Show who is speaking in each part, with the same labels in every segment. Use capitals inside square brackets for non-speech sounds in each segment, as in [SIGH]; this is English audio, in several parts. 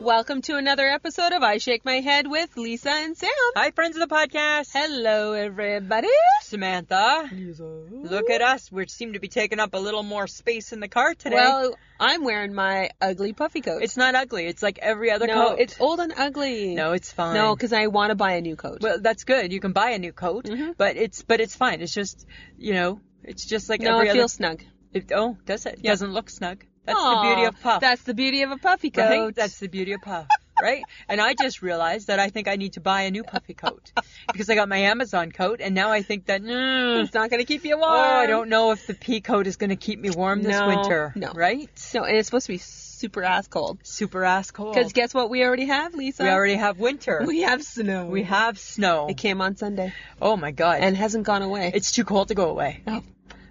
Speaker 1: Welcome to another episode of I Shake My Head with Lisa and Sam.
Speaker 2: Hi, friends of the podcast.
Speaker 1: Hello, everybody.
Speaker 2: Samantha.
Speaker 1: Lisa.
Speaker 2: Look at us. We seem to be taking up a little more space in the car today.
Speaker 1: Well, I'm wearing my ugly puffy coat.
Speaker 2: it's not ugly. It's like every other
Speaker 1: no,
Speaker 2: coat.
Speaker 1: it's old and ugly.
Speaker 2: no, it's fine.
Speaker 1: no, because I want to buy a new coat.
Speaker 2: well, that's good. You can buy a new coat,
Speaker 1: Mhm.
Speaker 2: but it's but it's fine. It's just you know, it's just like
Speaker 1: no,
Speaker 2: every
Speaker 1: it
Speaker 2: other.
Speaker 1: feels snug.
Speaker 2: [LAUGHS] It, oh, does it? It
Speaker 1: Yeah.
Speaker 2: Doesn't look snug. That's the beauty
Speaker 1: Aw,
Speaker 2: of puff.
Speaker 1: That's the beauty of a puffy coat.
Speaker 2: right? That's the beauty of puff. Right? And I just realized that I think I need to buy a new
Speaker 1: [LAUGHS]
Speaker 2: puffy coat because I got my Amazon coat, and now I think that mm,
Speaker 1: [LAUGHS] it's not going to keep you warm.
Speaker 2: Oh, I don't know if the pea coat is going to keep me warm this
Speaker 1: No,
Speaker 2: winter.
Speaker 1: no.
Speaker 2: Right?
Speaker 1: No, and it's supposed to be super ass cold.
Speaker 2: Super ass cold.
Speaker 1: Because guess what? We already have Lisa.
Speaker 2: we already have winter.
Speaker 1: We have snow.
Speaker 2: We have snow.
Speaker 1: It came on Sunday
Speaker 2: Oh my god.
Speaker 1: and hasn't gone away.
Speaker 2: it's too cold to go away.
Speaker 1: Oh.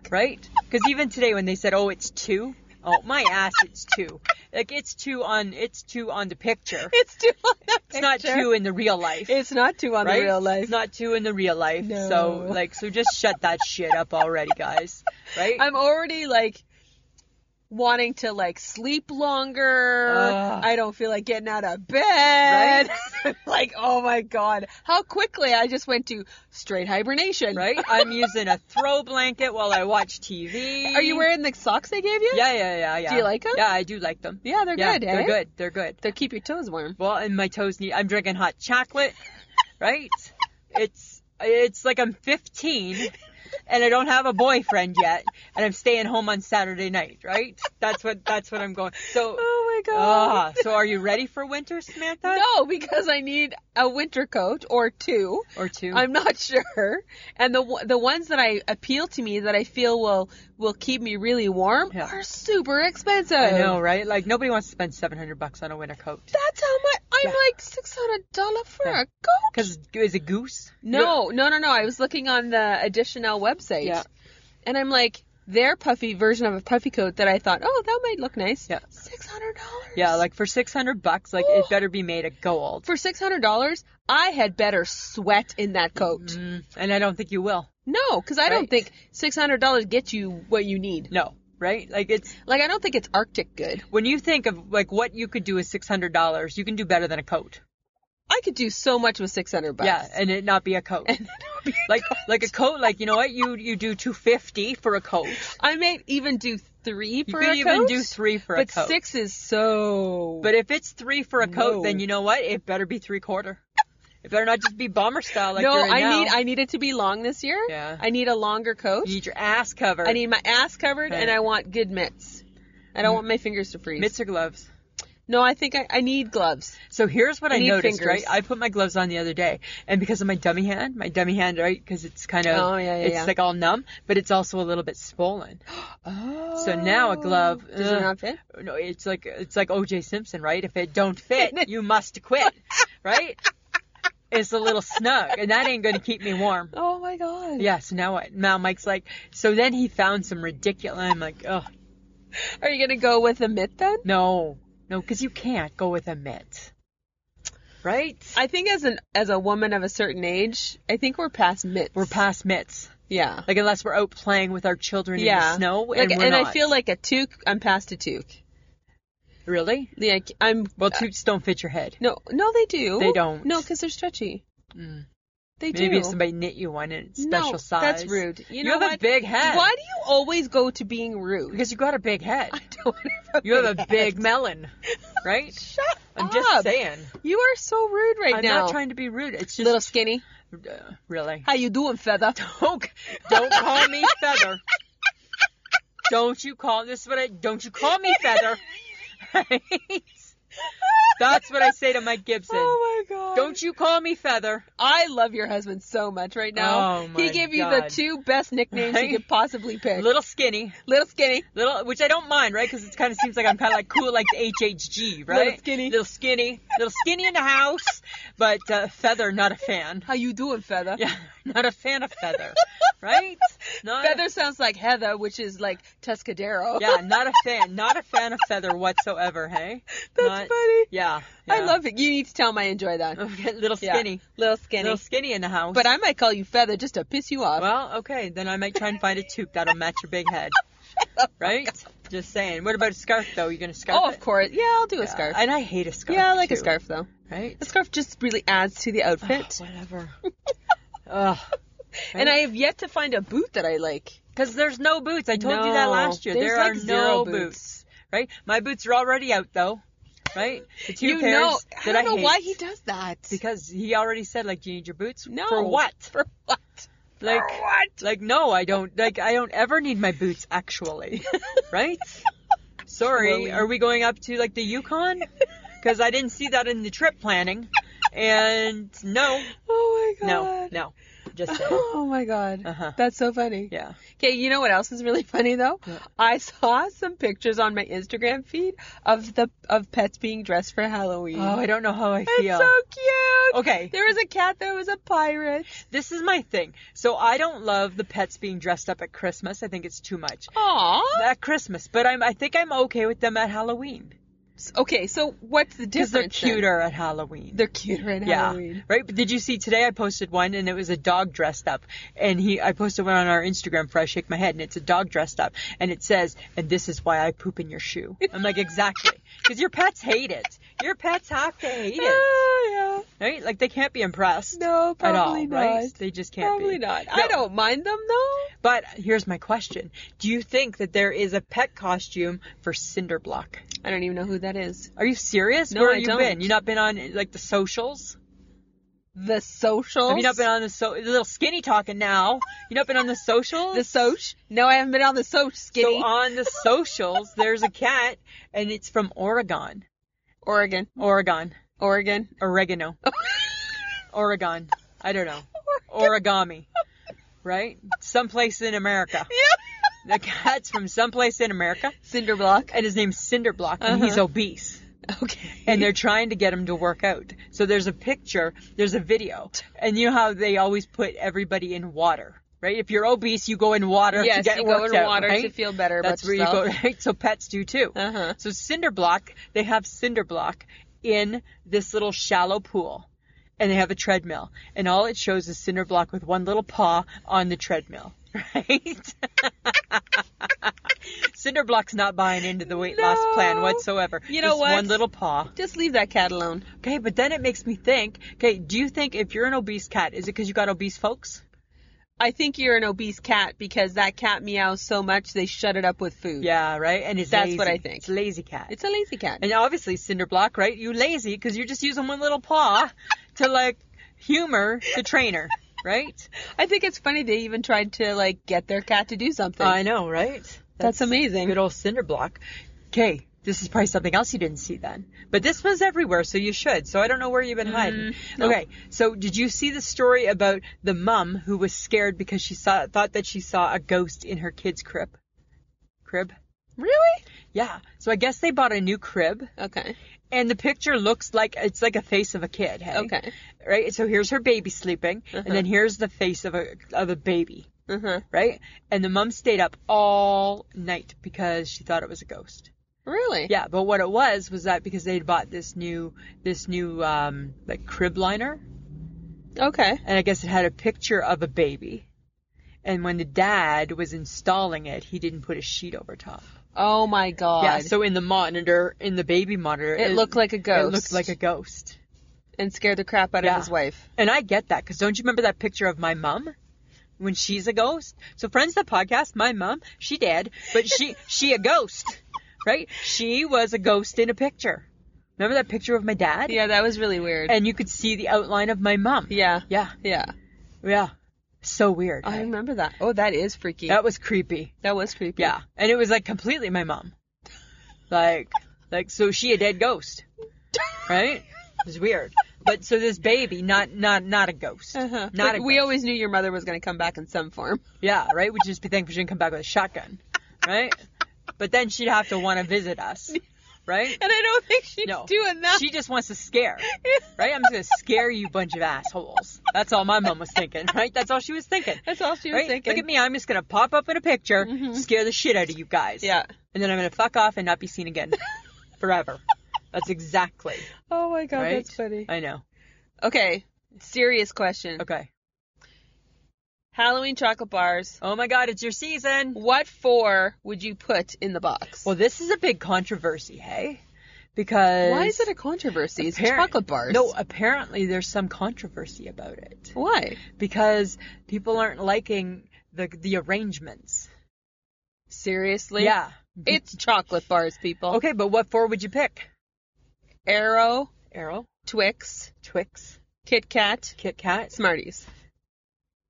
Speaker 2: Right? Because even today when they said, "Oh, it's two," oh my ass, it's two. Like it's two on it's two on
Speaker 1: [LAUGHS]
Speaker 2: the picture.
Speaker 1: [LAUGHS] It's two on the
Speaker 2: It's not two in the real life.
Speaker 1: It's not two on
Speaker 2: right?
Speaker 1: the real life.
Speaker 2: It's not two in the real life.
Speaker 1: No.
Speaker 2: So like, so just shut that shit up already, guys. Right?
Speaker 1: I'm already like wanting to like sleep longer.
Speaker 2: Ugh.
Speaker 1: I don't feel like getting out of [LAUGHS] bed. like, oh my god, how quickly I just went to straight hibernation.
Speaker 2: right? I'm using a throw blanket while I watch TV.
Speaker 1: [LAUGHS] Are you wearing the socks they gave you?
Speaker 2: Yeah, yeah, yeah, yeah.
Speaker 1: Do you like 'em?
Speaker 2: Yeah, I do like them.
Speaker 1: Yeah, they're
Speaker 2: yeah,
Speaker 1: good.
Speaker 2: They're
Speaker 1: eh?
Speaker 2: good. They're good.
Speaker 1: They keep your toes warm.
Speaker 2: Well, and my toes need. I'm drinking hot chocolate, right? it's it's like I'm 15, and I don't have a boyfriend yet, and I'm staying home on Saturday night, right? That's what that's what I'm going. So.
Speaker 1: Oh my
Speaker 2: Ah, so are you ready for winter, Samantha?
Speaker 1: [LAUGHS] No, because I need a winter coat or two.
Speaker 2: Or 2
Speaker 1: I'm not [LAUGHS] sure. And the w- the ones that I appeal to me that I feel will will keep me really warm
Speaker 2: Yeah.
Speaker 1: are super expensive.
Speaker 2: I know, right? Like nobody wants to spend 700 bucks on a winter coat.
Speaker 1: That's how much I'm
Speaker 2: Yeah.
Speaker 1: like six hundred dollar for
Speaker 2: Yeah.
Speaker 1: a coat.
Speaker 2: Because is it goose?
Speaker 1: No, no, no, no. I was looking on the Additional website,
Speaker 2: Yeah.
Speaker 1: and I'm like their puffy version of a puffy coat that I thought, oh, that might look nice.
Speaker 2: Yeah.
Speaker 1: six hundred dollars.
Speaker 2: Yeah, like for 600 bucks, like
Speaker 1: Ooh.
Speaker 2: it better be made of gold.
Speaker 1: for six hundred dollars, I had better sweat in that coat.
Speaker 2: Mm, and I don't think you will.
Speaker 1: No, because I don't
Speaker 2: Right.
Speaker 1: think six hundred dollars gets you what you need.
Speaker 2: No, right? Like it's
Speaker 1: Like I don't think it's Arctic good.
Speaker 2: when you think of like what you could do with $600, you can do better than a coat.
Speaker 1: I could do so much with six hundred bucks.
Speaker 2: Yeah, and [LAUGHS] it not be
Speaker 1: [LAUGHS]
Speaker 2: a coat. like like a coat, like you know what? You you do 250 for a coat.
Speaker 1: I may even do three
Speaker 2: You
Speaker 1: for
Speaker 2: could
Speaker 1: a
Speaker 2: even
Speaker 1: coat,
Speaker 2: do 3 for
Speaker 1: but
Speaker 2: a coat.
Speaker 1: six is so.
Speaker 2: But if it's 3 for a coat,
Speaker 1: No.
Speaker 2: then you know what? It better be 3 quarter. It better not just be bomber style like
Speaker 1: no,
Speaker 2: you're in
Speaker 1: I
Speaker 2: now.
Speaker 1: need I need it to be long this year.
Speaker 2: Yeah.
Speaker 1: I need a longer coat.
Speaker 2: You need your ass covered.
Speaker 1: I need my ass covered, and
Speaker 2: Right.
Speaker 1: I want good mitts. I don't want my fingers to freeze.
Speaker 2: mitts or gloves.
Speaker 1: No, I think I, I need gloves.
Speaker 2: So here's what
Speaker 1: I
Speaker 2: I,
Speaker 1: need
Speaker 2: noticed,
Speaker 1: fingers.
Speaker 2: right? I put my gloves on the other day, and because of my dummy hand, my dummy hand, right? Because it's kind of,
Speaker 1: Oh, yeah, yeah,
Speaker 2: it's
Speaker 1: yeah.
Speaker 2: like all numb, but it's also a little bit swollen.
Speaker 1: Oh.
Speaker 2: So now a glove, uh,
Speaker 1: Does it
Speaker 2: ugh.
Speaker 1: not fit?
Speaker 2: No, it's like it's like O.J. Simpson, right? If it
Speaker 1: [LAUGHS]
Speaker 2: don't fit, you must quit, right? It's a little snug, and that ain't gonna keep me warm.
Speaker 1: Oh my god.
Speaker 2: Yeah. So now what? Now Mike's like, so then he found some ridiculous. I'm like, oh
Speaker 1: Are you gonna go with a mitt then?
Speaker 2: no, no, because you can't go with a mitt, right?
Speaker 1: I think as an as a woman of a certain age, I think we're past mitts.
Speaker 2: We're past mitts.
Speaker 1: Yeah.
Speaker 2: Like unless we're out playing with our children in
Speaker 1: yeah.
Speaker 2: the snow,
Speaker 1: Like,
Speaker 2: and we're
Speaker 1: I
Speaker 2: not.
Speaker 1: feel like a toque. I'm past a toque.
Speaker 2: really.
Speaker 1: Like I'm.
Speaker 2: Well, toots don't fit your head.
Speaker 1: No, no, they do.
Speaker 2: They don't.
Speaker 1: No, because they're stretchy.
Speaker 2: Mm.
Speaker 1: They do.
Speaker 2: Maybe if somebody knit you one in it's special
Speaker 1: no,
Speaker 2: size.
Speaker 1: That's rude. You,
Speaker 2: You,
Speaker 1: know
Speaker 2: have
Speaker 1: what?
Speaker 2: a big head.
Speaker 1: Why do you always go to being rude?
Speaker 2: Because you got a big head.
Speaker 1: [LAUGHS] I don't have a
Speaker 2: You have a
Speaker 1: big
Speaker 2: big
Speaker 1: head.
Speaker 2: melon,
Speaker 1: [LAUGHS]
Speaker 2: right?
Speaker 1: Shut
Speaker 2: I'm
Speaker 1: up.
Speaker 2: just saying.
Speaker 1: You are so rude right
Speaker 2: I'm
Speaker 1: now.
Speaker 2: not trying to be rude. It's just
Speaker 1: Little skinny.
Speaker 2: uh, really.
Speaker 1: How you doing, [LAUGHS] feather?
Speaker 2: Don't don't
Speaker 1: [LAUGHS]
Speaker 2: call me feather. Don't you call this is what I don't you call me
Speaker 1: [LAUGHS]
Speaker 2: feather. [LAUGHS] Right? That's what I say to Mike Gibson.
Speaker 1: Oh my god.
Speaker 2: Don't you call me feather.
Speaker 1: I love your husband so much right now.
Speaker 2: Oh my
Speaker 1: he gave you the
Speaker 2: God.
Speaker 1: two best nicknames
Speaker 2: Right?
Speaker 1: you could possibly pick.
Speaker 2: Little skinny,
Speaker 1: Little skinny.
Speaker 2: little, which I don't mind, right? Because it kind of seems like I'm kind of like cool, like the HHG, right?
Speaker 1: Little skinny.
Speaker 2: little skinny, little skinny in the house, but uh, feather, not a fan. [LAUGHS]
Speaker 1: How you doing, feather?
Speaker 2: Yeah, not a fan
Speaker 1: [LAUGHS]
Speaker 2: of feather, right? Not
Speaker 1: Feather sounds like heather, which is like Tuscadero.
Speaker 2: Yeah, not a fan, not a fan of feather whatsoever. Hey,
Speaker 1: [LAUGHS] That's
Speaker 2: Not-
Speaker 1: funny.
Speaker 2: yeah,
Speaker 1: I
Speaker 2: yeah.
Speaker 1: love it. You need to tell him I enjoy that.
Speaker 2: little
Speaker 1: Yeah.
Speaker 2: skinny,
Speaker 1: Little skinny.
Speaker 2: little skinny in the house.
Speaker 1: But uh, I might call you feather just [LAUGHS] to piss you off. [LAUGHS]
Speaker 2: well, okay, then I might try and find a tube that'll match your big head, right? Just saying. What about a scarf though? You gonna scarf
Speaker 1: Oh,
Speaker 2: it?
Speaker 1: of course. Yeah, I'll do a
Speaker 2: Yeah.
Speaker 1: scarf.
Speaker 2: And I hate a scarf.
Speaker 1: yeah, I like a
Speaker 2: too, Oh,
Speaker 1: scarf though.
Speaker 2: Right.
Speaker 1: A scarf just really adds to the outfit.
Speaker 2: Ugh, whatever.
Speaker 1: [LAUGHS]
Speaker 2: Ugh.
Speaker 1: and I have yet to find a boot that I like.
Speaker 2: Because there's no boots. I told you that
Speaker 1: No,
Speaker 2: last year.
Speaker 1: there's
Speaker 2: There
Speaker 1: like
Speaker 2: are
Speaker 1: zero
Speaker 2: no boots. Right. My boots are already out though. Right. The two
Speaker 1: you
Speaker 2: pairs
Speaker 1: know, I
Speaker 2: that
Speaker 1: don't know
Speaker 2: hate.
Speaker 1: why he does that.
Speaker 2: Because he already said like, do you need your boots?
Speaker 1: no.
Speaker 2: For what?
Speaker 1: [LAUGHS] For what?
Speaker 2: [LAUGHS] Like.
Speaker 1: for what?
Speaker 2: Like no, I don't. Like I don't ever need my boots actually. [LAUGHS] right? Sorry,
Speaker 1: Actually.
Speaker 2: are we going up to like the [LAUGHS] Yukon? Because I didn't see that in the trip planning. And no,
Speaker 1: Oh my
Speaker 2: no,
Speaker 1: god.
Speaker 2: no. [LAUGHS] Just saying.
Speaker 1: Oh my god.
Speaker 2: Uh-huh.
Speaker 1: That's so funny.
Speaker 2: Yeah.
Speaker 1: Okay, you know what else is really [LAUGHS] funny though?
Speaker 2: What?
Speaker 1: I saw some pictures on my Instagram feed of the of pets being dressed for Halloween.
Speaker 2: Oh, I don't know how I
Speaker 1: it's
Speaker 2: feel.
Speaker 1: so cute.
Speaker 2: okay,
Speaker 1: There was a cat that was a pirate.
Speaker 2: this is my thing. So I don't love the pets being dressed up at Christmas. I think it's too much.
Speaker 1: Aww.
Speaker 2: At Christmas, but I'm I think I'm okay with them at Halloween
Speaker 1: okay, so what's the
Speaker 2: because
Speaker 1: difference?
Speaker 2: they're
Speaker 1: then?
Speaker 2: cuter at Halloween.
Speaker 1: They're cuter in
Speaker 2: yeah.
Speaker 1: Halloween.
Speaker 2: Right? But did you see today I posted one and it was a dog dressed up and he I posted one on our Instagram for I shake my head and it's a dog dressed up and it says and this is why I poop in your shoe. I'm
Speaker 1: [LAUGHS]
Speaker 2: like exactly because your pets hate it. Your pets have to hate it.
Speaker 1: Oh
Speaker 2: Right? Like they can't be impressed
Speaker 1: yeah. No,
Speaker 2: at all,
Speaker 1: probably
Speaker 2: right?
Speaker 1: not.
Speaker 2: They just can't
Speaker 1: Probably
Speaker 2: be.
Speaker 1: not.
Speaker 2: No.
Speaker 1: I don't mind them though.
Speaker 2: But here's my question. Do you think that there is a pet costume for Cinderblock?
Speaker 1: I don't even know who that is.
Speaker 2: Are you serious?
Speaker 1: No,
Speaker 2: Where
Speaker 1: I
Speaker 2: you
Speaker 1: don't.
Speaker 2: been? You not been on like the socials?
Speaker 1: The social.
Speaker 2: Have you not been on the so the little skinny talking now? You not been on the socials?
Speaker 1: the soch? No, I haven't been on the soch. Skinny
Speaker 2: So on the socials, there's a cat, and it's from Oregon.
Speaker 1: Oregon,
Speaker 2: Oregon. [LAUGHS]
Speaker 1: Oregon. [LAUGHS]
Speaker 2: Oregano. Oregon. I don't know. Origami. Right? Someplace in America. The cat's from someplace in America,
Speaker 1: Cinderblock.
Speaker 2: and his name's Cinderblock, and he's
Speaker 1: Uh-huh.
Speaker 2: obese.
Speaker 1: Okay.
Speaker 2: and they're trying to get him to work out. So there's a picture, there's a video, and you know how they always put everybody in water, right? If you're obese, you go in water to
Speaker 1: yes,
Speaker 2: get
Speaker 1: you go
Speaker 2: worked
Speaker 1: in
Speaker 2: out,
Speaker 1: water
Speaker 2: right?
Speaker 1: to feel better
Speaker 2: That's
Speaker 1: about
Speaker 2: where
Speaker 1: yourself.
Speaker 2: you go, right? So pets do too.
Speaker 1: Uh-huh.
Speaker 2: So Cinderblock, they have Cinderblock in this little shallow pool. And they have a treadmill. And all it shows is Cinderblock with one little paw on the treadmill. [LAUGHS] Right? Cinderblock's not buying into the weight loss plan
Speaker 1: No.
Speaker 2: whatsoever.
Speaker 1: You know
Speaker 2: Just
Speaker 1: what?
Speaker 2: One little paw.
Speaker 1: Just leave that cat alone.
Speaker 2: Okay, but then it makes me think, okay, do you think if you're an obese cat, is it because you got obese folks?
Speaker 1: I think you're an obese cat because that cat meows so much they shut it up with food.
Speaker 2: Yeah, right? And it's
Speaker 1: That's what
Speaker 2: lazy.
Speaker 1: I think.
Speaker 2: It's a lazy cat.
Speaker 1: It's a lazy cat.
Speaker 2: And obviously, Cinderblock, right? You lazy because you're just using one little paw to like humor the trainer, right?
Speaker 1: I think it's funny they even tried to like get their cat to do something.
Speaker 2: [LAUGHS] I know, right?
Speaker 1: That's amazing.
Speaker 2: Good old Cinderblock. Okay, this is probably something else you didn't see then, but this was everywhere, so you should. So I don't know where you've been hiding.
Speaker 1: no.
Speaker 2: Okay, so did you see the story about the mum who was scared because she saw thought that she saw a ghost in her kid's crib? Crib.
Speaker 1: really?
Speaker 2: Yeah. So I guess they bought a new crib.
Speaker 1: Okay.
Speaker 2: and the picture looks like it's like a face of a kid. Hey?
Speaker 1: Okay.
Speaker 2: Right. So here's her baby sleeping, and
Speaker 1: Uh-huh.
Speaker 2: then here's the face of a of a baby.
Speaker 1: Uh huh.
Speaker 2: Right. And the mom stayed up all night because she thought it was a ghost.
Speaker 1: Really?
Speaker 2: Yeah. But what it was was that because they'd bought this new this new um like crib liner,
Speaker 1: Okay.
Speaker 2: and I guess it had a picture of a baby. And when the dad was installing it, he didn't put a sheet over top.
Speaker 1: Oh my god.
Speaker 2: Yeah, so in the monitor, in the baby monitor,
Speaker 1: it, looked like a ghost.
Speaker 2: It looked like a ghost.
Speaker 1: and scared the crap out
Speaker 2: Yeah.
Speaker 1: of his wife.
Speaker 2: And I get that because don't you remember that picture of my mom when she's a ghost? So friends, of the podcast, my mom, she dead, but
Speaker 1: [LAUGHS]
Speaker 2: she she a ghost, right? She was a ghost in a picture. Remember that picture of my dad?
Speaker 1: Yeah, that was really weird.
Speaker 2: And you could see the outline of my mom.
Speaker 1: yeah.
Speaker 2: Yeah.
Speaker 1: Yeah.
Speaker 2: Yeah. So weird.
Speaker 1: I
Speaker 2: right?
Speaker 1: remember that. Oh, that is freaky.
Speaker 2: That was creepy.
Speaker 1: That was creepy. [LAUGHS]
Speaker 2: Yeah. And it was like completely my mom. Like like so she a dead ghost, right? It was weird. But so this baby, not not not a ghost.
Speaker 1: Uh-huh.
Speaker 2: Not
Speaker 1: But
Speaker 2: a
Speaker 1: we
Speaker 2: ghost.
Speaker 1: always knew your mother was going to come back in some form. [LAUGHS]
Speaker 2: Yeah, right? We'd just be thankful she didn't come back with a shotgun, right? But then she'd have to want to visit us, right?
Speaker 1: And I don't think she's
Speaker 2: No.
Speaker 1: doing that.
Speaker 2: She
Speaker 1: [LAUGHS]
Speaker 2: just wants to scare, right? I'm just going to scare you bunch of assholes. That's all my mom was thinking, right? That's all she was thinking.
Speaker 1: That's all she was
Speaker 2: Right?
Speaker 1: thinking. Mm-hmm.
Speaker 2: Look at me, I'm just gonna pop up in a picture, scare the shit out of you guys.
Speaker 1: Yeah. [LAUGHS]
Speaker 2: And then I'm gonna fuck off and not be seen again. Forever. That's exactly.
Speaker 1: Oh my [LAUGHS] god,
Speaker 2: right?
Speaker 1: that's funny.
Speaker 2: I know.
Speaker 1: Okay, serious question.
Speaker 2: Okay.
Speaker 1: Halloween chocolate bars.
Speaker 2: Oh my God, it's your season.
Speaker 1: What four would you put in the box?
Speaker 2: Well, this is a big controversy, hey? Because
Speaker 1: Why is it a controversy? It's
Speaker 2: apparent-
Speaker 1: chocolate bars.
Speaker 2: No, apparently there's some controversy about it
Speaker 1: Why?
Speaker 2: because people aren't liking the the arrangements.
Speaker 1: Seriously?
Speaker 2: yeah.
Speaker 1: It's chocolate bars, people.
Speaker 2: Okay, but what four would you pick?
Speaker 1: Arrow,
Speaker 2: Arrow,
Speaker 1: Twix,
Speaker 2: Twix,
Speaker 1: Kit Kat,
Speaker 2: Kit Kat.
Speaker 1: Smarties.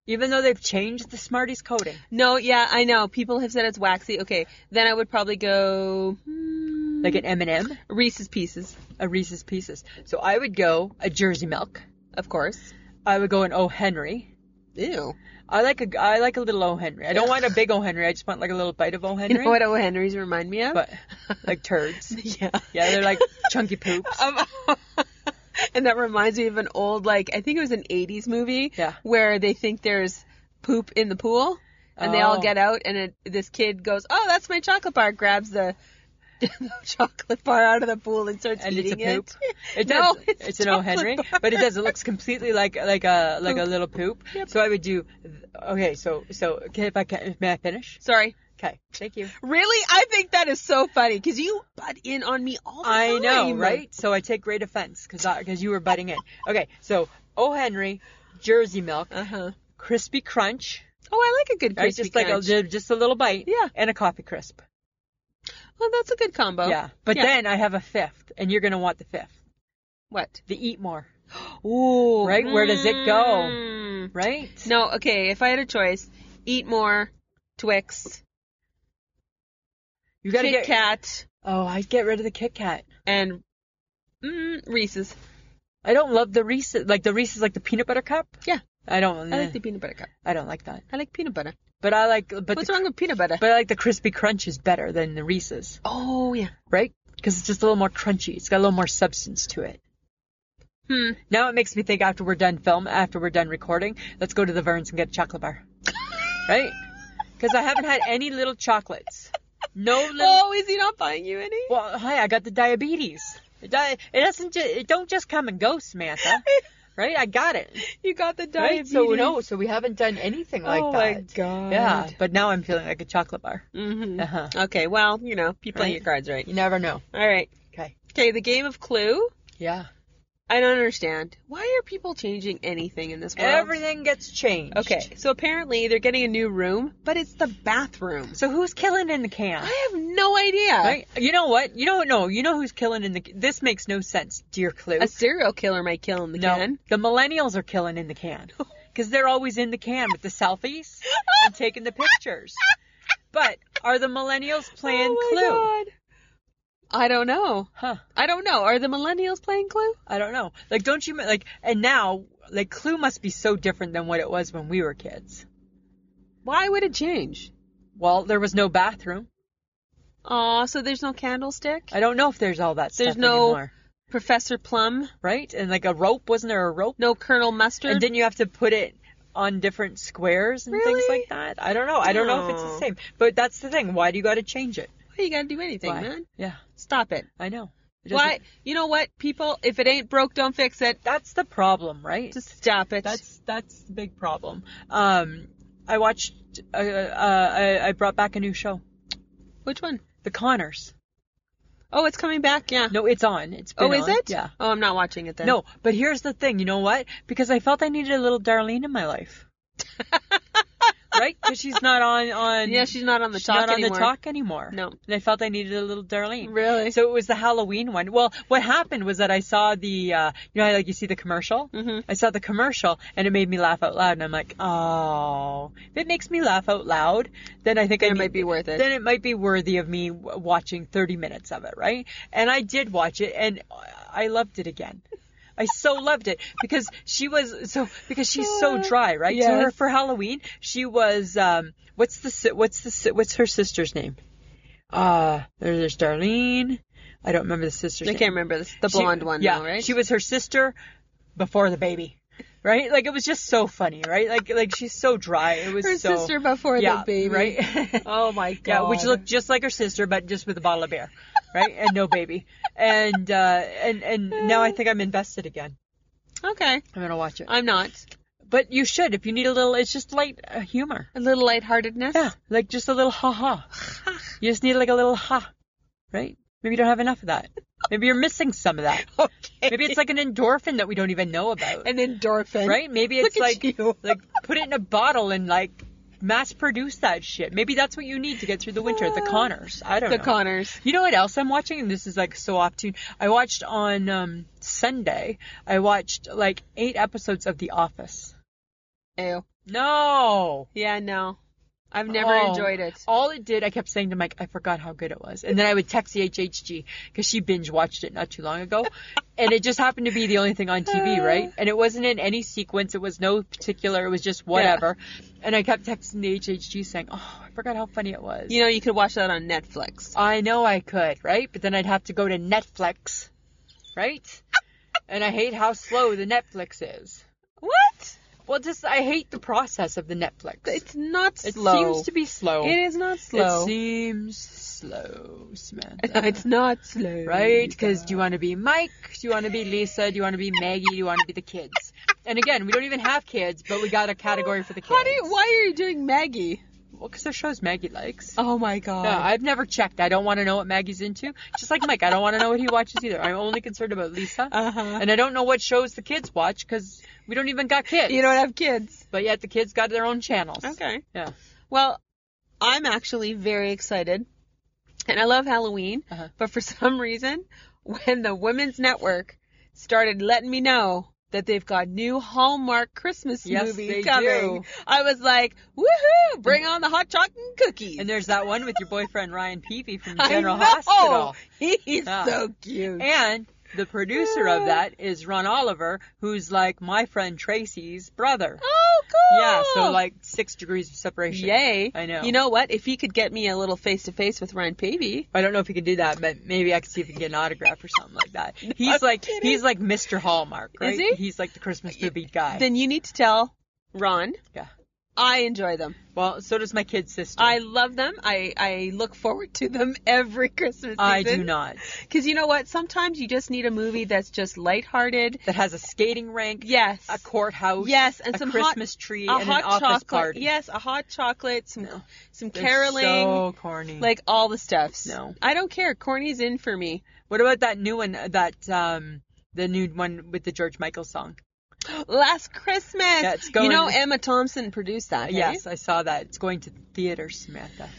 Speaker 2: Even though they've changed the Smarties coating.
Speaker 1: No, yeah, I know. People have said it's waxy. Okay, then I would probably go hmm,
Speaker 2: like an M&M,
Speaker 1: Reese's Pieces,
Speaker 2: a Reese's Pieces. So I would go a Jersey Milk.
Speaker 1: of course.
Speaker 2: I would go an O Henry.
Speaker 1: Ew.
Speaker 2: I like a I like a little O Henry. I don't want a big O Henry. I just want like a little bite of O Henry.
Speaker 1: [LAUGHS] You know what O. Henry's remind me of?
Speaker 2: But like turds.
Speaker 1: [LAUGHS] yeah.
Speaker 2: Yeah, they're like
Speaker 1: [LAUGHS]
Speaker 2: chunky poops.
Speaker 1: Um, and that reminds me of an old, like, I think it was an 80s movie
Speaker 2: Yeah.
Speaker 1: where they think there's poop in the pool and they all
Speaker 2: Oh.
Speaker 1: get out and it, this kid goes, oh, that's my chocolate bar, grabs the, [LAUGHS] the chocolate bar out of the pool and starts
Speaker 2: And it's a
Speaker 1: eating
Speaker 2: poop.
Speaker 1: it.
Speaker 2: It
Speaker 1: No,
Speaker 2: does.
Speaker 1: it's
Speaker 2: it's, an O
Speaker 1: chocolate
Speaker 2: Henry,
Speaker 1: bar.
Speaker 2: but it does.
Speaker 1: [LAUGHS]
Speaker 2: It looks completely like like a like a
Speaker 1: Poop.
Speaker 2: little poop.
Speaker 1: [LAUGHS] Yep.
Speaker 2: So I would do. Okay, so so okay, if I can, may I finish?
Speaker 1: [LAUGHS] Sorry.
Speaker 2: Okay, thank you.
Speaker 1: Really? I think that is so funny because you butt in on me all the time.
Speaker 2: I know, right? So I take great offense because because you were butting in. Okay, so O Henry, Jersey Milk,
Speaker 1: Uh huh.
Speaker 2: crispy crunch,
Speaker 1: Oh, I like a good
Speaker 2: right?
Speaker 1: crispy
Speaker 2: just like a,
Speaker 1: crunch.
Speaker 2: ju- just a little bite,
Speaker 1: Yeah.
Speaker 2: and a coffee crisp,
Speaker 1: Oh, that's a good combo.
Speaker 2: yeah. But
Speaker 1: Yeah.
Speaker 2: then I have a fifth, and you're gonna want the fifth,
Speaker 1: What?
Speaker 2: the eat more,
Speaker 1: Ooh.
Speaker 2: Right? Where does it go?
Speaker 1: Mm.
Speaker 2: right?
Speaker 1: No, okay, if I had a choice, eat more, Twix,
Speaker 2: you
Speaker 1: Kit
Speaker 2: gotta get.
Speaker 1: Kat,
Speaker 2: Oh, I'd get rid of the Kit Kat.
Speaker 1: and mm, Reese's.
Speaker 2: I don't love the Reese's, like the Reese's, like the peanut butter cup.
Speaker 1: Yeah.
Speaker 2: I don't. eh,
Speaker 1: I like the peanut butter cup.
Speaker 2: I don't like that.
Speaker 1: I like peanut butter.
Speaker 2: But I like, but
Speaker 1: What's
Speaker 2: the,
Speaker 1: wrong with peanut butter?
Speaker 2: but I like the crispy crunch is better than the Reese's,
Speaker 1: oh, yeah.
Speaker 2: right? Because it's just a little more crunchy. It's got a little more substance to it.
Speaker 1: [LAUGHS] Hmm.
Speaker 2: Now it makes me think after we're done film, after we're done recording, let's go to the Verns and get a chocolate bar, right? Because I haven't had any little chocolates. No little.
Speaker 1: Oh, is he not buying you any?
Speaker 2: Well, hi, I got the diabetes. It, di- it doesn't. Ju- it don't just come and go, Samantha. Right? I got it.
Speaker 1: [LAUGHS] You got the
Speaker 2: Right?
Speaker 1: diabetes.
Speaker 2: So no, so we haven't done anything like
Speaker 1: oh
Speaker 2: that.
Speaker 1: my god.
Speaker 2: Yeah, but now I'm feeling like a chocolate bar.
Speaker 1: hmm
Speaker 2: Uh-huh.
Speaker 1: Okay, well, you know, keep playing
Speaker 2: Right.
Speaker 1: your cards right.
Speaker 2: You never know.
Speaker 1: All right.
Speaker 2: Okay.
Speaker 1: Okay, the game of Clue.
Speaker 2: Yeah.
Speaker 1: I don't understand. Why are people changing anything in this world?
Speaker 2: Everything gets changed.
Speaker 1: Okay, so apparently they're getting a new room, but it's the bathroom.
Speaker 2: So who's killing in the can?
Speaker 1: I have no idea.
Speaker 2: Right? You know what? You don't know. You know who's killing in the This makes no sense, dear Clue.
Speaker 1: A serial killer might kill in the [LAUGHS]
Speaker 2: no.
Speaker 1: can.
Speaker 2: The millennials are killing in the can.
Speaker 1: [LAUGHS]
Speaker 2: Because they're always in the can with the selfies and taking the pictures. But are the millennials playing
Speaker 1: Oh my
Speaker 2: Clue?
Speaker 1: God. I don't know.
Speaker 2: Huh.
Speaker 1: I don't know. Are the millennials playing Clue?
Speaker 2: I don't know. Like, don't you, like, and now, like, Clue must be so different than what it was when we were kids.
Speaker 1: Why would it change?
Speaker 2: Well, there was no bathroom.
Speaker 1: Aw, so there's no candlestick?
Speaker 2: I don't know if there's all that
Speaker 1: There's
Speaker 2: stuff
Speaker 1: no-
Speaker 2: anymore,
Speaker 1: Professor Plum?
Speaker 2: right? And like a rope, wasn't there a rope?
Speaker 1: No Colonel Mustard?
Speaker 2: And then you have to put it on different squares and things
Speaker 1: Really? Oh.
Speaker 2: like that. I don't know. I don't know if it's
Speaker 1: No.
Speaker 2: the same. But that's the thing. Why do you got to change it?
Speaker 1: Why you gotta do anything,
Speaker 2: Why?
Speaker 1: man?
Speaker 2: Yeah,
Speaker 1: Stop it.
Speaker 2: I know. It
Speaker 1: Why?
Speaker 2: doesn't-
Speaker 1: You know what, people? If it ain't broke, don't fix it.
Speaker 2: That's the problem, right?
Speaker 1: Just stop it.
Speaker 2: That's that's the big problem. Um, I watched. Uh, uh, I, I brought back a new show,
Speaker 1: Which one?
Speaker 2: The Connors.
Speaker 1: Oh, it's coming back. Yeah.
Speaker 2: No, it's on. It's been
Speaker 1: oh, is
Speaker 2: on.
Speaker 1: it?
Speaker 2: Yeah.
Speaker 1: Oh, I'm not watching it then.
Speaker 2: No, but here's the thing. You know what? Because I felt I needed a little Darlene in
Speaker 1: [LAUGHS]
Speaker 2: my life. right? Because she's not on on.
Speaker 1: Yeah, she's not on the
Speaker 2: she's
Speaker 1: talk
Speaker 2: not on
Speaker 1: anymore.
Speaker 2: the talk anymore.
Speaker 1: No.
Speaker 2: And I felt I needed a little Darlene.
Speaker 1: Really?
Speaker 2: So it was the Halloween one. Well, what happened was that I saw the, uh, you know, how, like you see the commercial.
Speaker 1: hmm
Speaker 2: Mm-hmm. I saw the commercial and it made me laugh out loud. And I'm like, oh, if it makes me laugh out loud, then I think I
Speaker 1: It
Speaker 2: need-
Speaker 1: might be worth it.
Speaker 2: Then it might be worthy of me w- watching 30 minutes of it, right? And I did watch it and I loved it again. I so loved it because she was so because she's so dry, right? So her
Speaker 1: Yes.
Speaker 2: for Halloween, she was um what's the si- what's the si- what's her sister's name? Uh there- there's Darlene. I don't remember the sister's
Speaker 1: I
Speaker 2: name.
Speaker 1: can't remember this. The
Speaker 2: She-
Speaker 1: blonde one,
Speaker 2: yeah,
Speaker 1: though, right?
Speaker 2: She was her sister before the baby. Right? Like it was just so funny, right? Like like she's so dry. It was
Speaker 1: her
Speaker 2: so
Speaker 1: sister before
Speaker 2: yeah,
Speaker 1: the baby.
Speaker 2: [LAUGHS] Right?
Speaker 1: Oh my god.
Speaker 2: Yeah, which looked just like her sister, but just with a bottle of beer, right? and no baby. And uh, and and now I think I'm invested again.
Speaker 1: okay.
Speaker 2: I'm gonna watch it.
Speaker 1: I'm not.
Speaker 2: But you should if you need a little. It's just light uh, humor.
Speaker 1: A little lightheartedness.
Speaker 2: Yeah, like just a little ha ha. You just need like a little ha, right? Maybe you don't have enough of that. Maybe you're missing some of that.
Speaker 1: [LAUGHS] Okay.
Speaker 2: Maybe it's like an endorphin that we don't even know about,
Speaker 1: an endorphin.
Speaker 2: right? Maybe
Speaker 1: Look
Speaker 2: it's
Speaker 1: at
Speaker 2: like
Speaker 1: you. [LAUGHS]
Speaker 2: like put it in a bottle and like mass produce that shit. Maybe that's what you need to get through the winter.
Speaker 1: [SIGHS]
Speaker 2: The Connors. I don't
Speaker 1: the
Speaker 2: know.
Speaker 1: Connors.
Speaker 2: You know what else I'm watching? And this is like so off tune. I watched on um, Sunday. I watched like eight episodes of The Office.
Speaker 1: Ew.
Speaker 2: No.
Speaker 1: Yeah, no. I've never
Speaker 2: Oh.
Speaker 1: enjoyed it.
Speaker 2: All it did, I kept saying to Mike, I forgot how good it was. And then I would text the HHG because she binge watched it not too
Speaker 1: [LAUGHS]
Speaker 2: long ago. and it just happened to be the only thing on TV, right? And it wasn't in any sequence. It was no particular. It was just whatever. And I kept texting the HHG saying, Oh, I forgot how funny it was.
Speaker 1: You know, you could watch that on Netflix.
Speaker 2: I know I could, right? But then I'd have to go to Netflix, right? and I hate how slow the Netflix is.
Speaker 1: What?
Speaker 2: Well, just I hate the process of the Netflix.
Speaker 1: It's not
Speaker 2: it
Speaker 1: slow.
Speaker 2: seems to be slow.
Speaker 1: It is not slow.
Speaker 2: It seems slow,
Speaker 1: No,
Speaker 2: Samantha.
Speaker 1: [LAUGHS] it's not slow.
Speaker 2: right? Because do you want to be Mike? Do you want to be Lisa? Do you want to be Maggie? Do you want to be the kids? And again, we don't even have kids, but we got a category for the kids.
Speaker 1: How do you, why are you doing Maggie?
Speaker 2: Well, because there's shows Maggie likes.
Speaker 1: Oh my god.
Speaker 2: No, I've never checked. I don't want to know what Maggie's into. Just like Mike, I don't want to know what he watches either. I'm only concerned about Lisa.
Speaker 1: Uh-huh.
Speaker 2: And I don't know what shows the kids watch because we don't even got kids.
Speaker 1: you don't have kids.
Speaker 2: but yet the kids got their own channels.
Speaker 1: Okay.
Speaker 2: Yeah.
Speaker 1: Well, I'm actually very excited. And I love Halloween,
Speaker 2: Uh-huh.
Speaker 1: but for [LAUGHS] some reason, when the Women's Network started letting me know that they've got new Hallmark Christmas
Speaker 2: Yes,
Speaker 1: movie
Speaker 2: they
Speaker 1: coming,
Speaker 2: do.
Speaker 1: I was like, woohoo, bring on the hot chocolate and cookies. [LAUGHS]
Speaker 2: And there's that one with your boyfriend Ryan Peavy from
Speaker 1: I
Speaker 2: General
Speaker 1: know.
Speaker 2: Hospital.
Speaker 1: He's
Speaker 2: Yeah.
Speaker 1: so cute.
Speaker 2: And the producer of that is Ron Oliver, who's like my friend Tracy's brother.
Speaker 1: oh, cool.
Speaker 2: Yeah, so like six degrees of separation.
Speaker 1: Yay.
Speaker 2: I know.
Speaker 1: You know what? If he could get me a little face to face with Ryan Pavey.
Speaker 2: I don't know if he can do that, but maybe I can see if he can get an autograph or something like that. He's
Speaker 1: I'm
Speaker 2: like
Speaker 1: kidding.
Speaker 2: he's like Mr. Hallmark, right?
Speaker 1: he?
Speaker 2: He's like the Christmas movie guy.
Speaker 1: Then you need to tell Ron.
Speaker 2: Yeah.
Speaker 1: I enjoy them.
Speaker 2: well, so does my kid sister.
Speaker 1: I love them. I, I look forward to them [LAUGHS] every Christmas season.
Speaker 2: I do not.
Speaker 1: Because you know what? Sometimes you just need a movie that's just lighthearted.
Speaker 2: That has a skating rink,
Speaker 1: Yes.
Speaker 2: a courthouse,
Speaker 1: Yes, and
Speaker 2: a
Speaker 1: some hot-
Speaker 2: Christmas tree,
Speaker 1: A
Speaker 2: and an office
Speaker 1: chocolate.
Speaker 2: party.
Speaker 1: Yes, a hot chocolate, some
Speaker 2: No.
Speaker 1: some
Speaker 2: They're
Speaker 1: caroling,
Speaker 2: So corny.
Speaker 1: like all the stuffs.
Speaker 2: No.
Speaker 1: I don't care. Corny's in for me. [GASPS]
Speaker 2: What about that new one? That um, the new one with the George Michael song.
Speaker 1: Last Christmas.
Speaker 2: Yeah, it's going-
Speaker 1: You know Emma Thompson produced that. hey?
Speaker 2: Yes, I saw that. It's going to theaters, Samantha.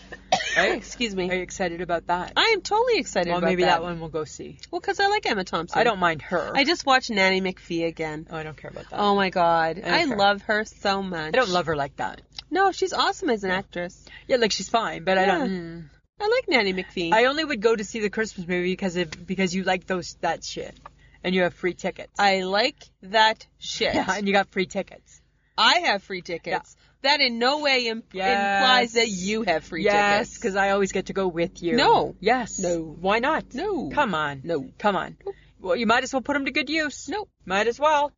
Speaker 2: Right?
Speaker 1: Excuse
Speaker 2: Are
Speaker 1: me.
Speaker 2: you excited about that?
Speaker 1: I am totally excited
Speaker 2: well,
Speaker 1: about
Speaker 2: maybe
Speaker 1: that.
Speaker 2: that. one we'll go see.
Speaker 1: Well, because I like Emma Thompson.
Speaker 2: I don't mind her.
Speaker 1: I just watched Nanny McPhee again.
Speaker 2: oh, I don't care about that.
Speaker 1: Oh my god,
Speaker 2: I don't
Speaker 1: I
Speaker 2: care.
Speaker 1: love her so much.
Speaker 2: I don't love her like that.
Speaker 1: No, she's awesome as an actress.
Speaker 2: Yeah, like she's fine, but I
Speaker 1: Yeah.
Speaker 2: don't. mm.
Speaker 1: I like Nanny McPhee.
Speaker 2: I only would go to see the Christmas movie because of, because you like those that shit, and you have free tickets.
Speaker 1: I like that shit.
Speaker 2: [LAUGHS] yeah, and you got free tickets.
Speaker 1: I have free tickets. That in no way imp-
Speaker 2: Yes.
Speaker 1: implies that you have free
Speaker 2: yes,
Speaker 1: tickets.
Speaker 2: because I always get to go with you.
Speaker 1: No.
Speaker 2: Yes.
Speaker 1: No.
Speaker 2: Why not?
Speaker 1: no,
Speaker 2: Come on.
Speaker 1: no,
Speaker 2: Come on. Well, you might as well put them to good use.
Speaker 1: Nope.
Speaker 2: Might as well.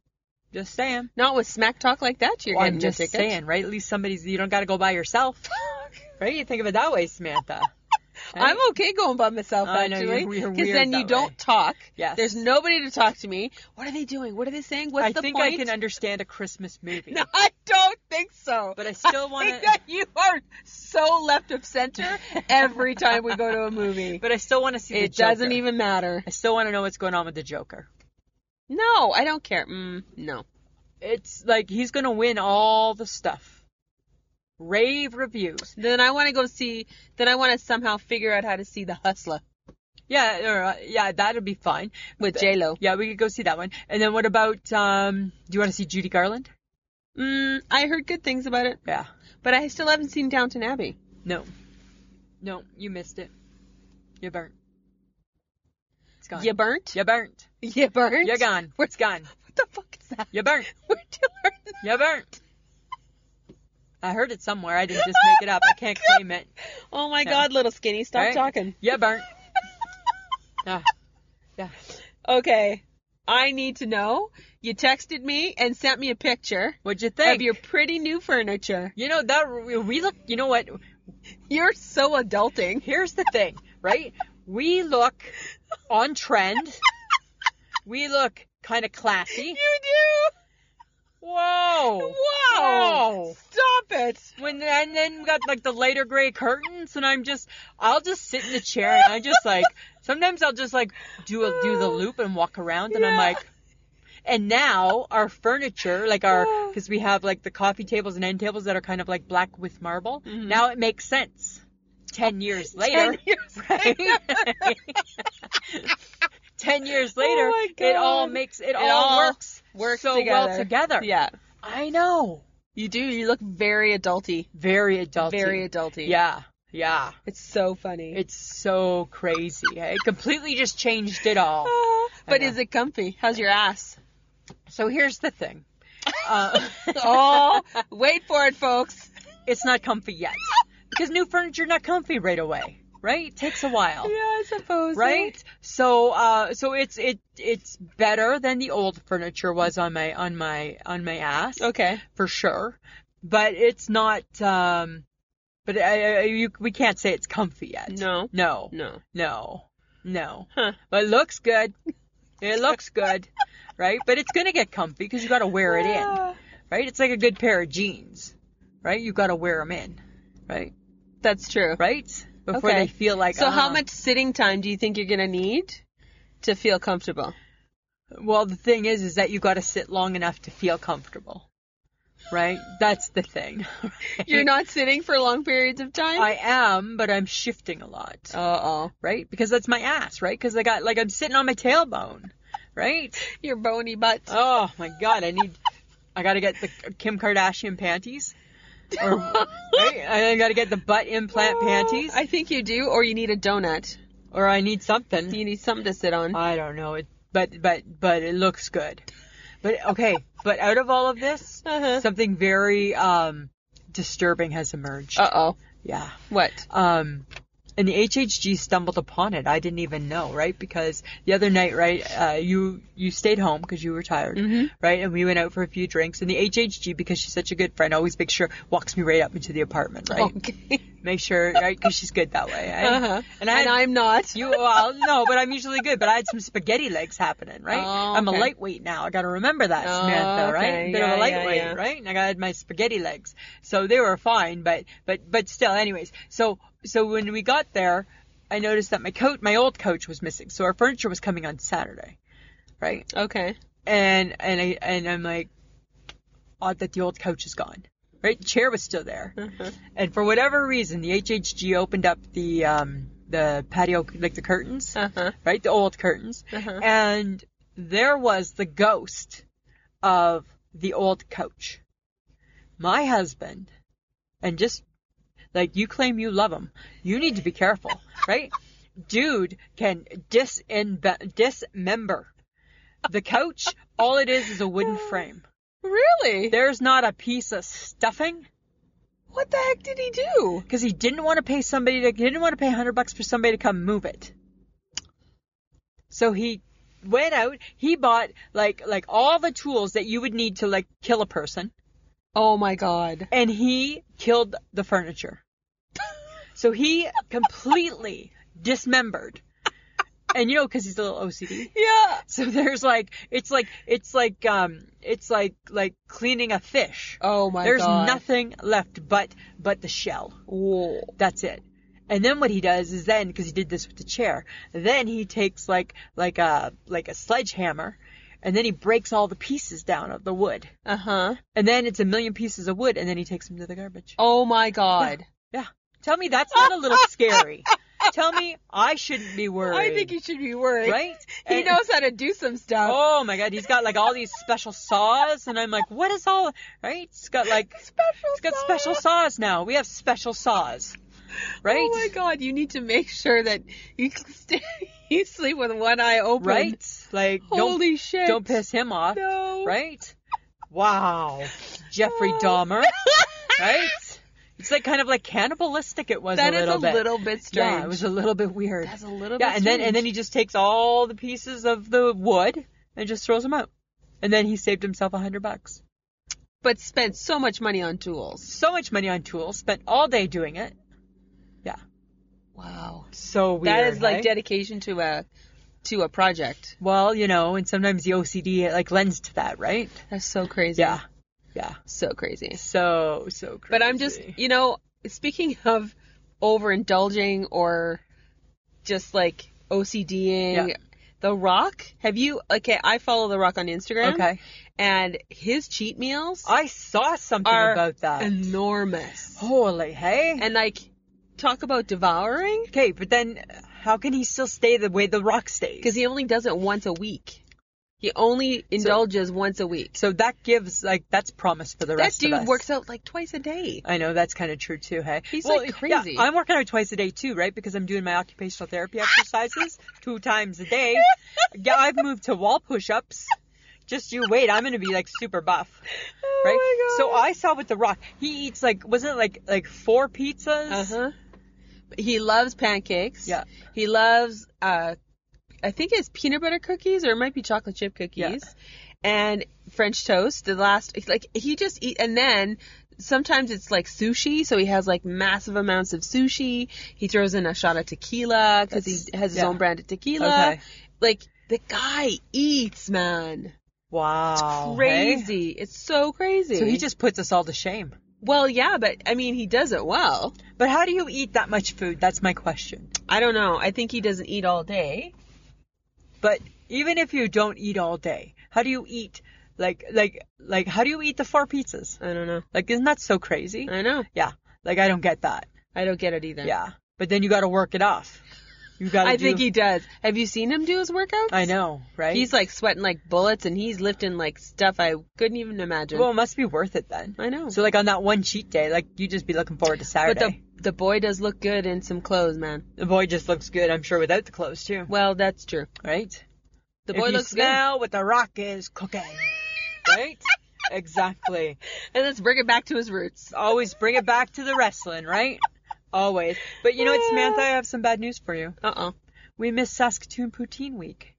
Speaker 2: Just saying.
Speaker 1: not with smack talk like that. You're
Speaker 2: Well,
Speaker 1: getting
Speaker 2: Oh, I'm just
Speaker 1: a ticket.
Speaker 2: saying, right? At least somebody's. You don't got to go by yourself, right? You think of it that way, Samantha.
Speaker 1: [LAUGHS] [LAUGHS] I'm okay going by myself
Speaker 2: I know,
Speaker 1: actually,
Speaker 2: you're- you're weird
Speaker 1: then you
Speaker 2: that
Speaker 1: don't
Speaker 2: way.
Speaker 1: talk.
Speaker 2: Yes.
Speaker 1: There's nobody to talk to me. What are they doing? What are they saying? What's
Speaker 2: I
Speaker 1: the
Speaker 2: think
Speaker 1: point?
Speaker 2: I can understand a Christmas movie.
Speaker 1: [LAUGHS] No, I don't think so.
Speaker 2: But
Speaker 1: [LAUGHS]
Speaker 2: I still wanna-
Speaker 1: think that you are so left of center every time we go to a movie.
Speaker 2: [LAUGHS] But I still want to see the
Speaker 1: it
Speaker 2: Joker.
Speaker 1: doesn't even matter.
Speaker 2: I still want to know what's going on with the Joker.
Speaker 1: No, I don't care. Mm, no.
Speaker 2: It's like he's gonna win all the stuff. Rave reviews.
Speaker 1: Then I want to go see. Then I want to somehow figure out how to see The Hustler
Speaker 2: Yeah, or, uh, yeah, that'd be fine.
Speaker 1: with J Lo.
Speaker 2: Yeah, we could go see that one. And then what about? um Do you want to see Judy Garland?
Speaker 1: Mm, I heard good things about it,
Speaker 2: Yeah.
Speaker 1: but I still haven't seen Downton Abbey.
Speaker 2: No. No, you missed it. You burnt. It's gone.
Speaker 1: You burnt?
Speaker 2: You burnt.
Speaker 1: You burnt?
Speaker 2: You're gone. It's gone.
Speaker 1: What the fuck is that? [LAUGHS]
Speaker 2: You burnt.
Speaker 1: Where would you learn that?
Speaker 2: You burnt. I heard it somewhere. I didn't just make it up. I [LAUGHS] can't claim it.
Speaker 1: Oh my
Speaker 2: Yeah.
Speaker 1: god, little skinny, stop
Speaker 2: Right?
Speaker 1: talking. [LAUGHS]
Speaker 2: You burnt. Ah. Yeah.
Speaker 1: Okay. I need to know. You texted me and sent me a picture
Speaker 2: What'd you think?
Speaker 1: of your pretty new furniture.
Speaker 2: you know that we look. You know what?
Speaker 1: You're so adulting.
Speaker 2: Here's the thing, right? We look on trend. We look kind of classy.
Speaker 1: do.
Speaker 2: [LAUGHS] Whoa.
Speaker 1: Whoa!
Speaker 2: Whoa.
Speaker 1: Stop it!
Speaker 2: When and then we got like the lighter gray curtains, and I'm just, I'll just sit in the chair and I just like, sometimes I'll just like do a do the loop and walk around, and I'm
Speaker 1: Yeah.
Speaker 2: like, and now our furniture, like our, because we have like the coffee tables and end tables that are kind of like black with marble.
Speaker 1: Mhm.
Speaker 2: Now it makes sense. Mm-hmm. Ten years later,
Speaker 1: Ten [LAUGHS] years
Speaker 2: [LAUGHS] right? Ten years later,
Speaker 1: my
Speaker 2: it all
Speaker 1: God.
Speaker 2: makes Oh it, all works
Speaker 1: works
Speaker 2: so well together.
Speaker 1: [LAUGHS] Yeah,
Speaker 2: I know.
Speaker 1: you do. You look very adulty.
Speaker 2: Very adulty.
Speaker 1: Very adulty.
Speaker 2: Yeah. Yeah.
Speaker 1: it's so funny.
Speaker 2: It's so crazy. It completely just changed it all.
Speaker 1: Ah, but
Speaker 2: know.
Speaker 1: is it comfy? How's your [LAUGHS] ass?
Speaker 2: So here's the thing. Uh, [LAUGHS]
Speaker 1: Oh, wait for it, folks.
Speaker 2: it's not comfy yet because new furniture not comfy right away, right? It takes a while.
Speaker 1: I suppose.
Speaker 2: Right? So uh so it's it it's better than the old furniture was on my on my on my ass
Speaker 1: Okay.
Speaker 2: for sure. But it's not um but I, I, you, we can't say it's comfy yet.
Speaker 1: No.
Speaker 2: No.
Speaker 1: No.
Speaker 2: No, no.
Speaker 1: Huh.
Speaker 2: But it looks good. It looks good, right? But it's gonna get comfy because you gotta wear it in,
Speaker 1: Ah.
Speaker 2: right? It's like a good pair of jeans, right? You gotta wear them in, right?
Speaker 1: That's true. Uh-huh.
Speaker 2: Right? Before
Speaker 1: Okay.
Speaker 2: they feel like.
Speaker 1: So, how
Speaker 2: uh,
Speaker 1: much sitting time do you think you're gonna need to feel comfortable?
Speaker 2: Well, the thing is, is that you gotta sit long enough to feel comfortable, right? That's the thing. [LAUGHS]
Speaker 1: You're not sitting for long periods of time.
Speaker 2: I am, but I'm shifting a lot,
Speaker 1: Uh oh.
Speaker 2: right? Because that's my ass, right? Because I got like I'm sitting on my tailbone, right?
Speaker 1: Your bony butt.
Speaker 2: Oh my god, I need. I gotta get the Kim Kardashian panties. Or, right? I gotta get the butt
Speaker 1: [LAUGHS]
Speaker 2: implant panties.
Speaker 1: Oh, I think you do, or you need a donut.
Speaker 2: or I need something.
Speaker 1: You need something to sit on.
Speaker 2: I don't know. It, but but but it looks good. But okay. But out of all of this,
Speaker 1: Uh
Speaker 2: something very um disturbing has emerged.
Speaker 1: oh.
Speaker 2: yeah.
Speaker 1: What?
Speaker 2: Um. And the HHG stumbled upon it. I didn't even know, right? Because the other night, right, uh, you you stayed home because you were tired.
Speaker 1: Mm-hmm.
Speaker 2: right? And we went out for a few drinks. And the HHG, because she's such a good friend, always makes sure walks me right up into the apartment,
Speaker 1: [LAUGHS]
Speaker 2: right?
Speaker 1: Okay.
Speaker 2: Make sure, right? Because she's good that way. eh?
Speaker 1: Oh. Uh-huh.
Speaker 2: And I,
Speaker 1: and I'm not.
Speaker 2: [LAUGHS] you, well, no, but I'm usually good. But I had some spaghetti legs happening, right?
Speaker 1: Oh,
Speaker 2: I'm a
Speaker 1: okay.
Speaker 2: lightweight now. I got to remember that,
Speaker 1: Oh,
Speaker 2: Samantha, right?
Speaker 1: okay.
Speaker 2: A bit
Speaker 1: Yeah,
Speaker 2: of a
Speaker 1: yeah,
Speaker 2: lightweight,
Speaker 1: yeah.
Speaker 2: right? And I got my spaghetti legs, so they were fine. But but but still, anyways. So so when we got there, I noticed that my coat, my old coach, was missing. So our furniture was coming on Saturday, right?
Speaker 1: Okay.
Speaker 2: and and I and I'm like, odd that the old couch is gone. Right, the chair was still there, and for whatever reason, the HHG opened up the um the patio like the curtains,
Speaker 1: Uh huh.
Speaker 2: right, the old curtains,
Speaker 1: Uh-huh.
Speaker 2: and there was the ghost of the old couch. My husband, and just like you claim you love him, you need to be careful, right? Dude can disinbe- dismember the couch. All it is is a wooden frame.
Speaker 1: Really?
Speaker 2: There's not a piece of stuffing
Speaker 1: What the heck did he do?
Speaker 2: because he didn't want to pay somebody. To, he didn't want to pay 100 bucks for somebody to come move it. So he went out. He bought like like all the tools that you would need to like kill a person.
Speaker 1: Oh my
Speaker 2: [LAUGHS]
Speaker 1: god.
Speaker 2: and he killed the furniture. So he completely [LAUGHS] dismembered. And you know, because he's a little OCD.
Speaker 1: Yeah.
Speaker 2: So there's like, it's like, it's like, um, it's like, like cleaning a fish.
Speaker 1: Oh my
Speaker 2: there's
Speaker 1: god.
Speaker 2: nothing left but, but the shell.
Speaker 1: Whoa.
Speaker 2: That's it. And then what he does is then, because he did this with the chair, then he takes like, like a, like a sledgehammer, and then he breaks all the pieces down of the wood.
Speaker 1: Uh huh.
Speaker 2: And then it's a million pieces of wood, and then he takes them to the garbage.
Speaker 1: Oh my god.
Speaker 2: Yeah. Tell me that's not
Speaker 1: [LAUGHS]
Speaker 2: a little scary. Tell me I shouldn't be worried.
Speaker 1: I think he should be worried.
Speaker 2: right?
Speaker 1: He
Speaker 2: And-
Speaker 1: knows how to do some stuff.
Speaker 2: Oh my god, he's got like all these special saws and I'm like, what is all right? It's got like
Speaker 1: special.
Speaker 2: it's got
Speaker 1: sauce.
Speaker 2: special saws now. We have special saws. Right?
Speaker 1: Oh my god. You need to make sure that you can stay, [LAUGHS] you sleep with one eye open.
Speaker 2: Right? Like
Speaker 1: Holy shit.
Speaker 2: don't don't piss him off.
Speaker 1: No. [LAUGHS]
Speaker 2: Right? Wow. Jeffrey
Speaker 1: Oh.
Speaker 2: Dahmer. Right? It's like kind of like cannibalistic it was
Speaker 1: That
Speaker 2: a
Speaker 1: is
Speaker 2: little
Speaker 1: a
Speaker 2: bit.
Speaker 1: little bit strange.
Speaker 2: Yeah, it was a little bit weird.
Speaker 1: That's a little
Speaker 2: Yeah,
Speaker 1: bit
Speaker 2: and then and then he just takes all the pieces of the wood and just throws them out. And then he saved himself a hundred bucks.
Speaker 1: but spent so much money on tools.
Speaker 2: So much money on tools, spent all day doing it.
Speaker 1: Wow.
Speaker 2: So weird.
Speaker 1: that is like
Speaker 2: hey?
Speaker 1: dedication to a to a project.
Speaker 2: Well, you know, and sometimes the OCD like lends to that, right?
Speaker 1: That's so crazy.
Speaker 2: Yeah. Yeah.
Speaker 1: So crazy.
Speaker 2: So so crazy.
Speaker 1: But I'm just, you know, speaking of overindulging or just like OCDing,
Speaker 2: Yeah.
Speaker 1: The Rock, have you? Okay, I follow The Rock on Instagram.
Speaker 2: okay.
Speaker 1: And his cheat meals
Speaker 2: I saw something
Speaker 1: Are
Speaker 2: about that.
Speaker 1: enormous.
Speaker 2: Holy hey.
Speaker 1: And like, talk about devouring.
Speaker 2: okay, but then how can he still stay the way the rock stays?
Speaker 1: Because he only does it once a week. He only indulges once a week.
Speaker 2: so that gives like that's promise for the
Speaker 1: That
Speaker 2: rest of us.
Speaker 1: dude works out like twice a day.
Speaker 2: I know that's kind of true too. Hey,
Speaker 1: He's, like,
Speaker 2: yeah,
Speaker 1: crazy.
Speaker 2: I'm working out twice a day too, right? Because I'm doing my occupational
Speaker 1: [LAUGHS]
Speaker 2: therapy exercises two times a day. [LAUGHS] Yeah, I've moved to wall push-ups. Just you wait, I'm gonna be like super buff,
Speaker 1: Oh [LAUGHS]
Speaker 2: right? so I saw with the Rock, he eats like wasn't it like like four pizzas?
Speaker 1: Uh huh. He loves pancakes.
Speaker 2: Yeah.
Speaker 1: He loves, uh, I think it's peanut butter cookies or it might be chocolate chip cookies
Speaker 2: Yeah.
Speaker 1: and French toast. The last, like, he just eat, and then sometimes it's like sushi. So he has like massive amounts of sushi. He throws in a shot of tequila because he
Speaker 2: That's-
Speaker 1: has his
Speaker 2: yeah.
Speaker 1: own brand of tequila.
Speaker 2: Okay.
Speaker 1: Like, the guy eats, man.
Speaker 2: Wow. Oh, hey?
Speaker 1: Crazy. It's so crazy.
Speaker 2: So he just puts us all to shame.
Speaker 1: well, yeah, but I mean, he does it well.
Speaker 2: But how do you eat that much food? That's my question.
Speaker 1: I don't know. I think he doesn't eat all day.
Speaker 2: But even if you don't eat all day, how do you eat like like like how do you eat the four pizzas?
Speaker 1: I don't know.
Speaker 2: Like isn't that so crazy?
Speaker 1: I know.
Speaker 2: Yeah. Like I don't get that.
Speaker 1: I don't get it either.
Speaker 2: Yeah. But then you got to work it off. You got to
Speaker 1: I think he does. Have you seen him do his workouts?
Speaker 2: I know, right?
Speaker 1: He's like sweating like bullets and he's lifting like stuff I couldn't even imagine.
Speaker 2: well, it must be worth it then.
Speaker 1: I know.
Speaker 2: So like on that one cheat day, like you just be looking forward to
Speaker 1: but
Speaker 2: Saturday.
Speaker 1: the the boy does look good in some clothes, man.
Speaker 2: the boy just looks good, I'm sure, without the clothes too,
Speaker 1: Well, that's true.
Speaker 2: right?
Speaker 1: The
Speaker 2: if
Speaker 1: boy
Speaker 2: you
Speaker 1: looks
Speaker 2: smell what the rock is cooking, right? exactly.
Speaker 1: good. And let's bring it back to his roots.
Speaker 2: Always bring it back to the wrestling, right? Always. But you know what, Samantha? I have some bad news for you.
Speaker 1: Uh oh.
Speaker 2: We missed Saskatoon Poutine Week.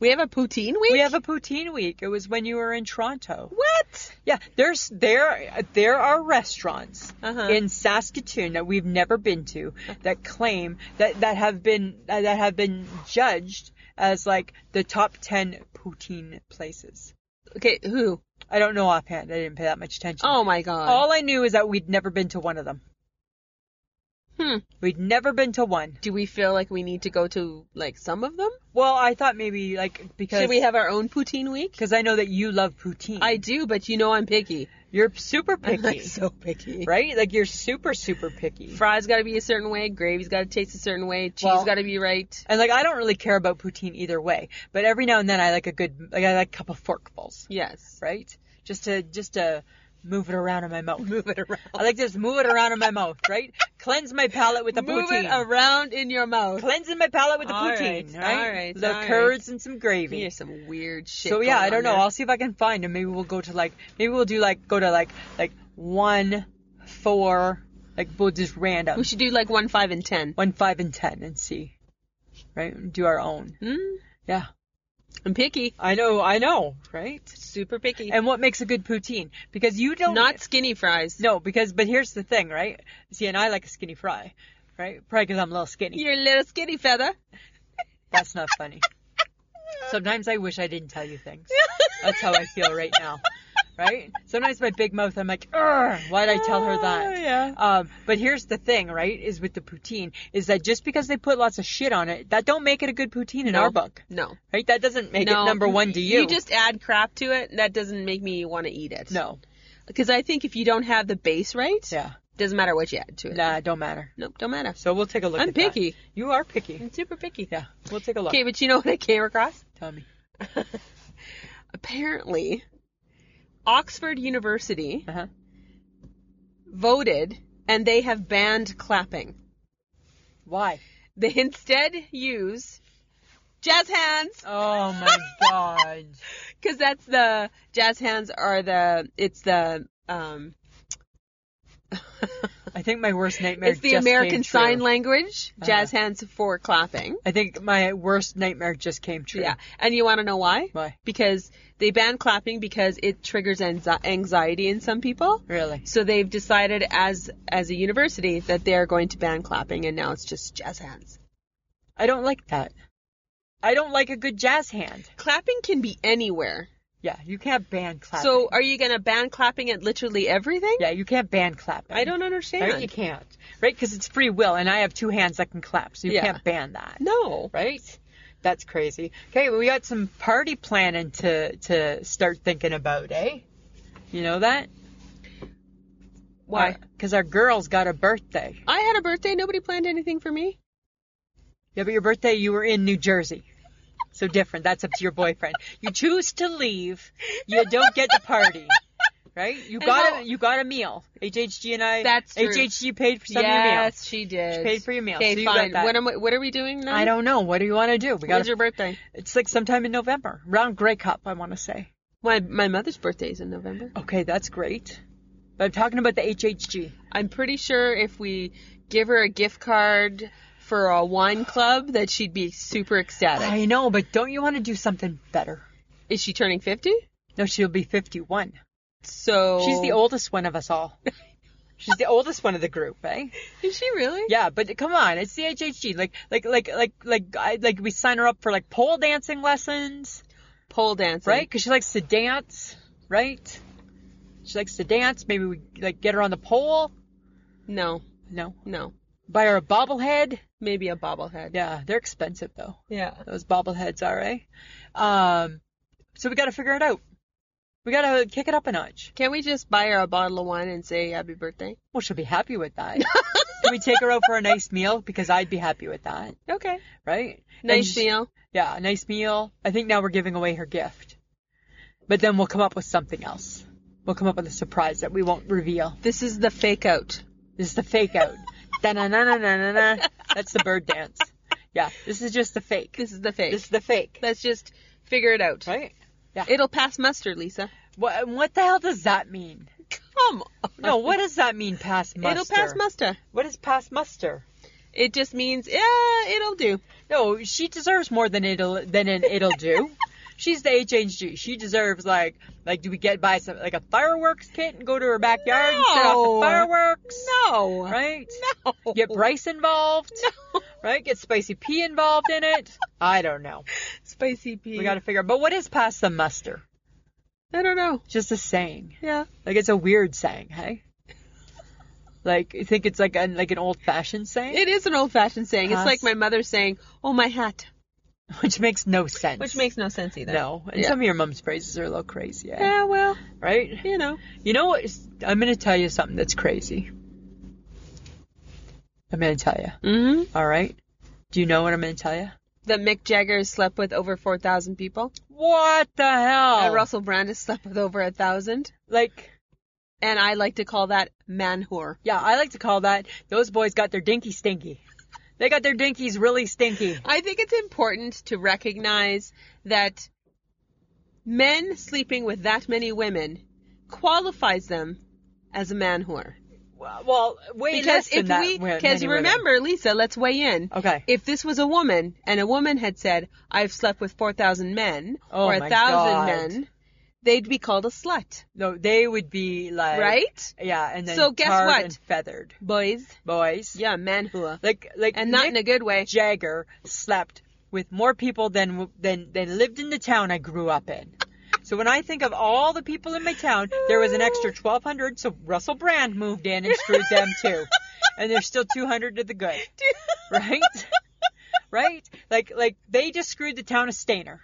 Speaker 1: We have a poutine week.
Speaker 2: We have a poutine week. It was when you were in Toronto.
Speaker 1: what?
Speaker 2: Yeah, there's there there are restaurants
Speaker 1: Uh-huh.
Speaker 2: in Saskatoon that we've never been to that claim that that have been that have been judged as like the top 10 poutine places.
Speaker 1: Okay, who?
Speaker 2: I don't know offhand. I didn't pay that much attention.
Speaker 1: Oh my god.
Speaker 2: All I knew is that we'd never been to one of them.
Speaker 1: Hmm.
Speaker 2: We'd never been to one.
Speaker 1: Do we feel like we need to go to like some of them?
Speaker 2: Well, I thought maybe like because
Speaker 1: Should we have our own poutine week?
Speaker 2: because I know that you love poutine.
Speaker 1: I do, but you know I'm picky.
Speaker 2: you're super
Speaker 1: I'm like
Speaker 2: picky,
Speaker 1: so picky.
Speaker 2: right? Like you're super super picky.
Speaker 1: Fries got to be a certain way. Gravy's got to taste a certain way. Cheese
Speaker 2: Well-
Speaker 1: got to be right.
Speaker 2: And like I don't really care about poutine either way, but every now and then I like a good like I like a couple forkfuls,
Speaker 1: Yes.
Speaker 2: right? Just to just to move it around in my
Speaker 1: [LAUGHS]
Speaker 2: mouth.
Speaker 1: Move it around.
Speaker 2: I like to just move it around in my mouth, right? Cleanse my palate with the
Speaker 1: Move
Speaker 2: poutine.
Speaker 1: it around in your mouth.
Speaker 2: Cleansing my palate with the
Speaker 1: All right,
Speaker 2: poutine, right?
Speaker 1: all right,
Speaker 2: Little
Speaker 1: all right.
Speaker 2: curds and some gravy.
Speaker 1: Here's some weird shit.
Speaker 2: So yeah,
Speaker 1: going
Speaker 2: I don't
Speaker 1: on
Speaker 2: know.
Speaker 1: there.
Speaker 2: I'll see if I can find them. Maybe we'll go to like maybe we'll do like go to like like one, four, like we'll just random
Speaker 1: We should do like one, five, and ten.
Speaker 2: one, five, and ten and see, right? And do our own.
Speaker 1: Hmm?
Speaker 2: Yeah,
Speaker 1: I'm picky.
Speaker 2: I know, I know, right?
Speaker 1: Super picky.
Speaker 2: And what makes a good poutine? Because you don't
Speaker 1: Not skinny fries.
Speaker 2: no because but here's the thing, right? See, and I like a skinny fry, right? Probably because I'm a little skinny.
Speaker 1: Your little skinny feather.
Speaker 2: That's not funny. Sometimes I wish I didn't tell you things. [LAUGHS] That's how I feel right now. Right? Sometimes my big mouth, I'm like, "Urgh, why'd I tell her that?
Speaker 1: Oh, Yeah.
Speaker 2: Um, but here's the thing, right? Is with the poutine, is that just because they put lots of shit on it, that don't make it a good poutine in our book,
Speaker 1: No.
Speaker 2: right? That doesn't make
Speaker 1: no.
Speaker 2: it number one to you.
Speaker 1: You just add crap to it. and That doesn't make me want to eat it.
Speaker 2: no,
Speaker 1: Because I think if you don't have the base right,
Speaker 2: yeah,
Speaker 1: doesn't matter what you add to it.
Speaker 2: nah, it don't matter.
Speaker 1: Nope, don't matter.
Speaker 2: So we'll take a look.
Speaker 1: I'm
Speaker 2: at that.
Speaker 1: picky.
Speaker 2: You are picky.
Speaker 1: I'm super picky.
Speaker 2: Yeah, we'll take a look.
Speaker 1: Okay, but you know what I came
Speaker 2: [LAUGHS]
Speaker 1: across?
Speaker 2: Tell me.
Speaker 1: Apparently, Oxford University
Speaker 2: Uh huh.
Speaker 1: voted and they have banned clapping.
Speaker 2: Why?
Speaker 1: They instead use jazz hands
Speaker 2: Oh my [LAUGHS] god.
Speaker 1: because that's the jazz hands are the it's the um
Speaker 2: I think my worst nightmare.
Speaker 1: it's the
Speaker 2: just
Speaker 1: American
Speaker 2: came
Speaker 1: Sign
Speaker 2: true. Uh-huh.
Speaker 1: Language jazz hands for clapping.
Speaker 2: I think my worst nightmare just came true.
Speaker 1: Yeah, and you want to know why?
Speaker 2: Why?
Speaker 1: Because they ban clapping because it triggers anxi- anxiety in some people.
Speaker 2: Really?
Speaker 1: So they've decided as as a university that they are going to ban clapping, and now it's just jazz hands.
Speaker 2: I don't like that. I don't like a good jazz hand.
Speaker 1: Clapping can be anywhere.
Speaker 2: Yeah, you can't ban clapping.
Speaker 1: So are you gonna ban clapping at literally everything?
Speaker 2: yeah, you can't ban clapping.
Speaker 1: I don't understand.
Speaker 2: Right? You can't. Right? Because it's free will, and I have two hands that can clap, so you
Speaker 1: Yeah.
Speaker 2: can't ban that.
Speaker 1: No.
Speaker 2: Right? That's crazy. Okay, we got some party planning to to start thinking about, eh? You know that?
Speaker 1: Why?
Speaker 2: Because our girl's got a birthday.
Speaker 1: I had a birthday. Nobody planned anything for me.
Speaker 2: Yeah, but your birthday, you were in New Jersey. So different. That's up to your boyfriend. You choose to leave. You don't get to party. Right? You
Speaker 1: And
Speaker 2: got
Speaker 1: how-
Speaker 2: a you got a meal. HHG and I
Speaker 1: That's true.
Speaker 2: HHG paid for some
Speaker 1: yes, she did.
Speaker 2: of your meal. She paid for your meal.
Speaker 1: Okay,
Speaker 2: so you
Speaker 1: fine.
Speaker 2: got that.
Speaker 1: What am I, What are we doing now?
Speaker 2: I don't know. What do you want to do? We got
Speaker 1: When's your birthday?
Speaker 2: It's like sometime in November, around Grey Cup, I want to say.
Speaker 1: My my mother's birthday is in November.
Speaker 2: Okay, that's great. But I'm talking about the HHG.
Speaker 1: I'm pretty sure if we give her a gift card for a wine club, that she'd be super ecstatic.
Speaker 2: I know, but don't you want to do something better?
Speaker 1: Is she turning 50?
Speaker 2: No, she'll be 51.
Speaker 1: So
Speaker 2: She's the oldest one of us [LAUGHS] all. She's the oldest one of the group, eh?
Speaker 1: Is she really?
Speaker 2: Yeah, but come on, it's the HHG. Like, like, like, like, like, I, like we sign her up for like pole dancing lessons,
Speaker 1: Pole dancing.
Speaker 2: right? Because she likes to dance, right? She likes to dance. Maybe we like get her on the pole.
Speaker 1: No,
Speaker 2: No,
Speaker 1: no.
Speaker 2: buy her a bobblehead.
Speaker 1: Maybe a bobblehead.
Speaker 2: Yeah, they're expensive though.
Speaker 1: Yeah.
Speaker 2: Those bobbleheads are, eh? Um, so we got to figure it out. We got to kick it up a notch.
Speaker 1: Can we just buy her a bottle of wine and say happy birthday?
Speaker 2: Well, she'll be happy with that. Can we take her out for a nice meal? Because I'd be happy with that,
Speaker 1: [LAUGHS] Okay.
Speaker 2: right?
Speaker 1: Nice
Speaker 2: And-
Speaker 1: deal.
Speaker 2: Yeah, a nice meal. I think now we're giving away her gift. But then we'll come up with something else. We'll come up with a surprise that we won't reveal.
Speaker 1: This is the fake out.
Speaker 2: This is the
Speaker 1: [LAUGHS]
Speaker 2: fake out. Da na na na na na. That's the bird dance. Yeah, this is just the fake.
Speaker 1: This is the fake.
Speaker 2: This is the fake.
Speaker 1: Let's just figure it out.
Speaker 2: Right?
Speaker 1: It'll pass muster, Lisa.
Speaker 2: What, what the hell does that mean?
Speaker 1: Come on.
Speaker 2: No, what does that mean, pass muster?
Speaker 1: It'll pass muster.
Speaker 2: What is pass muster?
Speaker 1: It just means yeah, it'll do.
Speaker 2: No, she deserves more than it'll than an it'll
Speaker 1: [LAUGHS]
Speaker 2: do. She's the HHG. She deserves like like do we get buy some like a fireworks kit and go to her backyard and set off
Speaker 1: No.
Speaker 2: the fireworks?
Speaker 1: No.
Speaker 2: Right?
Speaker 1: No.
Speaker 2: Get Bryce involved,
Speaker 1: No.
Speaker 2: right? Get Spicy P involved in it. I don't know.
Speaker 1: Spicy pea.
Speaker 2: We got to figure. out. But what is pass the muster?
Speaker 1: I don't know.
Speaker 2: Just a saying.
Speaker 1: Yeah.
Speaker 2: Like it's a weird saying,
Speaker 1: [LAUGHS]
Speaker 2: hey? Like you think it's like an like an old fashioned saying,
Speaker 1: It is an old fashioned saying. It's
Speaker 2: Pass.
Speaker 1: like my mother saying, "Oh my hat,"
Speaker 2: [LAUGHS] which makes no sense.
Speaker 1: which makes no sense either.
Speaker 2: no. And
Speaker 1: Yeah.
Speaker 2: some of your mom's phrases are a little crazy, eh?
Speaker 1: Yeah, well,
Speaker 2: right?
Speaker 1: you know.
Speaker 2: You know what? I'm going to tell you something that's crazy. I'm going to tell you.
Speaker 1: Mm-hmm.
Speaker 2: All right? Do you know what I'm going to tell you?
Speaker 1: That Mick Jagger slept with over four thousand people.
Speaker 2: What the hell?
Speaker 1: And Russell Brand has slept with over a thousand.
Speaker 2: like,
Speaker 1: And I like to call that man whore.
Speaker 2: yeah, I like to call that those boys got their dinky stinky. They got their dinkies really stinky.
Speaker 1: I think it's important to recognize that men sleeping with that many women qualifies them as a man whore.
Speaker 2: Well, wait,
Speaker 1: Because if we, because remember, Lisa, let's weigh in.
Speaker 2: Okay.
Speaker 1: If this was a woman and a woman had said, "I've slept with four thousand men
Speaker 2: Oh
Speaker 1: or a
Speaker 2: my
Speaker 1: thousand
Speaker 2: God.
Speaker 1: men," they'd be called a slut,
Speaker 2: No, they would be like.
Speaker 1: right?
Speaker 2: Yeah, and then
Speaker 1: So guess
Speaker 2: tarred
Speaker 1: what?
Speaker 2: and feathered.
Speaker 1: Boys,
Speaker 2: Boys.
Speaker 1: yeah, man whore,
Speaker 2: Like, like.
Speaker 1: and not
Speaker 2: Nick
Speaker 1: in a good way.
Speaker 2: Jagger slept with more people than than than lived in the town I grew up in. So when I think of all the people in my town, there was an extra 1,200. So Russell Brand moved in and screwed them
Speaker 1: [LAUGHS]
Speaker 2: too, and there's still 200 to the good, right?
Speaker 1: [LAUGHS]
Speaker 2: Right? Like like they just screwed the town of Stainer.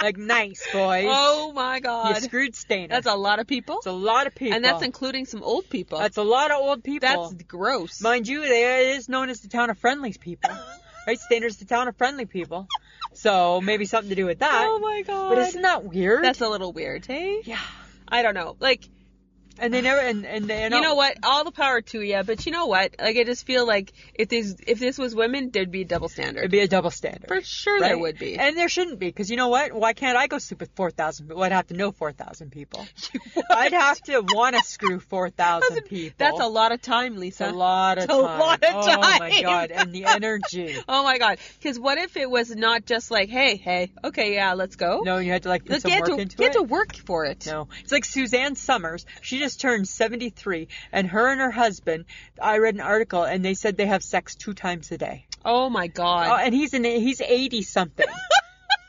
Speaker 2: Like nice boys,
Speaker 1: Oh my
Speaker 2: you
Speaker 1: God,
Speaker 2: screwed Stainer.
Speaker 1: that's a lot of people,
Speaker 2: It's a lot of people,
Speaker 1: and that's including some old people.
Speaker 2: that's a lot of old people.
Speaker 1: That's gross.
Speaker 2: Mind you, there it is known as the town of friendly people. Right? Stainer's the town of friendly people. So maybe something to do with that.
Speaker 1: oh my god.
Speaker 2: but isn't that weird?
Speaker 1: That's a little weird, hey?
Speaker 2: yeah.
Speaker 1: I don't know. Like,
Speaker 2: And they never and and they
Speaker 1: you know, what? All the power to you, but you know what? Like, I just feel like if this if this was women, there'd be a double
Speaker 2: It'd
Speaker 1: standard.
Speaker 2: be a double standard.
Speaker 1: For sure,
Speaker 2: right?
Speaker 1: there would be.
Speaker 2: And there shouldn't be, because you know what? Why can't I go sleep with 4,000 people? I'd have to know 4,000 people.
Speaker 1: [LAUGHS]
Speaker 2: I'd have to want to screw 4,000 people.
Speaker 1: That's a lot of time,
Speaker 2: It's a
Speaker 1: Lisa.
Speaker 2: lot of
Speaker 1: It's a
Speaker 2: time.
Speaker 1: lot of
Speaker 2: Oh
Speaker 1: time.
Speaker 2: my god, and
Speaker 1: [LAUGHS]
Speaker 2: the energy.
Speaker 1: Oh my god. Because what if it was not just like, hey, hey, okay, yeah, let's go.
Speaker 2: No, you had to like put
Speaker 1: let's
Speaker 2: some
Speaker 1: get
Speaker 2: work
Speaker 1: to
Speaker 2: into
Speaker 1: get
Speaker 2: it.
Speaker 1: to work for it.
Speaker 2: No, it's like Suzanne Summers. She just turned 73, and her and her husband. I read an article, and they said they have sex two times a day.
Speaker 1: Oh my
Speaker 2: Oh,
Speaker 1: [GASPS] god.
Speaker 2: and he's in he's 80 something.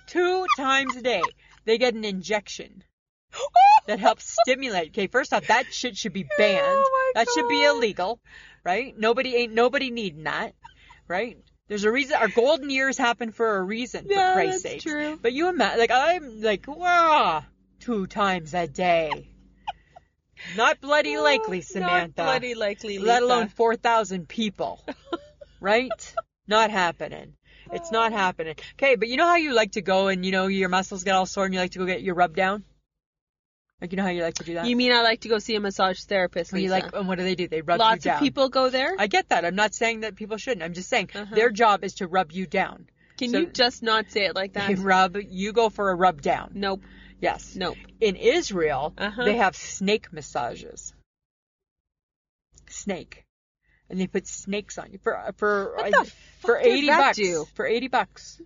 Speaker 2: two times a day. They get an injection that helps stimulate. Okay, first off, that shit should be banned.
Speaker 1: Oh my
Speaker 2: that should be
Speaker 1: God.
Speaker 2: illegal, right? Nobody ain't nobody needing that, right? There's a reason our golden years happen for a reason.
Speaker 1: Yeah,
Speaker 2: for Christ's
Speaker 1: that's
Speaker 2: sake.
Speaker 1: true.
Speaker 2: But you imagine, like I'm like, wow, two times a day. Not bloody likely, Samantha.
Speaker 1: Not bloody likely, Lisa.
Speaker 2: let alone 4,000
Speaker 1: [LAUGHS]
Speaker 2: people. right? Not happening. It's not happening. Okay, but you know how you like to go and you know your muscles get all sore and you like to go get your rub down? Like you know how you like to do that?
Speaker 1: You mean I like to go see a massage therapist?
Speaker 2: When
Speaker 1: Lisa?
Speaker 2: you like and what do they do? They rub
Speaker 1: Lots
Speaker 2: you down.
Speaker 1: of people go there.
Speaker 2: I get that. I'm not saying that people shouldn't. I'm just saying
Speaker 1: Uh-huh.
Speaker 2: their job is to rub you down.
Speaker 1: Can
Speaker 2: so-
Speaker 1: you just not say it like
Speaker 2: They
Speaker 1: that?
Speaker 2: rub you go for a rub down.
Speaker 1: Nope.
Speaker 2: Yes.
Speaker 1: Nope.
Speaker 2: In Israel,
Speaker 1: Uh-huh.
Speaker 2: they have snake massages. Snake. And they put snakes on you for for
Speaker 1: What
Speaker 2: I-
Speaker 1: the
Speaker 2: for
Speaker 1: fuck does
Speaker 2: 80
Speaker 1: that
Speaker 2: bucks.
Speaker 1: do?
Speaker 2: For 80 bucks.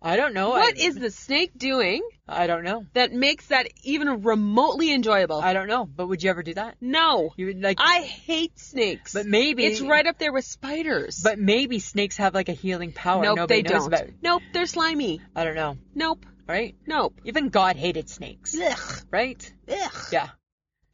Speaker 2: I don't know.
Speaker 1: What
Speaker 2: I,
Speaker 1: is the snake doing
Speaker 2: I don't know.
Speaker 1: that makes that even remotely enjoyable?
Speaker 2: I don't know. But would you ever do that?
Speaker 1: no.
Speaker 2: You would like
Speaker 1: I hate snakes.
Speaker 2: But maybe
Speaker 1: it's right up there with spiders.
Speaker 2: But maybe snakes have like a healing power
Speaker 1: nope,
Speaker 2: nobody
Speaker 1: they
Speaker 2: knows
Speaker 1: don't.
Speaker 2: about.
Speaker 1: Nope, they're slimy.
Speaker 2: I don't know.
Speaker 1: Nope.
Speaker 2: Right?
Speaker 1: Nope.
Speaker 2: Even God hated snakes,
Speaker 1: Ugh.
Speaker 2: right?
Speaker 1: Ugh.
Speaker 2: Yeah.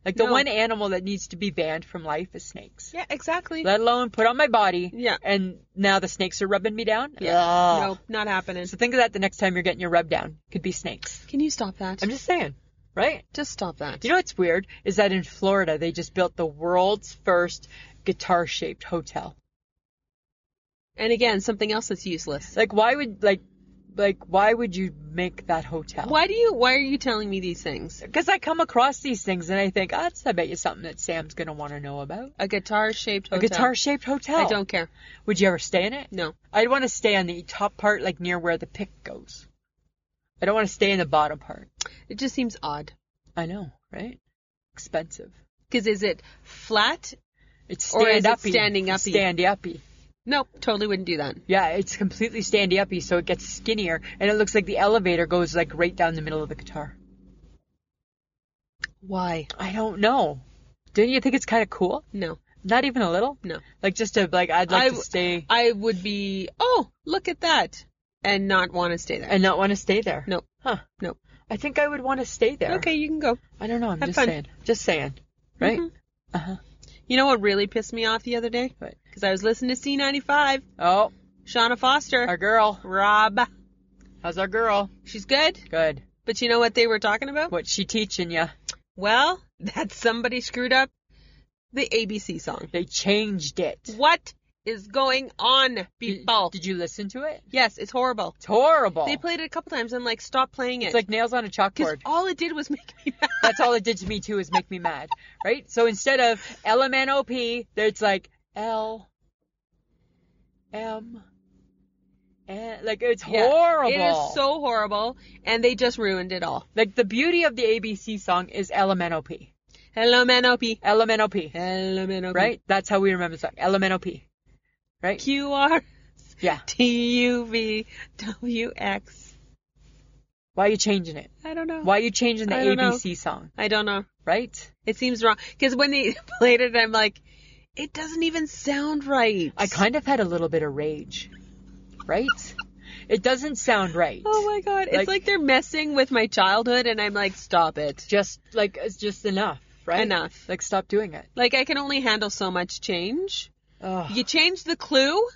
Speaker 2: Like the
Speaker 1: No.
Speaker 2: one animal that needs to be banned from life is snakes.
Speaker 1: Yeah, exactly.
Speaker 2: [LAUGHS] Let alone put on my body.
Speaker 1: Yeah.
Speaker 2: And now the snakes are rubbing me down.
Speaker 1: Yeah.
Speaker 2: Ugh.
Speaker 1: Nope, not happening.
Speaker 2: So think of that the next time you're getting your rub down. Could be snakes.
Speaker 1: Can you stop that?
Speaker 2: I'm just saying, right?
Speaker 1: just stop that.
Speaker 2: Do you know what's weird is that in Florida they just built the world's first guitar-shaped hotel.
Speaker 1: and again, something else that's useless.
Speaker 2: Like why would like like why would you make that hotel?
Speaker 1: Why do you? Why are you telling me these things?
Speaker 2: Because I come across these things and I think, ah, that's I bet you something that Sam's gonna want to know about.
Speaker 1: A guitar-shaped
Speaker 2: A
Speaker 1: hotel.
Speaker 2: guitar-shaped hotel.
Speaker 1: I don't care.
Speaker 2: Would you ever stay in it?
Speaker 1: No.
Speaker 2: I'd want to stay on the top part, like near where the pick goes. I don't want to stay in the bottom part.
Speaker 1: It just seems odd.
Speaker 2: I know, right? Expensive.
Speaker 1: Because is it flat?
Speaker 2: It's
Speaker 1: Or is
Speaker 2: stand
Speaker 1: it
Speaker 2: uppy.
Speaker 1: standing uppy?
Speaker 2: Standy uppy.
Speaker 1: Nope. Totally wouldn't do that.
Speaker 2: Yeah, it's completely standy uppy, so it gets skinnier, and it looks like the elevator goes like right down the middle of the guitar.
Speaker 1: Why?
Speaker 2: I don't know. Don't you think it's kind of cool?
Speaker 1: No.
Speaker 2: Not even a little.
Speaker 1: No.
Speaker 2: Like just to like, I'd like
Speaker 1: I
Speaker 2: to
Speaker 1: w-
Speaker 2: stay
Speaker 1: I would be. Oh, look at that, and not want to stay there.
Speaker 2: and not want to stay there.
Speaker 1: Nope.
Speaker 2: Huh.
Speaker 1: Nope.
Speaker 2: I think I would want to stay there.
Speaker 1: Okay, you can go.
Speaker 2: I don't know. I'm
Speaker 1: Have
Speaker 2: just
Speaker 1: fun.
Speaker 2: saying. Just saying. Right.
Speaker 1: Mhm.
Speaker 2: Uh huh.
Speaker 1: You know what really pissed me off the other day?
Speaker 2: But
Speaker 1: Because I was listening to C95,
Speaker 2: oh,
Speaker 1: Shauna Foster,
Speaker 2: our girl.
Speaker 1: Rob.
Speaker 2: How's our girl?
Speaker 1: She's good,
Speaker 2: Good.
Speaker 1: but you know what they were talking about?
Speaker 2: What's she teaching you?
Speaker 1: Well, [LAUGHS] that somebody screwed up the ABC song.
Speaker 2: They changed it.
Speaker 1: What is going on, people?
Speaker 2: Did you listen to it?
Speaker 1: yes, it's horrible.
Speaker 2: It's horrible.
Speaker 1: They played it a couple times. I'm like, stop playing it.
Speaker 2: It's like nails on a
Speaker 1: because
Speaker 2: chalkboard.
Speaker 1: [LAUGHS] all it did was make me mad.
Speaker 2: That's all it did to me too is make me mad, right? So instead of L M N O P, it's like L M N. Like it's
Speaker 1: Yeah.
Speaker 2: horrible.
Speaker 1: It is so horrible, and they just ruined it all.
Speaker 2: like the beauty of the ABC song is L M N O P.
Speaker 1: Hello, Manopi.
Speaker 2: L M N O P.
Speaker 1: Hello, Manopi.
Speaker 2: Right? That's how we remember the song. L M N O P. Right?
Speaker 1: Q R
Speaker 2: Yeah.
Speaker 1: T U V W X.
Speaker 2: Why are you changing it?
Speaker 1: I don't know.
Speaker 2: Why are you changing the
Speaker 1: I don't know.
Speaker 2: ABC song?
Speaker 1: I don't know.
Speaker 2: Right?
Speaker 1: It seems wrong because when they [LAUGHS] played it, I'm like, it doesn't even sound right.
Speaker 2: I kind of had a little bit of rage. Right? It doesn't sound right.
Speaker 1: Oh my god!
Speaker 2: Like-
Speaker 1: it's like they're messing with my childhood, and I'm like, stop it.
Speaker 2: Just like it's just enough, right?
Speaker 1: Enough.
Speaker 2: Like stop doing it.
Speaker 1: Like I can only handle so much change.
Speaker 2: Ugh.
Speaker 1: You change the clue,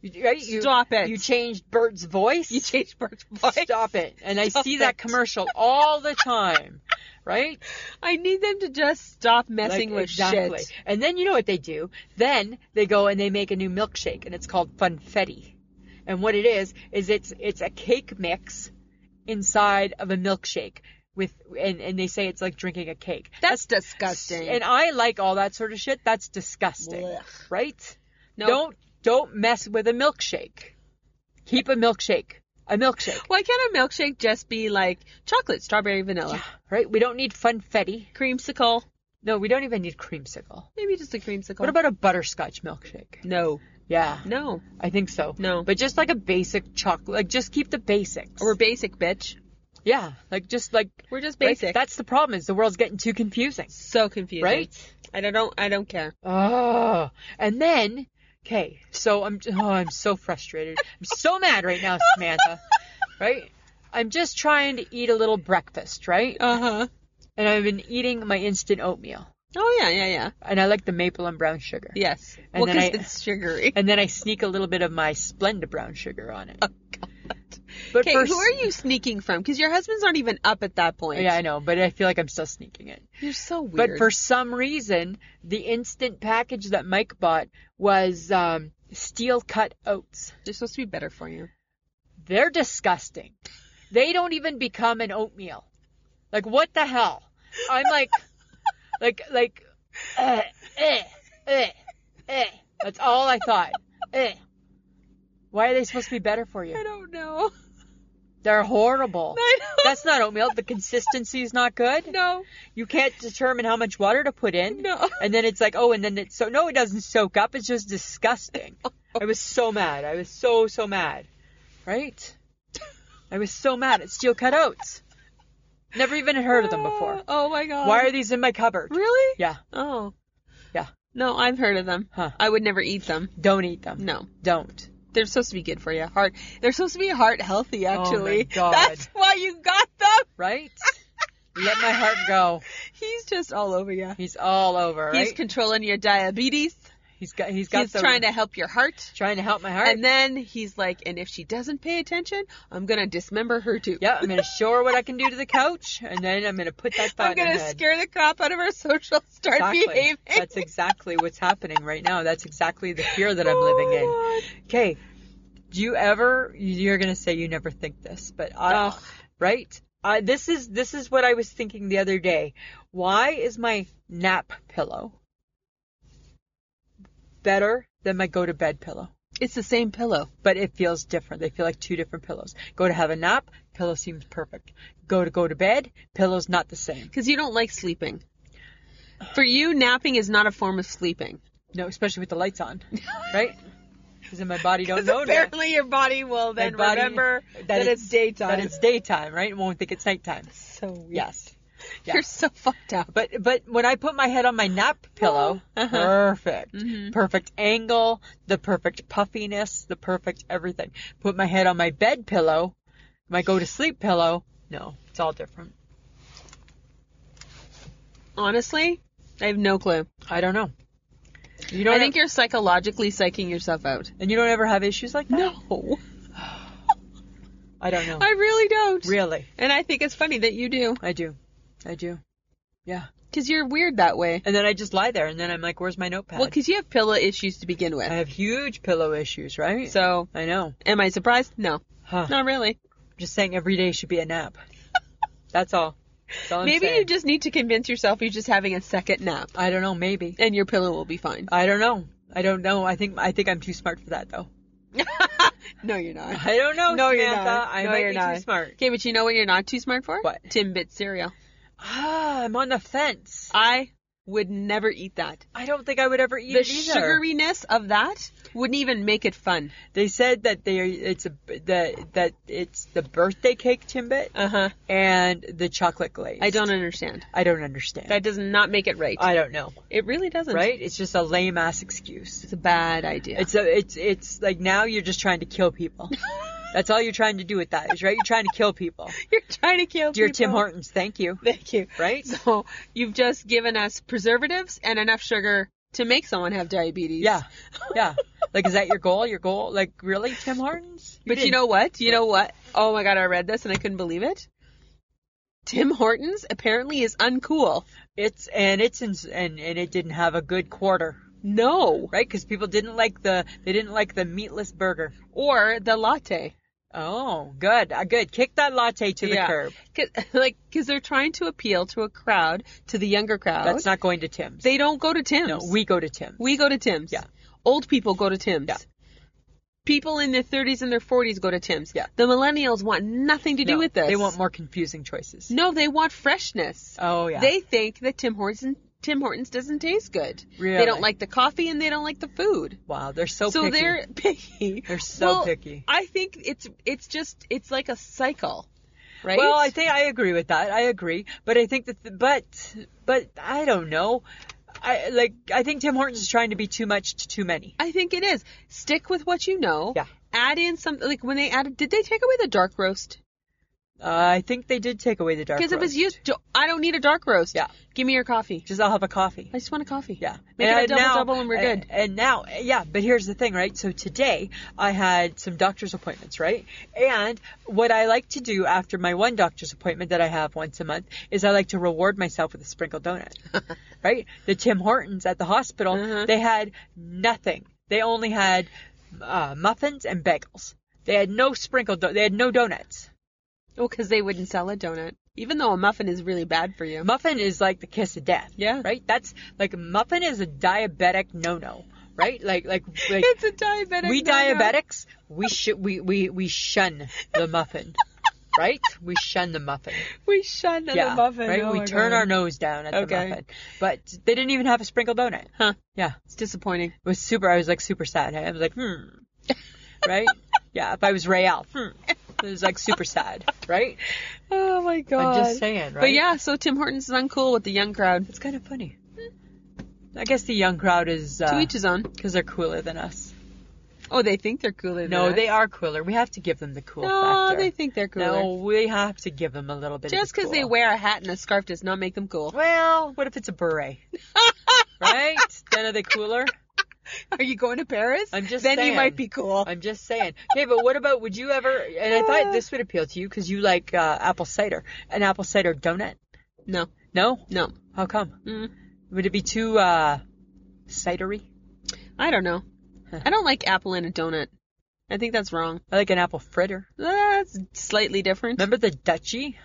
Speaker 2: You, right? You-
Speaker 1: Stop it.
Speaker 2: You changed Bert's voice.
Speaker 1: you [LAUGHS] change Bert's voice.
Speaker 2: Stop it. And I
Speaker 1: Stop
Speaker 2: see that
Speaker 1: it.
Speaker 2: commercial all the time, right?
Speaker 1: I need them to just stop messing
Speaker 2: Like,
Speaker 1: with
Speaker 2: exactly.
Speaker 1: shit.
Speaker 2: And then you know what they do? Then they go and they make a new milkshake, and it's called Funfetti. And what it is is it's it's a cake mix inside of a milkshake with and and they say it's like drinking a cake.
Speaker 1: That's disgusting.
Speaker 2: and I like all that sort of shit. That's disgusting,
Speaker 1: Blech.
Speaker 2: right?
Speaker 1: No.
Speaker 2: Don't don't mess with a milkshake. Keep a milkshake. A milkshake,
Speaker 1: Why can't a milkshake just be like chocolate, strawberry, vanilla,
Speaker 2: right? We don't need funfetti.
Speaker 1: creamsicle?
Speaker 2: No, we don't even need creamsicle.
Speaker 1: Maybe just a creamsicle.
Speaker 2: What about a butterscotch milkshake?
Speaker 1: no,
Speaker 2: Yeah.
Speaker 1: no?
Speaker 2: I think so.
Speaker 1: No.
Speaker 2: But just like a basic chocolate, like just keep the basics.
Speaker 1: We're basic, bitch.
Speaker 2: yeah, like just like
Speaker 1: We're just
Speaker 2: right?
Speaker 1: basic.
Speaker 2: That's the problem is the world's getting too confusing,
Speaker 1: so confusing,
Speaker 2: right?
Speaker 1: And I don't, I don't care.
Speaker 2: Oh, and then okay, so I'm oh I'm so frustrated. I'm so mad [LAUGHS] right now, Samantha. right? I'm just trying to eat a little breakfast, right?
Speaker 1: Uh huh.
Speaker 2: And I've been eating my instant oatmeal.
Speaker 1: Oh yeah, yeah, yeah.
Speaker 2: And I like the maple and brown sugar.
Speaker 1: Yes.
Speaker 2: And
Speaker 1: Well, 'cause
Speaker 2: then
Speaker 1: well,
Speaker 2: I-
Speaker 1: because it's sugary.
Speaker 2: And then I sneak a little bit of my Splenda brown sugar on it.
Speaker 1: Oh, God.
Speaker 2: But
Speaker 1: Okay,
Speaker 2: first,
Speaker 1: who are you sneaking from? Because your husband's not even up at that point.
Speaker 2: Yeah, I know, but I feel like I'm still sneaking it.
Speaker 1: You're so weird.
Speaker 2: But for some reason, the instant package that Mike bought was um, steel cut oats.
Speaker 1: they're supposed to be better for you.
Speaker 2: They're disgusting. They don't even become an oatmeal. Like what the hell? I'm like, [LAUGHS] like, like, eh, eh, eh, eh. That's all I thought. Eh. Why are they supposed to be better for
Speaker 1: I
Speaker 2: you?
Speaker 1: don't know. [LAUGHS]
Speaker 2: They're horrible.
Speaker 1: I don't
Speaker 2: That's not oatmeal. The consistency is not good.
Speaker 1: know.
Speaker 2: You can't determine how much water to put in.
Speaker 1: No.
Speaker 2: And then it's like, oh, and then it's so no, it doesn't soak up. It's just disgusting. I was so mad. I was so so mad. Right? I was so mad at steel cut oats. Never even heard of them before.
Speaker 1: Oh my God.
Speaker 2: Why are these in my cupboard?
Speaker 1: Really?
Speaker 2: Yeah.
Speaker 1: Oh.
Speaker 2: Yeah.
Speaker 1: No, I've heard of them.
Speaker 2: Huh.
Speaker 1: I would never eat them.
Speaker 2: Don't eat them.
Speaker 1: No.
Speaker 2: Don't.
Speaker 1: They're supposed to be good for you. Heart. They're supposed to be heart healthy,
Speaker 2: Oh my
Speaker 1: actually. [LAUGHS]
Speaker 2: God.
Speaker 1: That's why you got them.
Speaker 2: Right? Let my heart go.
Speaker 1: He's just all over you.
Speaker 2: He's all over. Right?
Speaker 1: He's controlling your diabetes.
Speaker 2: he's got. He's got.
Speaker 1: he's
Speaker 2: the-
Speaker 1: trying to help your heart.
Speaker 2: trying to help my heart.
Speaker 1: And then he's like, and if she doesn't pay attention, I'm gonna dismember her too.
Speaker 2: yeah, I'm gonna show her what I can do to the couch, and then I'm gonna put that
Speaker 1: [LAUGHS]
Speaker 2: thought
Speaker 1: I'm gonna
Speaker 2: in her head.
Speaker 1: scare the crap out of her so she'll start behaving.
Speaker 2: That's exactly what's happening right now. That's exactly the fear that I'm living
Speaker 1: [LAUGHS] Oh.
Speaker 2: in. Okay. Do you ever? You're gonna say you never think this, but I,
Speaker 1: Ugh.
Speaker 2: right? I, this is this is what I was thinking the other day. Why is my nap pillow better than my go to bed pillow?
Speaker 1: It's the same pillow.
Speaker 2: But it feels different. They feel like two different pillows. Go to have a nap, pillow seems perfect. Go to go to bed, pillow's not the same.
Speaker 1: Because you don't like sleeping. For you, napping is not a form of [LAUGHS] sleeping.
Speaker 2: No, especially with the
Speaker 1: [LAUGHS]
Speaker 2: lights on, right? Because in my body don't
Speaker 1: 'Cause
Speaker 2: know. now.
Speaker 1: apparently your body will then
Speaker 2: My body-
Speaker 1: remember that, it's, daytime.
Speaker 2: That it's daytime, right? It won't think it's nighttime.
Speaker 1: so weird.
Speaker 2: Yes. Yeah.
Speaker 1: You're so fucked up.
Speaker 2: But but when I put my head on my nap pillow,
Speaker 1: Uh-huh.
Speaker 2: perfect,
Speaker 1: Mhm.
Speaker 2: perfect angle, the perfect puffiness, the perfect everything. Put my head on my bed pillow, my go to sleep pillow. No, it's all different.
Speaker 1: Honestly, I have no clue.
Speaker 2: I don't know. You don't. e-,
Speaker 1: I think you're psychologically psyching yourself out.
Speaker 2: and you don't ever have issues like that.
Speaker 1: No,
Speaker 2: I don't know.
Speaker 1: I really don't.
Speaker 2: really,
Speaker 1: And I think it's funny that you do.
Speaker 2: I do, I do. Yeah.
Speaker 1: Because you're weird that way.
Speaker 2: And then I just lie there, and then I'm like, "Where's my notepad?"
Speaker 1: Well, because you have pillow issues to begin
Speaker 2: I
Speaker 1: with.
Speaker 2: have huge pillow issues, right?
Speaker 1: So,
Speaker 2: I know.
Speaker 1: am I surprised? No,
Speaker 2: Huh.
Speaker 1: not really.
Speaker 2: Just saying every day should be a
Speaker 1: [LAUGHS]
Speaker 2: nap. That's all. That's all I'm
Speaker 1: Maybe
Speaker 2: saying.
Speaker 1: you just need to convince yourself you're just having a second nap
Speaker 2: I don't know. Maybe.
Speaker 1: and your pillow will be fine.
Speaker 2: I don't know. I don't know. I think I think I'm too smart for that though.
Speaker 1: no, you're not.
Speaker 2: I don't know.
Speaker 1: No,
Speaker 2: Samantha.
Speaker 1: you're not.
Speaker 2: I
Speaker 1: No,
Speaker 2: might
Speaker 1: you're
Speaker 2: be
Speaker 1: not.
Speaker 2: too smart.
Speaker 1: Okay, but you know what you're not too smart for?
Speaker 2: What?
Speaker 1: Timbit cereal.
Speaker 2: Ah, I'm on the fence.
Speaker 1: I would never eat that.
Speaker 2: I don't think I would ever eat
Speaker 1: The
Speaker 2: it either.
Speaker 1: sugariness of that wouldn't even make it fun.
Speaker 2: They said that they are, it's a the that it's the birthday cake timbit
Speaker 1: Uh huh.
Speaker 2: and the chocolate glaze.
Speaker 1: I don't understand.
Speaker 2: I don't understand.
Speaker 1: That does not make it right.
Speaker 2: I don't know.
Speaker 1: it really doesn't.
Speaker 2: Right? It's just a lame ass excuse.
Speaker 1: It's [LAUGHS] a bad idea.
Speaker 2: It's a, it's it's like now you're just trying to
Speaker 1: [LAUGHS]
Speaker 2: kill people. That's all you're trying to do with that is right. You're trying to kill people.
Speaker 1: you're trying to kill
Speaker 2: Dear
Speaker 1: people.
Speaker 2: Tim Hortons, thank you.
Speaker 1: [LAUGHS] Thank you. [LAUGHS]
Speaker 2: Right?
Speaker 1: So you've just given us preservatives and enough sugar to make someone have diabetes.
Speaker 2: Yeah, yeah. Like, is that your goal? Your goal? Like, really, Tim Hortons?
Speaker 1: But you
Speaker 2: didn't-
Speaker 1: know what? You know what? Oh my god, I read this and I couldn't believe it. Tim Hortons apparently is uncool.
Speaker 2: it's and it's in, and and it didn't have a good quarter,
Speaker 1: No.
Speaker 2: right? Because people didn't like the they didn't like the meatless burger.
Speaker 1: Or the latte.
Speaker 2: Oh, good, uh, good. Kick that latte to the
Speaker 1: Yeah.
Speaker 2: curb.
Speaker 1: 'Cause- [LAUGHS] like, because they're trying to appeal to a crowd, to the younger crowd.
Speaker 2: That's not going to Tim's.
Speaker 1: Oh, They don't go to Tim's.
Speaker 2: no, we go to Tim's.
Speaker 1: We go to Tim's.
Speaker 2: Yeah.
Speaker 1: Old people go to Tim's.
Speaker 2: Yeah.
Speaker 1: People in their 30s and their 40s go to Tim's.
Speaker 2: Yeah.
Speaker 1: The millennials want nothing to do
Speaker 2: No,
Speaker 1: with this.
Speaker 2: They want more confusing choices.
Speaker 1: No, they want freshness.
Speaker 2: Oh yeah.
Speaker 1: They think that Tim Hortons Tim Hortons doesn't taste good. They
Speaker 2: Really?
Speaker 1: don't like the coffee and they don't like the food.
Speaker 2: wow, they're so
Speaker 1: so
Speaker 2: picky.
Speaker 1: they're [LAUGHS] picky.
Speaker 2: They're so
Speaker 1: Well,
Speaker 2: picky.
Speaker 1: I think it's it's just it's like a cycle, right?
Speaker 2: Well, I think I agree with that. I agree, but I think that, the, but, but I don't know. I like. I think Tim Hortons is trying to be too much to too many.
Speaker 1: I think it is. Stick with what you know.
Speaker 2: Yeah.
Speaker 1: Add in something like when they added. Did they take away the dark roast?
Speaker 2: Uh, I think they did take away the dark
Speaker 1: Because it was
Speaker 2: roast.
Speaker 1: used. To, I don't need a dark roast.
Speaker 2: Yeah.
Speaker 1: Give me your coffee.
Speaker 2: Just I'll have a coffee.
Speaker 1: I just want a coffee.
Speaker 2: Yeah.
Speaker 1: Make it a
Speaker 2: I-
Speaker 1: double double and we're
Speaker 2: and- eh,
Speaker 1: good.
Speaker 2: And now, yeah, but here's the thing, right? So today I had some doctor's appointments, right? And what I like to do after my one doctor's appointment that I have once a month is I like to reward myself with a
Speaker 1: [LAUGHS]
Speaker 2: sprinkled donut, right? The Tim Hortons at the hospital,
Speaker 1: Uh-huh.
Speaker 2: they had nothing. They only had uh, muffins and bagels. They had no sprinkled, do- they had no donuts.
Speaker 1: Oh, because they wouldn't sell a donut, even though a muffin is really bad for you.
Speaker 2: muffin is like the kiss of death.
Speaker 1: Yeah.
Speaker 2: Right? That's like muffin is a diabetic no no. Right? Like like [LAUGHS] like
Speaker 1: It's a diabetic.
Speaker 2: we
Speaker 1: no-no.
Speaker 2: diabetics we should we, we we shun the muffin. [LAUGHS] right? We shun the muffin.
Speaker 1: We shun the
Speaker 2: yeah.
Speaker 1: muffin.
Speaker 2: Right?
Speaker 1: Oh
Speaker 2: we
Speaker 1: my
Speaker 2: turn
Speaker 1: God.
Speaker 2: our nose down at
Speaker 1: Okay.
Speaker 2: the muffin. But they didn't even have a sprinkled donut.
Speaker 1: Huh.
Speaker 2: Yeah.
Speaker 1: It's disappointing.
Speaker 2: It was super I was like super sad. I was
Speaker 1: [LAUGHS]
Speaker 2: like, hmm. Right? yeah. If I was Rayal, hmm. It was like super sad. Right?
Speaker 1: Oh my god.
Speaker 2: I'm just saying, right?
Speaker 1: But yeah, so Tim Hortons is uncool with the young crowd.
Speaker 2: It's kind of funny. I guess the young crowd is
Speaker 1: to
Speaker 2: uh,
Speaker 1: each his own.
Speaker 2: because they're cooler than us.
Speaker 1: Oh, they think they're cooler. than
Speaker 2: No,
Speaker 1: us.
Speaker 2: they are cooler. We have to give them the cool
Speaker 1: No,
Speaker 2: factor.
Speaker 1: they think they're cooler.
Speaker 2: No, we have to give them a little bit.
Speaker 1: Just
Speaker 2: because
Speaker 1: because they wear a hat and a scarf does not make them cool.
Speaker 2: Well, what if it's
Speaker 1: [LAUGHS]
Speaker 2: a beret? right? Then are they cooler?
Speaker 1: Are you going to Paris?
Speaker 2: I'm just
Speaker 1: then you
Speaker 2: saying.
Speaker 1: might be cool.
Speaker 2: I'm just saying. Okay, but what about? Would you ever? And I thought this would appeal to you because you like uh, apple cider. An apple cider donut?
Speaker 1: No,
Speaker 2: No.
Speaker 1: no.
Speaker 2: How come?
Speaker 1: Mm,
Speaker 2: Would it be too uh, cidery?
Speaker 1: I don't know. I don't like apple in a donut. I think that's wrong.
Speaker 2: I like an apple fritter.
Speaker 1: That's slightly different.
Speaker 2: Remember the Dutchie?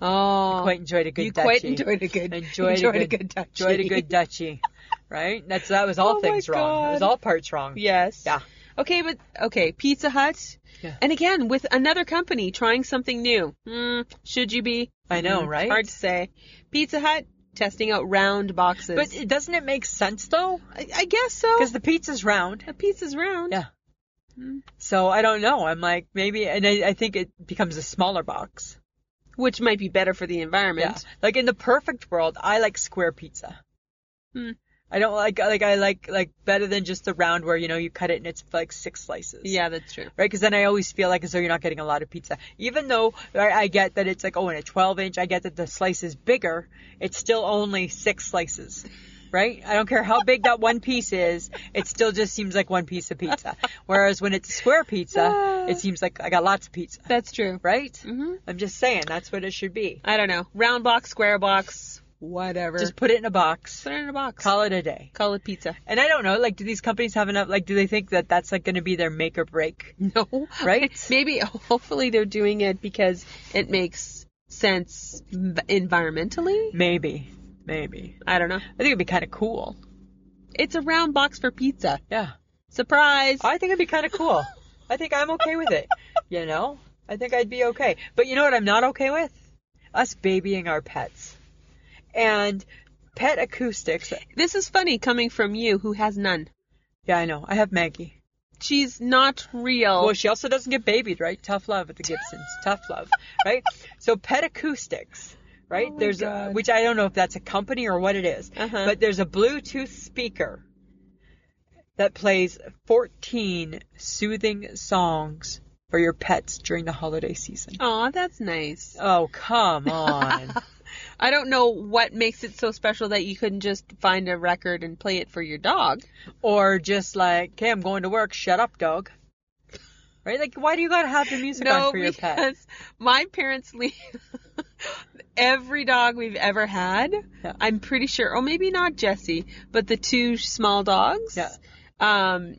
Speaker 1: Oh,
Speaker 2: Quite enjoyed a good
Speaker 1: you
Speaker 2: Dutchie.
Speaker 1: quite enjoyed a good,
Speaker 2: Enjoyed a
Speaker 1: a
Speaker 2: good-
Speaker 1: good touch.
Speaker 2: Enjoyed a good Dutchie, right? That's
Speaker 1: [LAUGHS]
Speaker 2: that was all
Speaker 1: Oh my
Speaker 2: things wrong. It was
Speaker 1: God.
Speaker 2: all parts wrong.
Speaker 1: [LAUGHS] Yes.
Speaker 2: Yeah.
Speaker 1: Okay, but okay, Pizza Hut.
Speaker 2: Yeah.
Speaker 1: And again, with another company trying something new. Mm, should you be?
Speaker 2: I know,
Speaker 1: Mm,
Speaker 2: right?
Speaker 1: Hard to say. Pizza Hut testing out round boxes.
Speaker 2: But it- doesn't it make sense though?
Speaker 1: I, I guess so.
Speaker 2: Because the pizza's round.
Speaker 1: a pizza's round.
Speaker 2: Yeah. So I don't know. I'm like maybe, and I, I think it becomes a smaller box.
Speaker 1: Which might be better for the
Speaker 2: Yeah.
Speaker 1: environment.
Speaker 2: Like in the perfect world, I like square pizza.
Speaker 1: Hmm.
Speaker 2: I don't like like I like like better than just the round where you know you cut it and it's like six slices.
Speaker 1: Yeah, that's true.
Speaker 2: right? Because then I always feel like as though you're not getting a lot of pizza. Even though I, I get that it's like, oh, in a 12 inch, I get that the slice is bigger, it's still only six slices, right? I don't care how big that one piece is, it still just seems like one piece of pizza. Whereas when it's a square pizza, it seems like I got lots of pizza,
Speaker 1: That's true.
Speaker 2: right?
Speaker 1: Mm-hmm.
Speaker 2: I'm just saying, that's what it should be.
Speaker 1: I don't know. Round box, square box, whatever.
Speaker 2: Just put it in a box,
Speaker 1: put it in a box.
Speaker 2: call it a day.
Speaker 1: Call it pizza.
Speaker 2: And I don't know, like, do these companies have enough? Like, do they think that that's like going to be their make or break?
Speaker 1: [LAUGHS] No.
Speaker 2: Right?
Speaker 1: [LAUGHS] Maybe, hopefully, they're doing it because it makes sense env- environmentally.
Speaker 2: Maybe, maybe.
Speaker 1: I don't know.
Speaker 2: I think it'd be kind of cool.
Speaker 1: It's a round box for pizza.
Speaker 2: Yeah.
Speaker 1: Surprise!
Speaker 2: I think it'd be kind of cool. I think I'm okay with it. You know, I think I'd be okay. But you know what I'm not okay with? Us babying our pets. And pet acoustics.
Speaker 1: This is funny coming from you who has none.
Speaker 2: Yeah, I know. I have Maggie.
Speaker 1: She's not real.
Speaker 2: Well, she also doesn't get babied, right? Tough love at the Gibsons. Tough love, right? So pet acoustics, right?
Speaker 1: Oh my
Speaker 2: there's a,
Speaker 1: God.
Speaker 2: which I don't know if that's a company or what it is,
Speaker 1: Uh-huh.
Speaker 2: but there's a Bluetooth speaker that plays 14 soothing songs for your pets during the holiday season.
Speaker 1: Aw, that's nice.
Speaker 2: Oh, come on.
Speaker 1: I don't know what makes it so special that you couldn't just find a record and play it for your dog.
Speaker 2: [LAUGHS] or just like, okay, I'm going to work. Shut up, dog. Right? Like, why do you gotta have the music on for your pet?
Speaker 1: because my parents leave [LAUGHS] every dog we've ever had.
Speaker 2: Yeah.
Speaker 1: I'm pretty sure, or maybe not Jesse, but the two small dogs.
Speaker 2: Yeah.
Speaker 1: Um,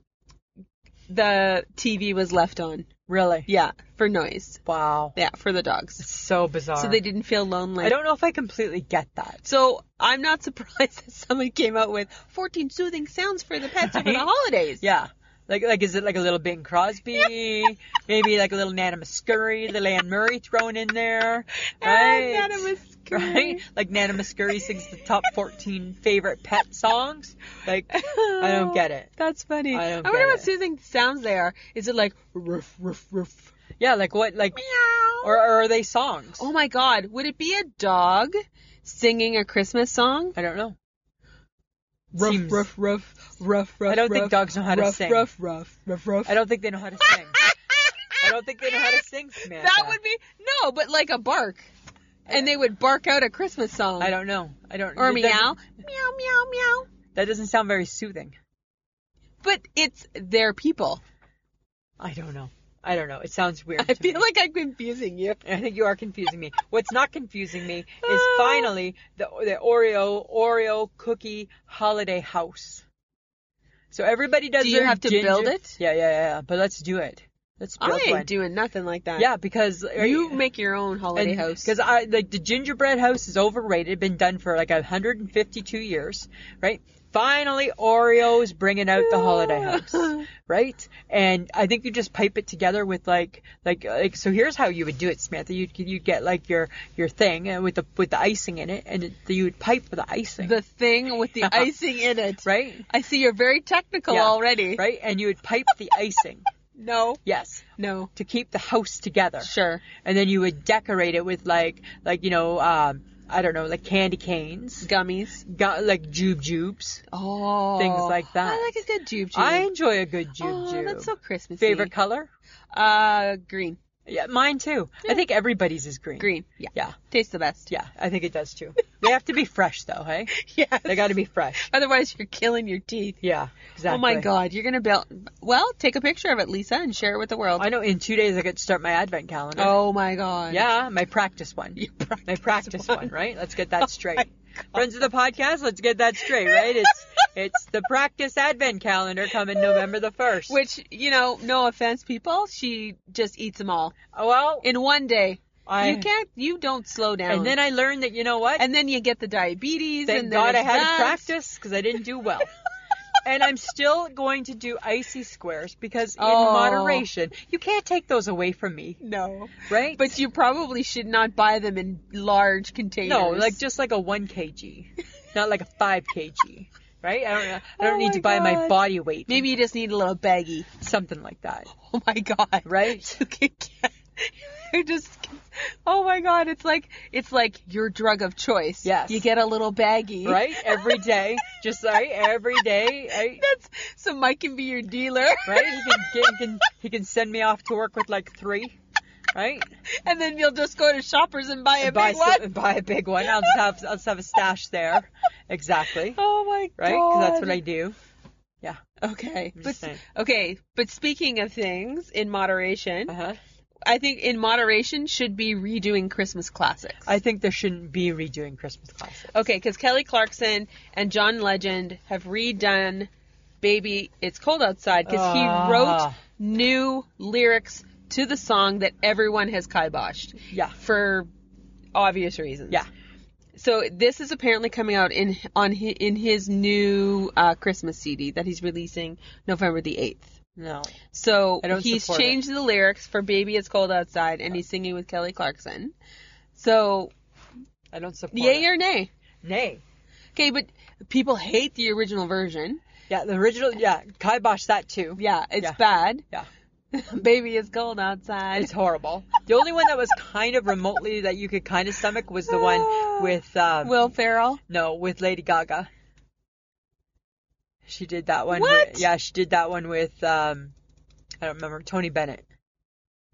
Speaker 1: the TV was left on.
Speaker 2: Really?
Speaker 1: Yeah, for noise.
Speaker 2: Wow.
Speaker 1: Yeah, for the dogs.
Speaker 2: It's so bizarre.
Speaker 1: So they didn't feel lonely.
Speaker 2: I don't know if I completely get that.
Speaker 1: So I'm not [LAUGHS] surprised that someone came out with 14 soothing sounds for the pets over
Speaker 2: Right?
Speaker 1: the holidays.
Speaker 2: Yeah. Like, like, is it like a little
Speaker 1: [LAUGHS]
Speaker 2: Bing Crosby? Maybe like a little Nana Muscuri, little Anne Murray thrown in there. Right.
Speaker 1: [LAUGHS] Ah, that was [LAUGHS] great.
Speaker 2: Right? Like Nana Muscuri sings the top 14 favorite pet songs. Like, I don't get it.
Speaker 1: That's funny.
Speaker 2: I don't
Speaker 1: wonder
Speaker 2: get
Speaker 1: what
Speaker 2: it.
Speaker 1: soothing sounds they are. Is it like ruff ruff ruff
Speaker 2: Yeah, like what, like,
Speaker 1: meow?
Speaker 2: or, or are they songs?
Speaker 1: oh my God, would it be a dog singing a Christmas song?
Speaker 2: I don't know.
Speaker 1: Ruff
Speaker 2: Seems-
Speaker 1: ruff ruff ruff ruff.
Speaker 2: I don't think
Speaker 1: ruff,
Speaker 2: dogs know how to
Speaker 1: ruff,
Speaker 2: sing.
Speaker 1: Ruff ruff ruff ruff.
Speaker 2: I don't think they know how to sing.
Speaker 1: [LAUGHS]
Speaker 2: I don't think they know how to sing Samantha.
Speaker 1: That would be no, but like a bark, and they would bark out a Christmas song.
Speaker 2: I don't know. I don't.
Speaker 1: or
Speaker 2: it doesn't-
Speaker 1: meow, meow, meow, meow.
Speaker 2: That doesn't sound very soothing.
Speaker 1: But it's their people.
Speaker 2: I don't know. I don't know. It sounds
Speaker 1: [LAUGHS]
Speaker 2: weird.
Speaker 1: I
Speaker 2: to
Speaker 1: feel
Speaker 2: me.
Speaker 1: like I'm confusing you.
Speaker 2: I think you are confusing me. What's not confusing
Speaker 1: [LAUGHS]
Speaker 2: me is finally the the Oreo Oreo cookie holiday house. So everybody does.
Speaker 1: Do you
Speaker 2: their
Speaker 1: have to
Speaker 2: ginger-
Speaker 1: build it?
Speaker 2: Yeah, yeah, yeah. yeah. But let's do it. Let's build
Speaker 1: I ain't
Speaker 2: one.
Speaker 1: doing nothing like that.
Speaker 2: yeah, because
Speaker 1: you make your own holiday house.
Speaker 2: Because I like the gingerbread house is overrated. Been done for like 152 years, right? Finally, Oreo's bringing out the holiday house, right? And I think you just pipe it together with like, like, like. So here's how you would do it, Samantha. You you get like your your thing and with the with the icing in it, and it, you would pipe with the icing,
Speaker 1: the thing with [LAUGHS] the icing in it.
Speaker 2: right?
Speaker 1: I see you're very technical
Speaker 2: Yeah,
Speaker 1: already.
Speaker 2: Right? And you would pipe the icing,
Speaker 1: No.
Speaker 2: yes,
Speaker 1: No.
Speaker 2: to keep the house together.
Speaker 1: Sure.
Speaker 2: And then you would decorate it with like, like you know, um, I don't know, like candy canes.
Speaker 1: Gummies.
Speaker 2: got like jube jubes.
Speaker 1: Oh.
Speaker 2: Things like that.
Speaker 1: I like a good jube jube.
Speaker 2: I enjoy a good jube
Speaker 1: oh,
Speaker 2: jube.
Speaker 1: that's so Christmassy.
Speaker 2: Favorite color?
Speaker 1: Uh, green.
Speaker 2: Yeah, mine too. I think everybody's is green.
Speaker 1: Green. Yeah.
Speaker 2: Yeah,
Speaker 1: Tastes the [LAUGHS] best.
Speaker 2: yeah, I think it does too. they have to be fresh though,
Speaker 1: [LAUGHS]
Speaker 2: hey?
Speaker 1: Yeah.
Speaker 2: They got to be fresh.
Speaker 1: Otherwise, you're killing your teeth.
Speaker 2: Yeah, exactly.
Speaker 1: Oh my God, you're gonna build. Well, take a picture of it, Lisa, and share it with the world.
Speaker 2: I know. In two days, I get to start my advent calendar.
Speaker 1: Oh my God. [LAUGHS]
Speaker 2: Yeah, my practice one.
Speaker 1: practice
Speaker 2: my practice one.
Speaker 1: one.
Speaker 2: right?
Speaker 1: [LAUGHS]
Speaker 2: Let's
Speaker 1: Oh
Speaker 2: get that straight. Friends of the podcast, let's get that straight, right? It's it's the practice advent calendar coming November the first.
Speaker 1: Which you know, no offense, people, she just eats them all
Speaker 2: well,
Speaker 1: in one day.
Speaker 2: I
Speaker 1: you can't. You don't slow down.
Speaker 2: and then I learned that you know what?
Speaker 1: and then you get the diabetes.
Speaker 2: Thank
Speaker 1: and then
Speaker 2: God I
Speaker 1: it's
Speaker 2: had
Speaker 1: that. [LAUGHS]
Speaker 2: to practice because I didn't do well. and I'm still going to do icy squares because in
Speaker 1: Oh.
Speaker 2: moderation, you can't take those away from me,
Speaker 1: No,
Speaker 2: right?
Speaker 1: but you probably should not buy them in large containers.
Speaker 2: no, like just like a one kg, not like a five kg, right? I don't know. I don't
Speaker 1: Oh
Speaker 2: need
Speaker 1: my
Speaker 2: to buy my
Speaker 1: God.
Speaker 2: body weight,
Speaker 1: maybe you just need a little baggie. [LAUGHS]
Speaker 2: something like that,
Speaker 1: Oh my God.
Speaker 2: right?
Speaker 1: [LAUGHS] You can't- you just oh my god it's like it's like your drug of choice
Speaker 2: Yes.
Speaker 1: you get a little baggie
Speaker 2: right? Every day, just right? Every day, right?
Speaker 1: [LAUGHS] that's so mike can be your dealer
Speaker 2: right? He can, get, he can he can send me off to work with like three, right?
Speaker 1: and then you'll just go to shoppers and buy a
Speaker 2: buy
Speaker 1: big
Speaker 2: some-
Speaker 1: one
Speaker 2: buy a big one. I'll just have I'll just have a stash there. Exactly.
Speaker 1: [LAUGHS] oh my god
Speaker 2: Right? Because that's what I do.
Speaker 1: okay
Speaker 2: I'm
Speaker 1: but
Speaker 2: just saying.
Speaker 1: okay but speaking of things in moderation
Speaker 2: Uh-huh.
Speaker 1: i think in moderation should be redoing christmas classics
Speaker 2: I think there shouldn't be redoing Christmas classes.
Speaker 1: Okay, because Kelly Clarkson and John Legend have redone "Baby It's Cold Outside" because
Speaker 2: Ah.
Speaker 1: he wrote new lyrics to the song that everyone has kiboshed
Speaker 2: Yeah.
Speaker 1: for obvious reasons.
Speaker 2: Yeah.
Speaker 1: So this is apparently coming out in on hi- in his new uh, Christmas CD that he's releasing November the eighth.
Speaker 2: No.
Speaker 1: So
Speaker 2: I don't
Speaker 1: he's
Speaker 2: support it.
Speaker 1: changed the lyrics for "Baby It's Cold Outside" and he's singing with Kelly Clarkson. So
Speaker 2: I don't support.
Speaker 1: yay
Speaker 2: it.
Speaker 1: or nay?
Speaker 2: nay.
Speaker 1: Okay, but people hate the original version.
Speaker 2: Yeah, the original. Yeah, kibosh that too.
Speaker 1: Yeah, it's
Speaker 2: Yeah.
Speaker 1: bad.
Speaker 2: Yeah.
Speaker 1: [LAUGHS] Baby, it's cold outside.
Speaker 2: It's horrible. The only one that was kind of remotely that you could kind of stomach was the one [SIGHS] with um,
Speaker 1: Will Ferrell.
Speaker 2: no with Lady Gaga. She did that one.
Speaker 1: What?
Speaker 2: With, yeah, she did that one with um, I don't remember Tony Bennett.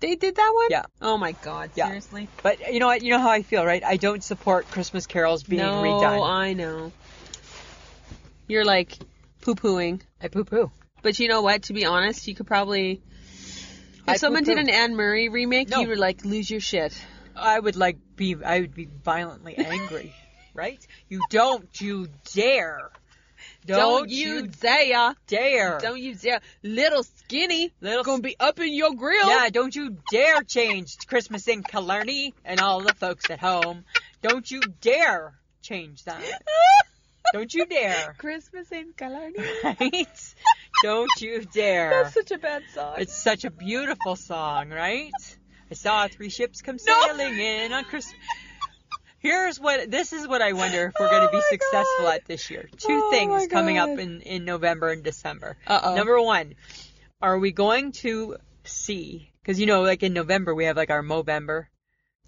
Speaker 1: They did that one?
Speaker 2: Yeah.
Speaker 1: Oh my god,
Speaker 2: Yeah.
Speaker 1: seriously?
Speaker 2: But you know what? You know how I feel, right? I don't support Christmas carols being
Speaker 1: no,
Speaker 2: redone.
Speaker 1: I know. You're like poo pooing.
Speaker 2: I poo poo.
Speaker 1: But you know what? To be honest, you could probably. If
Speaker 2: I
Speaker 1: someone did an
Speaker 2: poo-poo.
Speaker 1: Anne Murray remake,
Speaker 2: No.
Speaker 1: you would like lose your shit.
Speaker 2: I would like be. I would be
Speaker 1: [LAUGHS]
Speaker 2: violently angry, right? You don't. You dare.
Speaker 1: you dare.
Speaker 2: dare.
Speaker 1: Don't you dare. Little skinny.
Speaker 2: Little
Speaker 1: Gonna be up in your grill. [LAUGHS]
Speaker 2: Yeah, don't you dare change Christmas in Killarney and all the folks at home. Don't you dare change that. Don't
Speaker 1: [LAUGHS]
Speaker 2: you dare.
Speaker 1: Christmas in Killarney.
Speaker 2: Right? Don't you dare.
Speaker 1: That's such a bad song.
Speaker 2: It's such a beautiful song, right? I saw three ships come
Speaker 1: No.
Speaker 2: sailing in on Christmas. Here's what this is what I wonder if we're going
Speaker 1: Oh
Speaker 2: to be
Speaker 1: my
Speaker 2: successful
Speaker 1: God.
Speaker 2: at this year. Two
Speaker 1: Oh my
Speaker 2: things coming up
Speaker 1: God. Oh.
Speaker 2: in in November and December.
Speaker 1: Uh-oh.
Speaker 2: Number one, are we going to see? Because you know, like in November we have like our Movember.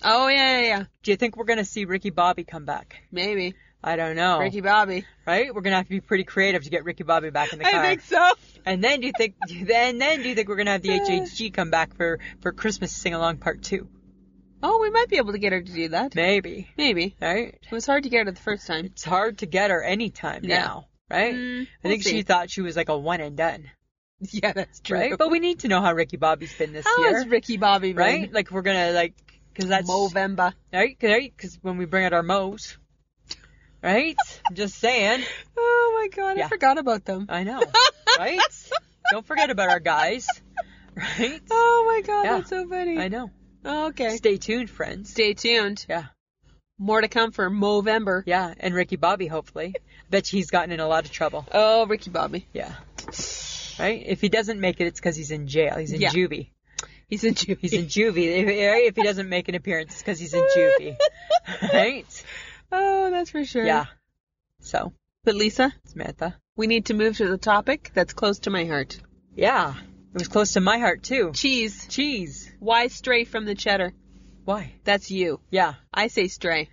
Speaker 1: oh yeah, yeah, yeah.
Speaker 2: Do you think we're going to see Ricky Bobby come back?
Speaker 1: Maybe.
Speaker 2: I don't know.
Speaker 1: Ricky Bobby.
Speaker 2: Right? We're gonna have to be pretty creative to get Ricky Bobby back in the car.
Speaker 1: I think so.
Speaker 2: And then do you think? [LAUGHS] Then then do you think we're gonna have the HHG come back for for Christmas sing along part two?
Speaker 1: Oh, we might be able to get her to do that.
Speaker 2: Maybe.
Speaker 1: Maybe.
Speaker 2: Right?
Speaker 1: It was hard to get her the first time.
Speaker 2: It's hard to get her anytime
Speaker 1: Yeah.
Speaker 2: now. Right?
Speaker 1: Mm,
Speaker 2: I
Speaker 1: we'll
Speaker 2: think she
Speaker 1: see.
Speaker 2: thought she was like a one and done.
Speaker 1: [LAUGHS] Yeah, that's true.
Speaker 2: Right? But we need to know how Ricky Bobby's been this
Speaker 1: How
Speaker 2: year.
Speaker 1: is Ricky Bobby been?
Speaker 2: right? Like we're gonna like because that's
Speaker 1: Movember.
Speaker 2: right because when we bring out our mows, right? I'm just saying.
Speaker 1: Oh my god,
Speaker 2: Yeah.
Speaker 1: I forgot about them.
Speaker 2: I know, right? Don't forget about our guys, right?
Speaker 1: [LAUGHS] Oh my god,
Speaker 2: Yeah.
Speaker 1: that's so funny. Oh,
Speaker 2: I know.
Speaker 1: Okay.
Speaker 2: Stay tuned, friends.
Speaker 1: Stay tuned.
Speaker 2: Yeah,
Speaker 1: More to come for Movember.
Speaker 2: yeah, and Ricky
Speaker 1: [LAUGHS]
Speaker 2: Bobby hopefully. Bet you he's gotten in a lot of trouble.
Speaker 1: Oh, Ricky Bobby.
Speaker 2: Yeah. Right? If he doesn't make it, it's because he's in jail. He's in
Speaker 1: Yeah.
Speaker 2: juvie.
Speaker 1: He's in Juvie. [LAUGHS]
Speaker 2: He's in juvie. If, right? if he doesn't make an appearance, it's because he's in juvie. Right?
Speaker 1: [LAUGHS] Oh, that's for sure.
Speaker 2: Yeah. So,
Speaker 1: But Lisa,
Speaker 2: Samantha.
Speaker 1: we need to move to the topic that's close to my heart.
Speaker 2: Yeah. It was close to my heart, too.
Speaker 1: Cheese.
Speaker 2: Cheese.
Speaker 1: Why stray from the cheddar?
Speaker 2: Why?
Speaker 1: That's you.
Speaker 2: Yeah.
Speaker 1: I say stray.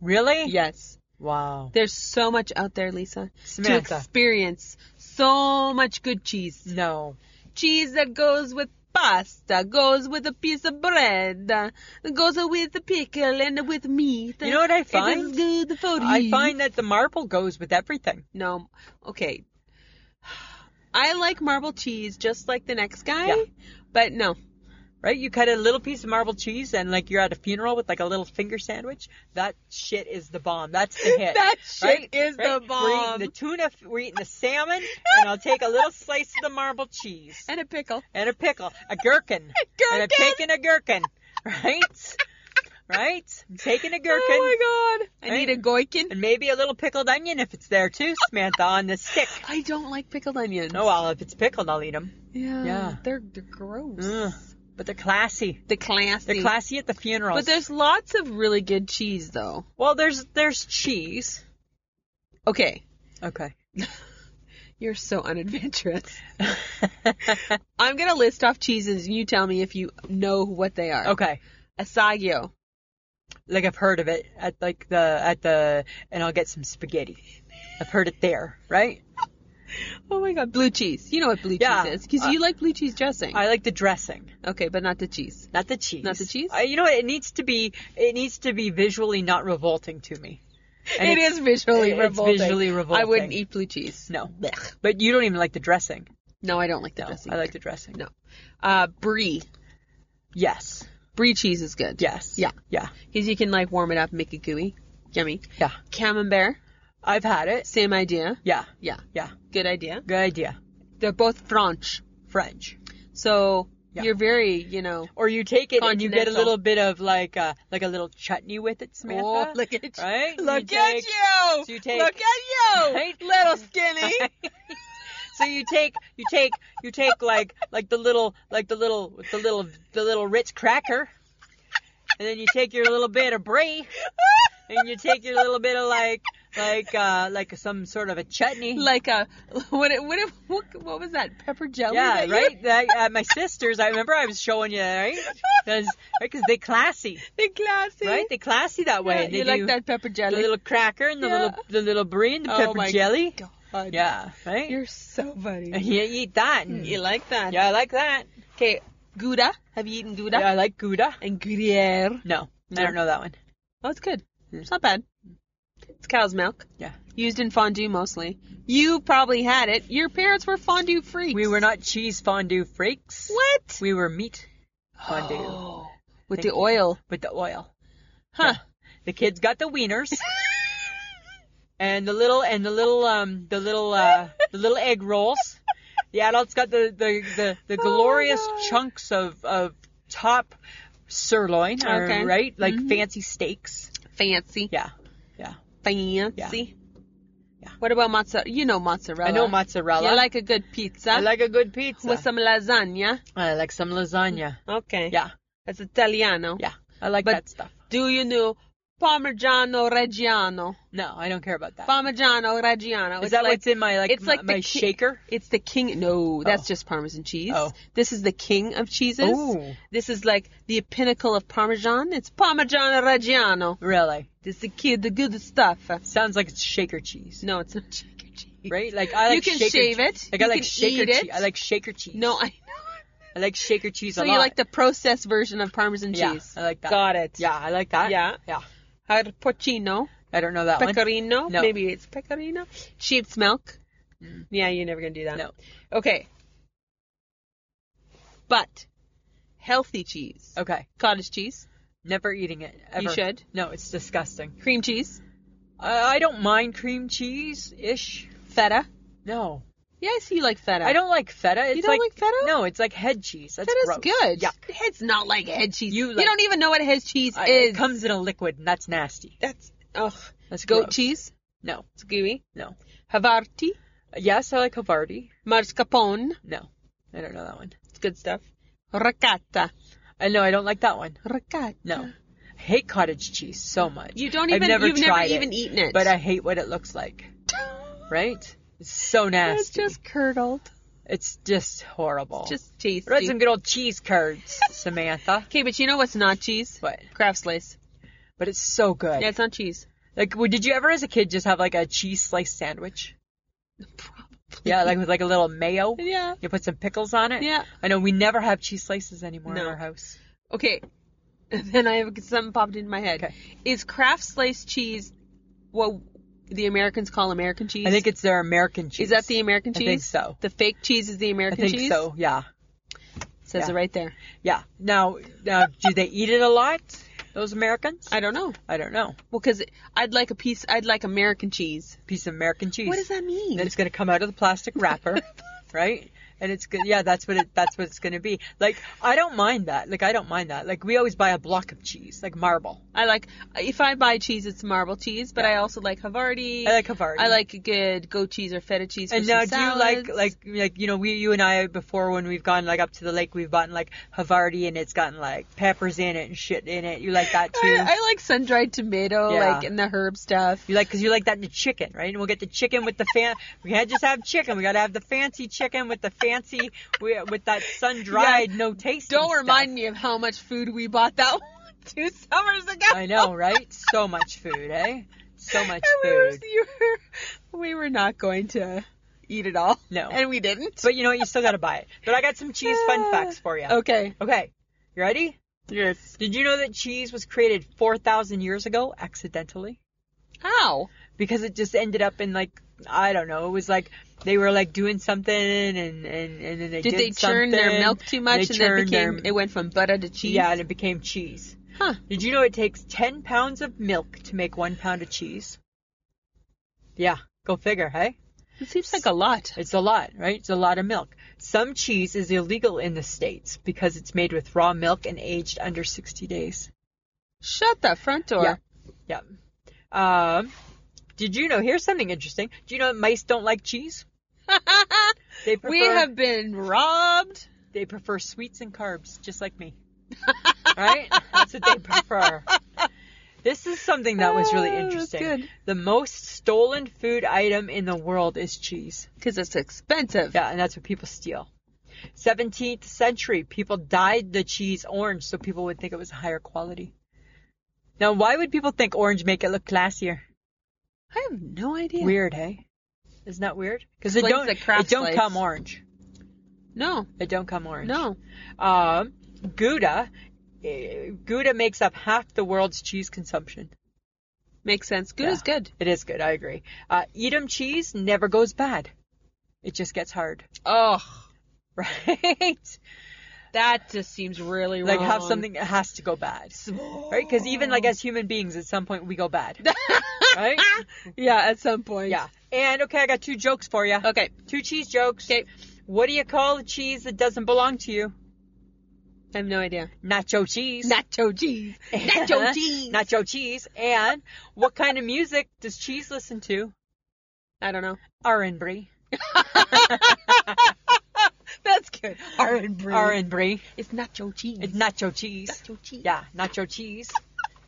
Speaker 2: Really?
Speaker 1: Yes.
Speaker 2: Wow.
Speaker 1: There's so much out there, Lisa, to
Speaker 2: Samantha.
Speaker 1: experience. So much good cheese.
Speaker 2: No.
Speaker 1: Cheese that goes with pasta, goes with a piece of bread, uh, goes with a pickle and with meat.
Speaker 2: You know what I
Speaker 1: It is
Speaker 2: find?
Speaker 1: good for
Speaker 2: I
Speaker 1: you.
Speaker 2: find that the marble goes with everything.
Speaker 1: No, okay. I like marble cheese just like the next guy,
Speaker 2: Yeah.
Speaker 1: but no.
Speaker 2: Right? You cut a little piece of marble cheese and like you're at a funeral with like a little finger sandwich. That shit is the bomb. That's the hit.
Speaker 1: That shit
Speaker 2: right?
Speaker 1: is
Speaker 2: Right?
Speaker 1: the
Speaker 2: We're eating
Speaker 1: bomb.
Speaker 2: the tuna, f- we're eating the salmon, and I'll take a little slice of the marble cheese
Speaker 1: and a pickle.
Speaker 2: and a pickle, a gherkin, and a
Speaker 1: Gherkin.
Speaker 2: pick and a gherkin. Right? Right? I'm taking a gherkin.
Speaker 1: Oh my god. I
Speaker 2: Right?
Speaker 1: need a goikin.
Speaker 2: And maybe a little pickled onion if it's there too, Samantha, on the stick.
Speaker 1: I don't like pickled onions.
Speaker 2: No, well, if it's pickled, I'll eat them.
Speaker 1: Yeah.
Speaker 2: Yeah.
Speaker 1: They're, they're gross.
Speaker 2: Ugh. But they're classy.
Speaker 1: The classy.
Speaker 2: They're classy at the funerals.
Speaker 1: But there's lots of really good cheese though.
Speaker 2: well, there's there's cheese.
Speaker 1: Okay.
Speaker 2: Okay.
Speaker 1: You're so unadventurous.
Speaker 2: okay.
Speaker 1: I'm gonna list off cheeses and you tell me if you know what they
Speaker 2: [LAUGHS]
Speaker 1: are. Asagio.
Speaker 2: Like I've heard of it at like the at the and I'll get some spaghetti. I've heard it there, right?
Speaker 1: Oh my god. Blue cheese. You know what blue
Speaker 2: Yeah.
Speaker 1: cheese is. Because you like blue cheese dressing.
Speaker 2: I like the dressing,
Speaker 1: okay, but not the [LAUGHS] cheese.
Speaker 2: not the cheese.
Speaker 1: Not the cheese?
Speaker 2: I, you know what? It needs to be it needs to be visually not revolting to me. And
Speaker 1: it is visually
Speaker 2: it's
Speaker 1: revolting.
Speaker 2: visually
Speaker 1: I wouldn't
Speaker 2: revolting.
Speaker 1: eat blue cheese.
Speaker 2: No.
Speaker 1: Blech.
Speaker 2: But you don't even like the dressing.
Speaker 1: No, I don't like the
Speaker 2: No,
Speaker 1: dressing.
Speaker 2: I like the dressing.
Speaker 1: No. Uh, brie.
Speaker 2: Yes.
Speaker 1: Brie cheese is good.
Speaker 2: Yes.
Speaker 1: Yeah.
Speaker 2: Yeah.
Speaker 1: Because you can like warm it up, make it gooey. Yummy.
Speaker 2: Yeah.
Speaker 1: Camembert.
Speaker 2: I've had it.
Speaker 1: Same idea.
Speaker 2: Yeah.
Speaker 1: Yeah.
Speaker 2: Yeah.
Speaker 1: Good idea.
Speaker 2: Good idea.
Speaker 1: They're both French.
Speaker 2: French.
Speaker 1: So
Speaker 2: Yeah.
Speaker 1: you're very, you know.
Speaker 2: Or you take it and you get a
Speaker 1: Continental.
Speaker 2: little bit of like uh like a little chutney with it, Samantha.
Speaker 1: Oh, look at [LAUGHS] you.
Speaker 2: Right?
Speaker 1: Look
Speaker 2: You
Speaker 1: at
Speaker 2: take-
Speaker 1: you.
Speaker 2: so you take-
Speaker 1: look at you.
Speaker 2: Right?
Speaker 1: Little [LAUGHS] skinny.
Speaker 2: [LAUGHS] so you take you take you take like like the little like the little the little the little Ritz cracker, and then you take your little bit of brie, and you take your little bit of like like uh like some sort of a chutney.
Speaker 1: like a what it, what, it, what what was that pepper jelly
Speaker 2: yeah,
Speaker 1: that you- [LAUGHS]
Speaker 2: right. That, at my sister's, I remember I was showing you right because they classy,
Speaker 1: the classy
Speaker 2: right? They classy that way.
Speaker 1: Yeah,
Speaker 2: and they
Speaker 1: you like
Speaker 2: do
Speaker 1: that pepper
Speaker 2: the
Speaker 1: jelly
Speaker 2: little cracker and the
Speaker 1: Yeah.
Speaker 2: little the little brie and the
Speaker 1: Oh
Speaker 2: pepper
Speaker 1: my
Speaker 2: jelly.
Speaker 1: God.
Speaker 2: Yeah, right.
Speaker 1: you're Hmm. so
Speaker 2: and
Speaker 1: funny
Speaker 2: [LAUGHS] you eat that. And,
Speaker 1: you like that
Speaker 2: Yeah, I like that.
Speaker 1: okay gouda have you eaten gouda
Speaker 2: Yeah, I like Gouda.
Speaker 1: and gruyere
Speaker 2: No,
Speaker 1: No?
Speaker 2: I don't know that one.
Speaker 1: oh it's good
Speaker 2: Hmm.
Speaker 1: it's not bad it's cow's milk
Speaker 2: Yeah.
Speaker 1: used in fondue mostly you probably had it your parents were fondue freaks
Speaker 2: We were not cheese fondue freaks.
Speaker 1: what
Speaker 2: We were meat
Speaker 1: [GASPS]
Speaker 2: fondue
Speaker 1: Oh, with
Speaker 2: Thank
Speaker 1: the
Speaker 2: you. [LAUGHS]
Speaker 1: oil
Speaker 2: with the oil.
Speaker 1: huh
Speaker 2: The kids got the wieners and the little and the little um the little uh the little egg rolls. The adults got the the the, the
Speaker 1: Oh,
Speaker 2: glorious
Speaker 1: God.
Speaker 2: chunks of of top sirloin, or,
Speaker 1: Okay.
Speaker 2: right? Like
Speaker 1: Mhm.
Speaker 2: fancy steaks.
Speaker 1: fancy
Speaker 2: Yeah.
Speaker 1: fancy
Speaker 2: Yeah.
Speaker 1: what about mozzarella you know mozzarella
Speaker 2: I know mozzarella.
Speaker 1: You like a good pizza.
Speaker 2: I like a good pizza.
Speaker 1: with some lasagna.
Speaker 2: I like some lasagna.
Speaker 1: Okay.
Speaker 2: Yeah.
Speaker 1: That's Italiano.
Speaker 2: Yeah. I like
Speaker 1: But-
Speaker 2: that stuff.
Speaker 1: Do you know Parmigiano Reggiano.
Speaker 2: No, I don't care about that. Is
Speaker 1: Parmigiano Reggiano. it's
Speaker 2: that
Speaker 1: like,
Speaker 2: what's in my like
Speaker 1: it's
Speaker 2: my,
Speaker 1: like the
Speaker 2: my
Speaker 1: ki-
Speaker 2: shaker?
Speaker 1: It's the king. No, that's
Speaker 2: Oh.
Speaker 1: just Parmesan cheese.
Speaker 2: Oh.
Speaker 1: This is the king of cheeses.
Speaker 2: Ooh.
Speaker 1: This is like the pinnacle of Parmesan. It's Parmigiano Reggiano.
Speaker 2: Really?
Speaker 1: This is the kid, the good stuff.
Speaker 2: Sounds like it's shaker cheese.
Speaker 1: No, it's not [LAUGHS] shaker cheese.
Speaker 2: Right? Like I like
Speaker 1: you can
Speaker 2: shaker
Speaker 1: shave
Speaker 2: cheese.
Speaker 1: it.
Speaker 2: Like
Speaker 1: you
Speaker 2: I like
Speaker 1: can
Speaker 2: shaker
Speaker 1: eat
Speaker 2: cheese.
Speaker 1: it.
Speaker 2: I like shaker cheese.
Speaker 1: No, I.
Speaker 2: I like shaker cheese
Speaker 1: So
Speaker 2: a lot.
Speaker 1: you like the processed version of Parmesan
Speaker 2: Yeah,
Speaker 1: cheese?
Speaker 2: I like that.
Speaker 1: Got it.
Speaker 2: Yeah, I like that.
Speaker 1: Yeah.
Speaker 2: Yeah.
Speaker 1: Harpocino,
Speaker 2: I don't know that one.
Speaker 1: pecorino,
Speaker 2: No. Mm.
Speaker 1: maybe it's pecorino. Sheep's milk. Yeah, you're never gonna do that.
Speaker 2: No.
Speaker 1: Okay. But healthy cheese,
Speaker 2: Okay.
Speaker 1: cottage cheese,
Speaker 2: Never eating it ever.
Speaker 1: You should.
Speaker 2: No, it's disgusting.
Speaker 1: cream cheese,
Speaker 2: I, I don't mind cream cheese ish.
Speaker 1: feta.
Speaker 2: No.
Speaker 1: Yeah, I see you like feta.
Speaker 2: I don't like feta. It's
Speaker 1: You don't like, feta?
Speaker 2: No, it's like head cheese. That's
Speaker 1: Feta's
Speaker 2: gross.
Speaker 1: good.
Speaker 2: Yuck.
Speaker 1: Head's not like head cheese.
Speaker 2: You
Speaker 1: You,
Speaker 2: like-
Speaker 1: don't even know what head cheese
Speaker 2: I-
Speaker 1: is.
Speaker 2: It comes in a liquid, and that's nasty.
Speaker 1: That's ugh.
Speaker 2: That's
Speaker 1: Goat
Speaker 2: gross.
Speaker 1: cheese,
Speaker 2: No,
Speaker 1: it's gooey.
Speaker 2: no.
Speaker 1: Havarti,
Speaker 2: Yes, I like Havarti.
Speaker 1: mascarpone,
Speaker 2: No, I don't know that one.
Speaker 1: it's good stuff. Ricotta,
Speaker 2: I know I don't like that one.
Speaker 1: ricotta.
Speaker 2: No, I hate cottage cheese so much.
Speaker 1: You don't
Speaker 2: I've
Speaker 1: even.
Speaker 2: never
Speaker 1: you've
Speaker 2: tried
Speaker 1: never
Speaker 2: it,
Speaker 1: even eaten it.
Speaker 2: but I hate what it looks like. Right? It's so
Speaker 1: [LAUGHS]
Speaker 2: nasty.
Speaker 1: It's just curdled.
Speaker 2: It's just horrible.
Speaker 1: Just tasty.
Speaker 2: Read some good old
Speaker 1: [LAUGHS]
Speaker 2: cheese curds, Samantha.
Speaker 1: Okay, but you know what's not cheese?
Speaker 2: What?
Speaker 1: Kraft slice.
Speaker 2: But it's so good.
Speaker 1: Yeah, it's not cheese.
Speaker 2: Like, w- did you ever, as a kid, just have like a cheese slice sandwich?
Speaker 1: Probably.
Speaker 2: Yeah, like with like a little mayo.
Speaker 1: Yeah.
Speaker 2: You put some pickles on it.
Speaker 1: Yeah.
Speaker 2: I know we never have cheese slices anymore in
Speaker 1: No.
Speaker 2: our house.
Speaker 1: Okay. [LAUGHS] Then I have something popped into my head.
Speaker 2: Okay.
Speaker 1: Is Kraft slice cheese what the Americans call American cheese?
Speaker 2: I think it's their American cheese.
Speaker 1: Is that the American
Speaker 2: I
Speaker 1: cheese?
Speaker 2: think so.
Speaker 1: The fake cheese is the
Speaker 2: I
Speaker 1: American
Speaker 2: think
Speaker 1: cheese?
Speaker 2: so. Yeah.
Speaker 1: Says
Speaker 2: Yeah.
Speaker 1: it right there.
Speaker 2: Yeah. Now, now, do they eat it a lot? Those Americans?
Speaker 1: I don't know.
Speaker 2: I don't know.
Speaker 1: Well, because I'd like a piece, I'd like American cheese.
Speaker 2: Piece of American cheese.
Speaker 1: What does that mean?
Speaker 2: Then it's gonna come out of the plastic
Speaker 1: [LAUGHS]
Speaker 2: wrapper, right? And it's good. Yeah, that's what it. That's what it's gonna be. Like I don't mind that. Like I don't mind that. Like we always buy a block of cheese, like marble.
Speaker 1: I like, if I buy cheese, it's marble cheese, but I also like Havarti.
Speaker 2: I like Havarti.
Speaker 1: I like a good goat cheese or feta cheese. For
Speaker 2: And
Speaker 1: some
Speaker 2: now, do you like
Speaker 1: salads.
Speaker 2: like like you know we you and I before when we've gone like up to the lake we've bought like Havarti and it's gotten like peppers in it and shit in it. You like that too?
Speaker 1: I, I like sun dried tomato,
Speaker 2: Yeah.
Speaker 1: like and the herb stuff.
Speaker 2: you like because you like that in the chicken, right? And we'll get the chicken with the fan. We can't just have chicken. We gotta have the fancy chicken with the fancy wi- with that sun dried, no taste.
Speaker 1: Don't remind me of how much food we bought that [LAUGHS] one two summers ago.
Speaker 2: I know, right? So much food, eh?
Speaker 1: [LAUGHS]
Speaker 2: So much
Speaker 1: And we, were,
Speaker 2: food.
Speaker 1: you were, we were not going to eat it all.
Speaker 2: No.
Speaker 1: And we didn't.
Speaker 2: But you know what? You still gotta buy it. But I got some cheese fun facts for you.
Speaker 1: Uh, Okay.
Speaker 2: Okay. You ready?
Speaker 1: Yes.
Speaker 2: Did you know that cheese was created 4,000 years ago accidentally?
Speaker 1: How?
Speaker 2: because it just ended up in like I don't know. It was like they were like doing something and and and then they
Speaker 1: Did,
Speaker 2: did
Speaker 1: they churn their
Speaker 2: something,
Speaker 1: milk too much
Speaker 2: they
Speaker 1: and then it
Speaker 2: churned their-
Speaker 1: became it went from butter to cheese?
Speaker 2: Yeah, and it became cheese.
Speaker 1: Huh.
Speaker 2: Did you know it takes 10 pounds of milk to make one pound of cheese? Yeah, go figure, hey?
Speaker 1: It seems like a lot.
Speaker 2: It's a lot, right? It's a lot of milk. Some cheese is illegal in the states because it's made with raw milk and aged under 60 days.
Speaker 1: Shut the front door.
Speaker 2: Yeah. Yeah. Um, did you know? Here's something interesting. Do you know that mice don't
Speaker 1: [LAUGHS]
Speaker 2: like cheese? They prefer,
Speaker 1: we have been robbed.
Speaker 2: they prefer sweets and carbs, just like me. right? That's what they prefer. This is something that was really
Speaker 1: Oh, that's
Speaker 2: interesting.
Speaker 1: good.
Speaker 2: The most stolen food item in the world is cheese.
Speaker 1: Because it's expensive.
Speaker 2: Yeah, and that's what people steal. 17th century, people dyed the cheese orange so people would think it was higher quality. Now, why would people think orange make it look classier?
Speaker 1: I have no idea.
Speaker 2: Weird, hey? Isn't that weird? Because it
Speaker 1: Explains
Speaker 2: don't,
Speaker 1: the
Speaker 2: it
Speaker 1: craft
Speaker 2: don't
Speaker 1: slice.
Speaker 2: come orange.
Speaker 1: No,
Speaker 2: It don't come orange.
Speaker 1: no.
Speaker 2: Um, Gouda, eh, Gouda makes up half the world's cheese consumption.
Speaker 1: Makes sense. Good is
Speaker 2: Yeah.
Speaker 1: good.
Speaker 2: It is good, I agree. Uh, Edam cheese never goes bad. It just gets hard, [LAUGHS]
Speaker 1: Oh,
Speaker 2: right?
Speaker 1: that just seems really
Speaker 2: like have
Speaker 1: wrong.
Speaker 2: something that has to go bad, right? Because even like as [LAUGHS] human beings, at some point we
Speaker 1: [LAUGHS]
Speaker 2: go bad, right?
Speaker 1: yeah, at some point.
Speaker 2: Yeah. And okay, I got two jokes for you.
Speaker 1: Okay.
Speaker 2: Two cheese jokes.
Speaker 1: Okay.
Speaker 2: What do you call a cheese that doesn't belong to you?
Speaker 1: I have no idea.
Speaker 2: Nacho cheese.
Speaker 1: Nacho [LAUGHS] cheese.
Speaker 2: [LAUGHS]
Speaker 1: Nacho cheese.
Speaker 2: Nacho cheese. And what kind of music does cheese listen to?
Speaker 1: I don't know.
Speaker 2: R&B.
Speaker 1: [LAUGHS] That's good. R and R and
Speaker 2: R&B.
Speaker 1: It's nacho cheese.
Speaker 2: It's nacho cheese.
Speaker 1: nacho cheese.
Speaker 2: Yeah, nacho cheese.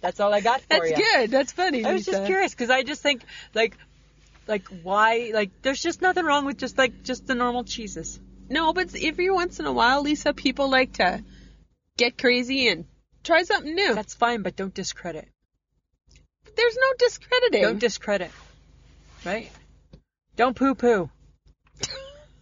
Speaker 2: That's all I got for
Speaker 1: That's
Speaker 2: you.
Speaker 1: good. That's funny.
Speaker 2: I was just
Speaker 1: Lisa.
Speaker 2: curious because I just think like like why like there's just nothing wrong with just like just the normal cheeses.
Speaker 1: No, but every once in a while, Lisa, people like to get crazy and try something new.
Speaker 2: That's fine, but don't discredit.
Speaker 1: There's no discrediting.
Speaker 2: Don't discredit. Right? Don't poo poo.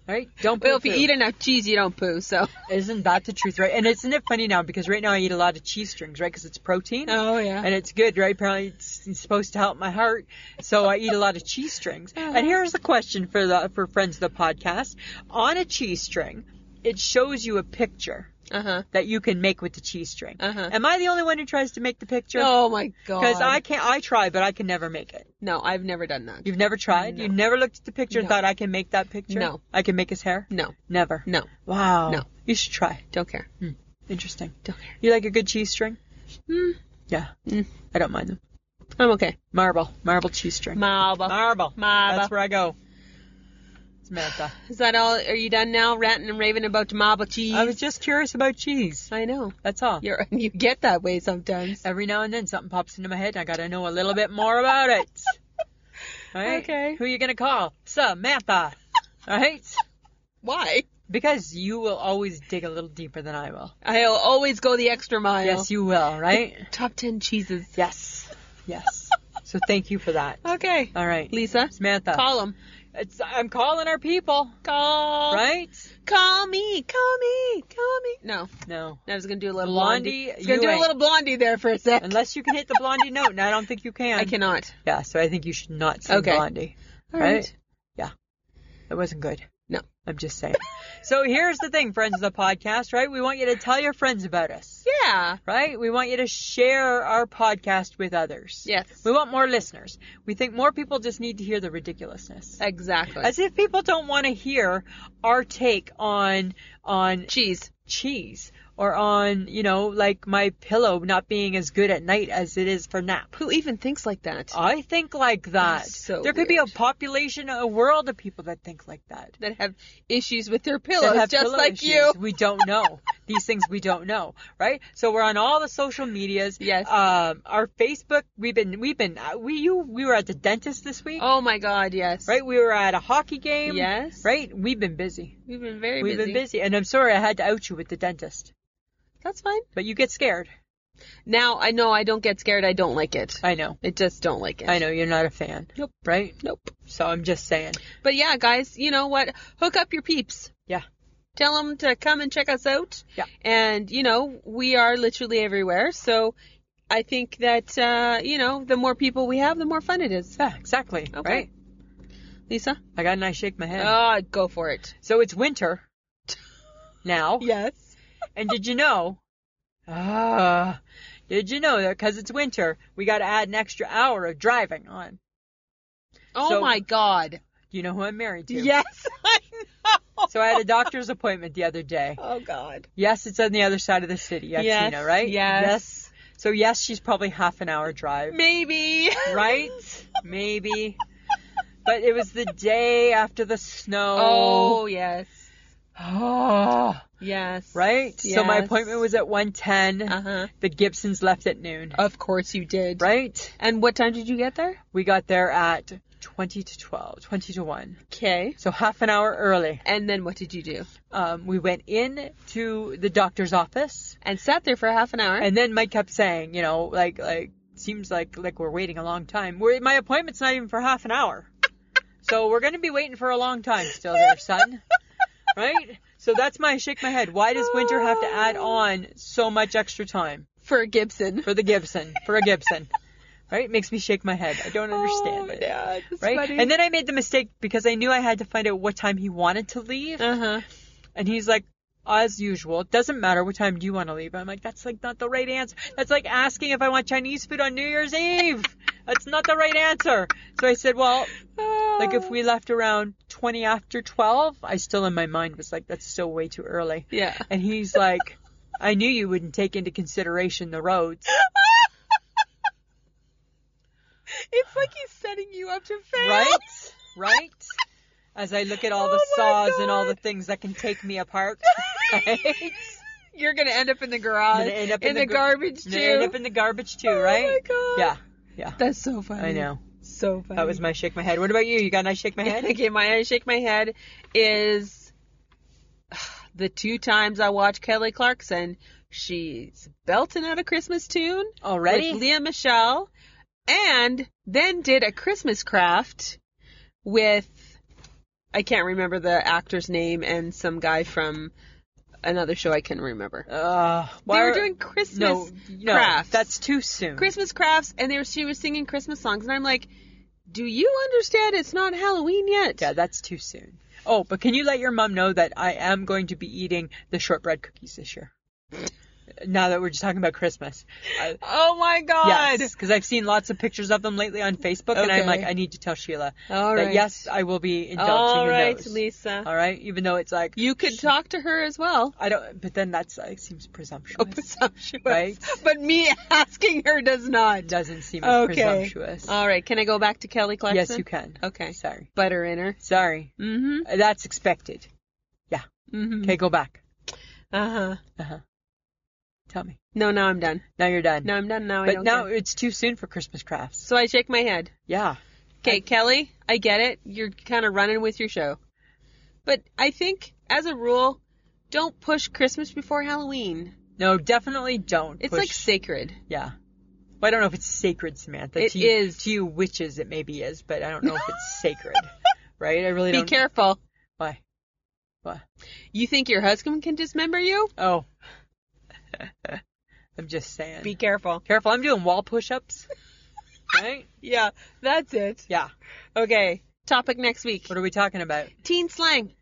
Speaker 2: Right? Don't poo
Speaker 1: well, if you eat enough cheese, you don't poo. So.
Speaker 2: Isn't that the truth, right? And isn't it funny now because right now I eat a lot of cheese strings, right? Because it's protein.
Speaker 1: Oh yeah. [LAUGHS]
Speaker 2: and it's good, right? Apparently, it's, it's supposed to help my heart, so I eat a lot of cheese strings.
Speaker 1: Uh-huh.
Speaker 2: And here's the question for the for friends of the podcast: on a cheese string, it shows you a picture
Speaker 1: uh huh.
Speaker 2: that you can make with the cheese string.
Speaker 1: Uh-huh.
Speaker 2: Am I the only one who tries to make the picture?
Speaker 1: Oh my god.
Speaker 2: Because I can't, I try, but I can never make it.
Speaker 1: No, I've never done that.
Speaker 2: You've never tried. You never looked at the picture and
Speaker 1: No.
Speaker 2: thought I can make that picture.
Speaker 1: No.
Speaker 2: I can make his hair.
Speaker 1: No.
Speaker 2: Never.
Speaker 1: No.
Speaker 2: Wow.
Speaker 1: No.
Speaker 2: You should try.
Speaker 1: Don't care.
Speaker 2: Interesting.
Speaker 1: Don't care.
Speaker 2: You like a good cheese string?
Speaker 1: Mm,
Speaker 2: Yeah.
Speaker 1: Mm.
Speaker 2: I don't mind them.
Speaker 1: I'm okay.
Speaker 2: Marble. Marble cheese string.
Speaker 1: Marble.
Speaker 2: Marble.
Speaker 1: Marble.
Speaker 2: That's where I go. Samantha.
Speaker 1: Is that all? Are you done now ranting and raving about marble cheese?
Speaker 2: I was just curious about cheese.
Speaker 1: I know.
Speaker 2: That's all.
Speaker 1: You're, [LAUGHS] you get that way sometimes.
Speaker 2: Every now and then something pops into my head and I gotta know a little bit more
Speaker 1: [LAUGHS]
Speaker 2: about it. All right?
Speaker 1: Okay.
Speaker 2: Who you gonna call? Samantha. Alright?
Speaker 1: Why?
Speaker 2: Because you will always dig a little deeper than I will.
Speaker 1: I'll always go the extra mile.
Speaker 2: Yes, you
Speaker 1: [LAUGHS]
Speaker 2: will, right?
Speaker 1: Top 10 cheeses.
Speaker 2: yes. Yes. So thank you for that.
Speaker 1: Okay.
Speaker 2: All right.
Speaker 1: Lisa,
Speaker 2: Samantha.
Speaker 1: call them.
Speaker 2: It's, I'm calling our people,
Speaker 1: Call.
Speaker 2: right?
Speaker 1: Call me. Call me. Call me. No.
Speaker 2: No.
Speaker 1: I was going to do a little
Speaker 2: Blondie,
Speaker 1: blondie. I was going to
Speaker 2: you
Speaker 1: do
Speaker 2: ain't.
Speaker 1: a little blondie there for a sec.
Speaker 2: Unless you can hit the blondie note, and I don't think you can.
Speaker 1: I cannot.
Speaker 2: Yeah, so I think you should not sing
Speaker 1: Okay.
Speaker 2: Blondie.
Speaker 1: All
Speaker 2: Right?
Speaker 1: right.
Speaker 2: It wasn't good.
Speaker 1: No.
Speaker 2: I'm just saying. so here's the thing, friends of the podcast, right? We want you to tell your friends about us,
Speaker 1: Yeah.
Speaker 2: right? We want you to share our podcast with others.
Speaker 1: Yes.
Speaker 2: We want more listeners. We think more people just need to hear the ridiculousness.
Speaker 1: Exactly.
Speaker 2: As if people don't want to hear our take on on
Speaker 1: cheese.
Speaker 2: cheese or on, you know, like my pillow not being as good at night as it is for nap.
Speaker 1: Who even thinks like that?
Speaker 2: I think like that.
Speaker 1: is so
Speaker 2: there could be a
Speaker 1: weird.
Speaker 2: population, a world of people that think like that.
Speaker 1: that have issues with their
Speaker 2: That
Speaker 1: pillows,
Speaker 2: have
Speaker 1: just
Speaker 2: pillow
Speaker 1: like
Speaker 2: issues.
Speaker 1: you.
Speaker 2: We don't
Speaker 1: [LAUGHS]
Speaker 2: know. These things we don't know, right? So we're on all the social medias.
Speaker 1: Yes.
Speaker 2: Um, our Facebook. We've been. We've been. uh, We you. We were at the dentist this week,
Speaker 1: Oh my God, yes.
Speaker 2: right? We were at a hockey game.
Speaker 1: Yes.
Speaker 2: Right. We've been busy.
Speaker 1: We've been very
Speaker 2: We've
Speaker 1: busy.
Speaker 2: been busy, and I'm sorry I had to out you with the dentist.
Speaker 1: That's fine.
Speaker 2: But you get scared.
Speaker 1: Now I know I don't get scared. I don't like it.
Speaker 2: I know.
Speaker 1: I just don't like it.
Speaker 2: I know you're not a fan.
Speaker 1: Nope.
Speaker 2: Right.
Speaker 1: Nope.
Speaker 2: So I'm just saying.
Speaker 1: But yeah, guys, you know what? Hook up your peeps.
Speaker 2: Yeah.
Speaker 1: Tell them to come and check us out.
Speaker 2: Yeah.
Speaker 1: And you know we are literally everywhere. So I think that uh, you know the more people we have, the more fun it is.
Speaker 2: Yeah. Exactly.
Speaker 1: Okay.
Speaker 2: Right.
Speaker 1: Lisa.
Speaker 2: I got a nice shake my head.
Speaker 1: Ah, go for it.
Speaker 2: So it's winter [LAUGHS] now.
Speaker 1: Yes.
Speaker 2: And did you know? Ah, did you know that because it's winter, we got to add an extra hour of driving on?
Speaker 1: Oh
Speaker 2: So-
Speaker 1: my God.
Speaker 2: You know who I'm married to? [LAUGHS]
Speaker 1: Yes, I know.
Speaker 2: So I had a doctor's appointment the other day.
Speaker 1: Oh God.
Speaker 2: Yes, it's on the other side of the city, Yatsina,
Speaker 1: Yes,
Speaker 2: right?
Speaker 1: yes.
Speaker 2: Yes. So yes, she's probably half an hour drive,
Speaker 1: Maybe.
Speaker 2: right? Maybe. But it was the day after the snow.
Speaker 1: Oh yes.
Speaker 2: Ah,
Speaker 1: Yes.
Speaker 2: right? So my
Speaker 1: Oh. Yes.
Speaker 2: appointment was at 110.
Speaker 1: Uh Oh. huh.
Speaker 2: The Gibsons left at noon.
Speaker 1: Of course you did.
Speaker 2: Uh-huh. Right?
Speaker 1: And what time did you get there?
Speaker 2: We got there at 20 to 12, 20 to 1.
Speaker 1: Okay.
Speaker 2: So half an hour early.
Speaker 1: And then what did you do?
Speaker 2: Um, we went in to the doctor's office
Speaker 1: And sat there for half an hour.
Speaker 2: and then Mike kept saying, you know, like, like, seems like, like we're waiting a long time. We're, my appointment's not even for half an hour. So we're going to be waiting for a long time still there, son. Right? So that's my shake my head. Why does winter have to add on so much extra time
Speaker 1: for Gibson.
Speaker 2: for the Gibson, for a Gibson? Right? Makes me shake my head. I [LAUGHS] don't understand
Speaker 1: Oh,
Speaker 2: it.
Speaker 1: yeah, it's
Speaker 2: right?
Speaker 1: funny.
Speaker 2: And then I made the mistake because I knew I had to find out what time he wanted to leave,
Speaker 1: uh huh.
Speaker 2: and he's like, as usual, it doesn't matter what time do you want to leave. I'm like, that's like not the right answer. That's like asking if I want Chinese food on New Year's Eve. That's not the right answer. So I said, well, like if we left around 20 after 12, I still in my mind was like, that's still way too early. [LAUGHS]
Speaker 1: Yeah.
Speaker 2: And he's like, I knew you wouldn't take into consideration the roads.
Speaker 1: It's like he's setting you up to fail.
Speaker 2: Right? [LAUGHS] Right? As I look at all the
Speaker 1: Oh my
Speaker 2: saws and all the
Speaker 1: God.
Speaker 2: things that can take me apart. Right?
Speaker 1: You're gonna end up in the
Speaker 2: I'm
Speaker 1: garage,
Speaker 2: gonna end up
Speaker 1: in, the,
Speaker 2: gar-
Speaker 1: garbage
Speaker 2: I'm gonna end
Speaker 1: too.
Speaker 2: up in the garbage too,
Speaker 1: Oh
Speaker 2: right?
Speaker 1: my God.
Speaker 2: Yeah,
Speaker 1: that's so funny.
Speaker 2: I know.
Speaker 1: so funny.
Speaker 2: That was my shake my head. What about you? You got a nice shake my head?
Speaker 1: okay, my [LAUGHS] I shake my head is [SIGHS] the two times I watched Kelly Clarkson. She's belting out a Christmas tune
Speaker 2: Already?
Speaker 1: with Leah Michelle, and then did a Christmas craft with I can't remember the actor's name and some guy from another show I can remember.
Speaker 2: uh, why
Speaker 1: they were
Speaker 2: are-
Speaker 1: doing Christmas
Speaker 2: no, no,
Speaker 1: crafts.
Speaker 2: that's too soon.
Speaker 1: Christmas crafts, and they were she was singing Christmas songs, and I'm like, do you understand? It's not Halloween yet.
Speaker 2: Yeah, that's too soon. Oh, but can you let your mom know that I am going to be eating the shortbread cookies this year? [LAUGHS] Now that we're just talking about Christmas. I,
Speaker 1: Oh my God.
Speaker 2: yes, because I've seen lots of pictures of them lately on Facebook, and I'm like,
Speaker 1: Okay.
Speaker 2: I need to tell Sheila
Speaker 1: All
Speaker 2: that
Speaker 1: right.
Speaker 2: yes, I will be indulging
Speaker 1: All
Speaker 2: in
Speaker 1: right,
Speaker 2: those.
Speaker 1: Lisa.
Speaker 2: All right, even though it's like
Speaker 1: You could talk to her as well.
Speaker 2: I don't, but then that's like seems presumptuous.
Speaker 1: Oh, presumptuous.
Speaker 2: [LAUGHS] Right.
Speaker 1: But me asking her does not.
Speaker 2: Doesn't seem as
Speaker 1: Okay. Uh,
Speaker 2: presumptuous.
Speaker 1: All right. Can I go back to Kelly Clarkson?
Speaker 2: yes, you can.
Speaker 1: Okay.
Speaker 2: Sorry.
Speaker 1: Butter in her.
Speaker 2: Sorry.
Speaker 1: Mm-hmm.
Speaker 2: Uh, That's expected.
Speaker 1: Mm-hmm.
Speaker 2: Okay, go back.
Speaker 1: Uh-huh.
Speaker 2: Uh huh. Tell me.
Speaker 1: No, now I'm done.
Speaker 2: Now you're done.
Speaker 1: Now I'm done. Now I
Speaker 2: Mm. but
Speaker 1: don't
Speaker 2: now
Speaker 1: care.
Speaker 2: it's too soon for Christmas crafts.
Speaker 1: So I shake my head.
Speaker 2: Yeah.
Speaker 1: Okay, Kelly, I get it. You're kind of running with your show. But I think, as a rule, don't push Christmas before Halloween.
Speaker 2: No, definitely don't.
Speaker 1: It's
Speaker 2: push-
Speaker 1: like sacred.
Speaker 2: Yeah. Well, I don't know if it's sacred, Samantha.
Speaker 1: It
Speaker 2: to you,
Speaker 1: is.
Speaker 2: to you witches. It maybe is, but I don't know if
Speaker 1: [LAUGHS]
Speaker 2: it's sacred. Right? I really
Speaker 1: Be
Speaker 2: don't.
Speaker 1: careful.
Speaker 2: Why? Why?
Speaker 1: You think your husband can dismember you?
Speaker 2: Oh. [LAUGHS] I'm just saying.
Speaker 1: Be careful.
Speaker 2: careful. I'm doing wall
Speaker 1: [LAUGHS]
Speaker 2: push-ups. right?
Speaker 1: Yeah, that's it.
Speaker 2: Yeah.
Speaker 1: Okay, topic next week.
Speaker 2: What are we talking about?
Speaker 1: Teen slang.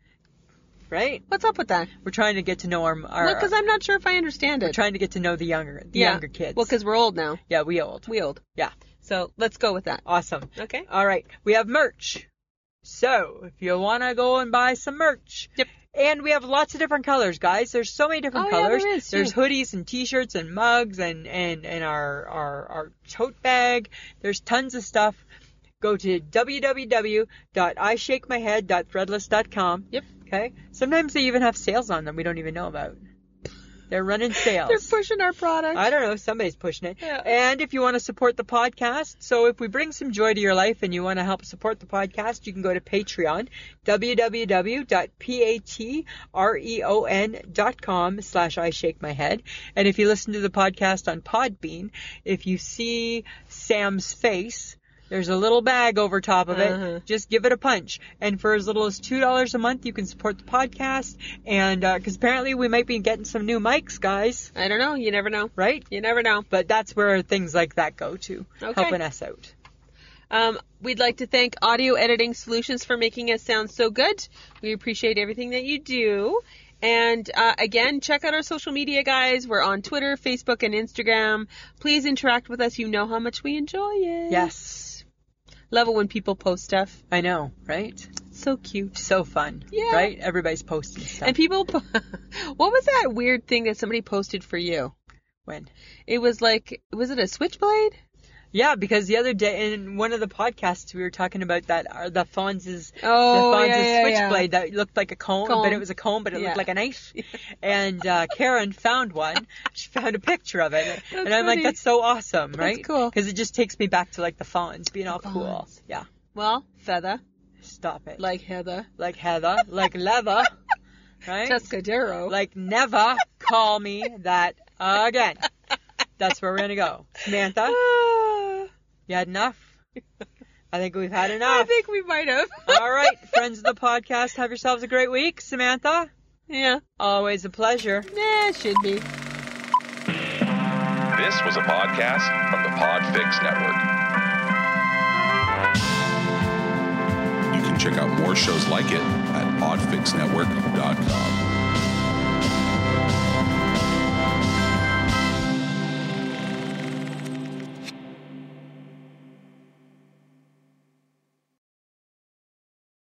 Speaker 2: Right?
Speaker 1: What's up with that?
Speaker 2: We're trying to get to know our our.
Speaker 1: Well, because I'm not sure if I understand
Speaker 2: we're
Speaker 1: it.
Speaker 2: trying to get to know the younger the
Speaker 1: Yeah.
Speaker 2: younger kids.
Speaker 1: Well, because we're old now.
Speaker 2: yeah, we old.
Speaker 1: We old.
Speaker 2: Yeah.
Speaker 1: So let's go with that.
Speaker 2: Awesome.
Speaker 1: Okay.
Speaker 2: All right, we have merch. So if you want to go and buy some merch,
Speaker 1: Yep.
Speaker 2: and we have lots of different colors, guys. There's so many different
Speaker 1: Oh, yeah,
Speaker 2: colors.
Speaker 1: there is, too.
Speaker 2: There's hoodies and t-shirts and mugs and and and our our our tote bag. There's tons of stuff. Go to www.ishakemyhead.threadless.com.
Speaker 1: Yep.
Speaker 2: Okay. Sometimes they even have sales on them we don't even know about. They're running sales.
Speaker 1: [LAUGHS] They're pushing our product.
Speaker 2: I don't know. Somebody's pushing it.
Speaker 1: Yeah.
Speaker 2: And if you want to support the podcast, so if we bring some joy to your life and you want to help support the podcast, you can go to Patreon, www.patreon.com slash I shake my head. And if you listen to the podcast on Podbean, if you see Sam's face, there's a little bag over top of it.
Speaker 1: Uh-huh.
Speaker 2: Just give it a punch. And for as little as $2 a month, you can support the podcast. And because apparently we might be getting some new mics, guys,
Speaker 1: I don't know. You never know.
Speaker 2: right?
Speaker 1: You never know.
Speaker 2: But that's where things like that go to,
Speaker 1: Okay.
Speaker 2: helping us out.
Speaker 1: Um, we'd like to thank Audio Editing Solutions for making us sound so good. We appreciate everything that you do. And uh, again, check out our social media, guys. We're on Twitter, Facebook, and Instagram. Please interact with us. You know how much we enjoy it.
Speaker 2: Yes,
Speaker 1: Love it when people post stuff.
Speaker 2: I know, right?
Speaker 1: So cute.
Speaker 2: So fun,
Speaker 1: Yeah.
Speaker 2: right? Everybody's posting stuff.
Speaker 1: And people, po- [LAUGHS] what was that weird thing that somebody posted for you?
Speaker 2: when?
Speaker 1: It was like, was it a switchblade?
Speaker 2: Yeah, because the other day in one of the podcasts we were talking about that are the Fonz's the
Speaker 1: Oh,
Speaker 2: Fonz's
Speaker 1: yeah, yeah, yeah.
Speaker 2: switchblade that looked like a comb, but
Speaker 1: Comb.
Speaker 2: it was a comb, but
Speaker 1: [LAUGHS]
Speaker 2: it
Speaker 1: Yeah.
Speaker 2: looked like a knife. And uh, Karen found one. She found a picture of it, and I'm like,
Speaker 1: funny.
Speaker 2: that's so awesome, right?
Speaker 1: cool.
Speaker 2: Because it just takes me back to like the Fonz being all cool.
Speaker 1: Fonz.
Speaker 2: Yeah.
Speaker 1: Well, feather,
Speaker 2: Stop it. Like
Speaker 1: like Heather,
Speaker 2: like Heather,
Speaker 1: [LAUGHS]
Speaker 2: like leather, right?
Speaker 1: Tuscadero.
Speaker 2: Like, never call me that again. That's where we're going to go. Samantha,
Speaker 1: Ah,
Speaker 2: you had enough? I think we've had
Speaker 1: I
Speaker 2: enough.
Speaker 1: think we might have.
Speaker 2: All right, friends of the podcast, have yourselves a great week. Samantha,
Speaker 1: Yeah.
Speaker 2: always a pleasure.
Speaker 1: Yeah, it should be.
Speaker 3: This was a podcast from the Podfix Network. You can check out more shows like it at oddfixnetwork.com.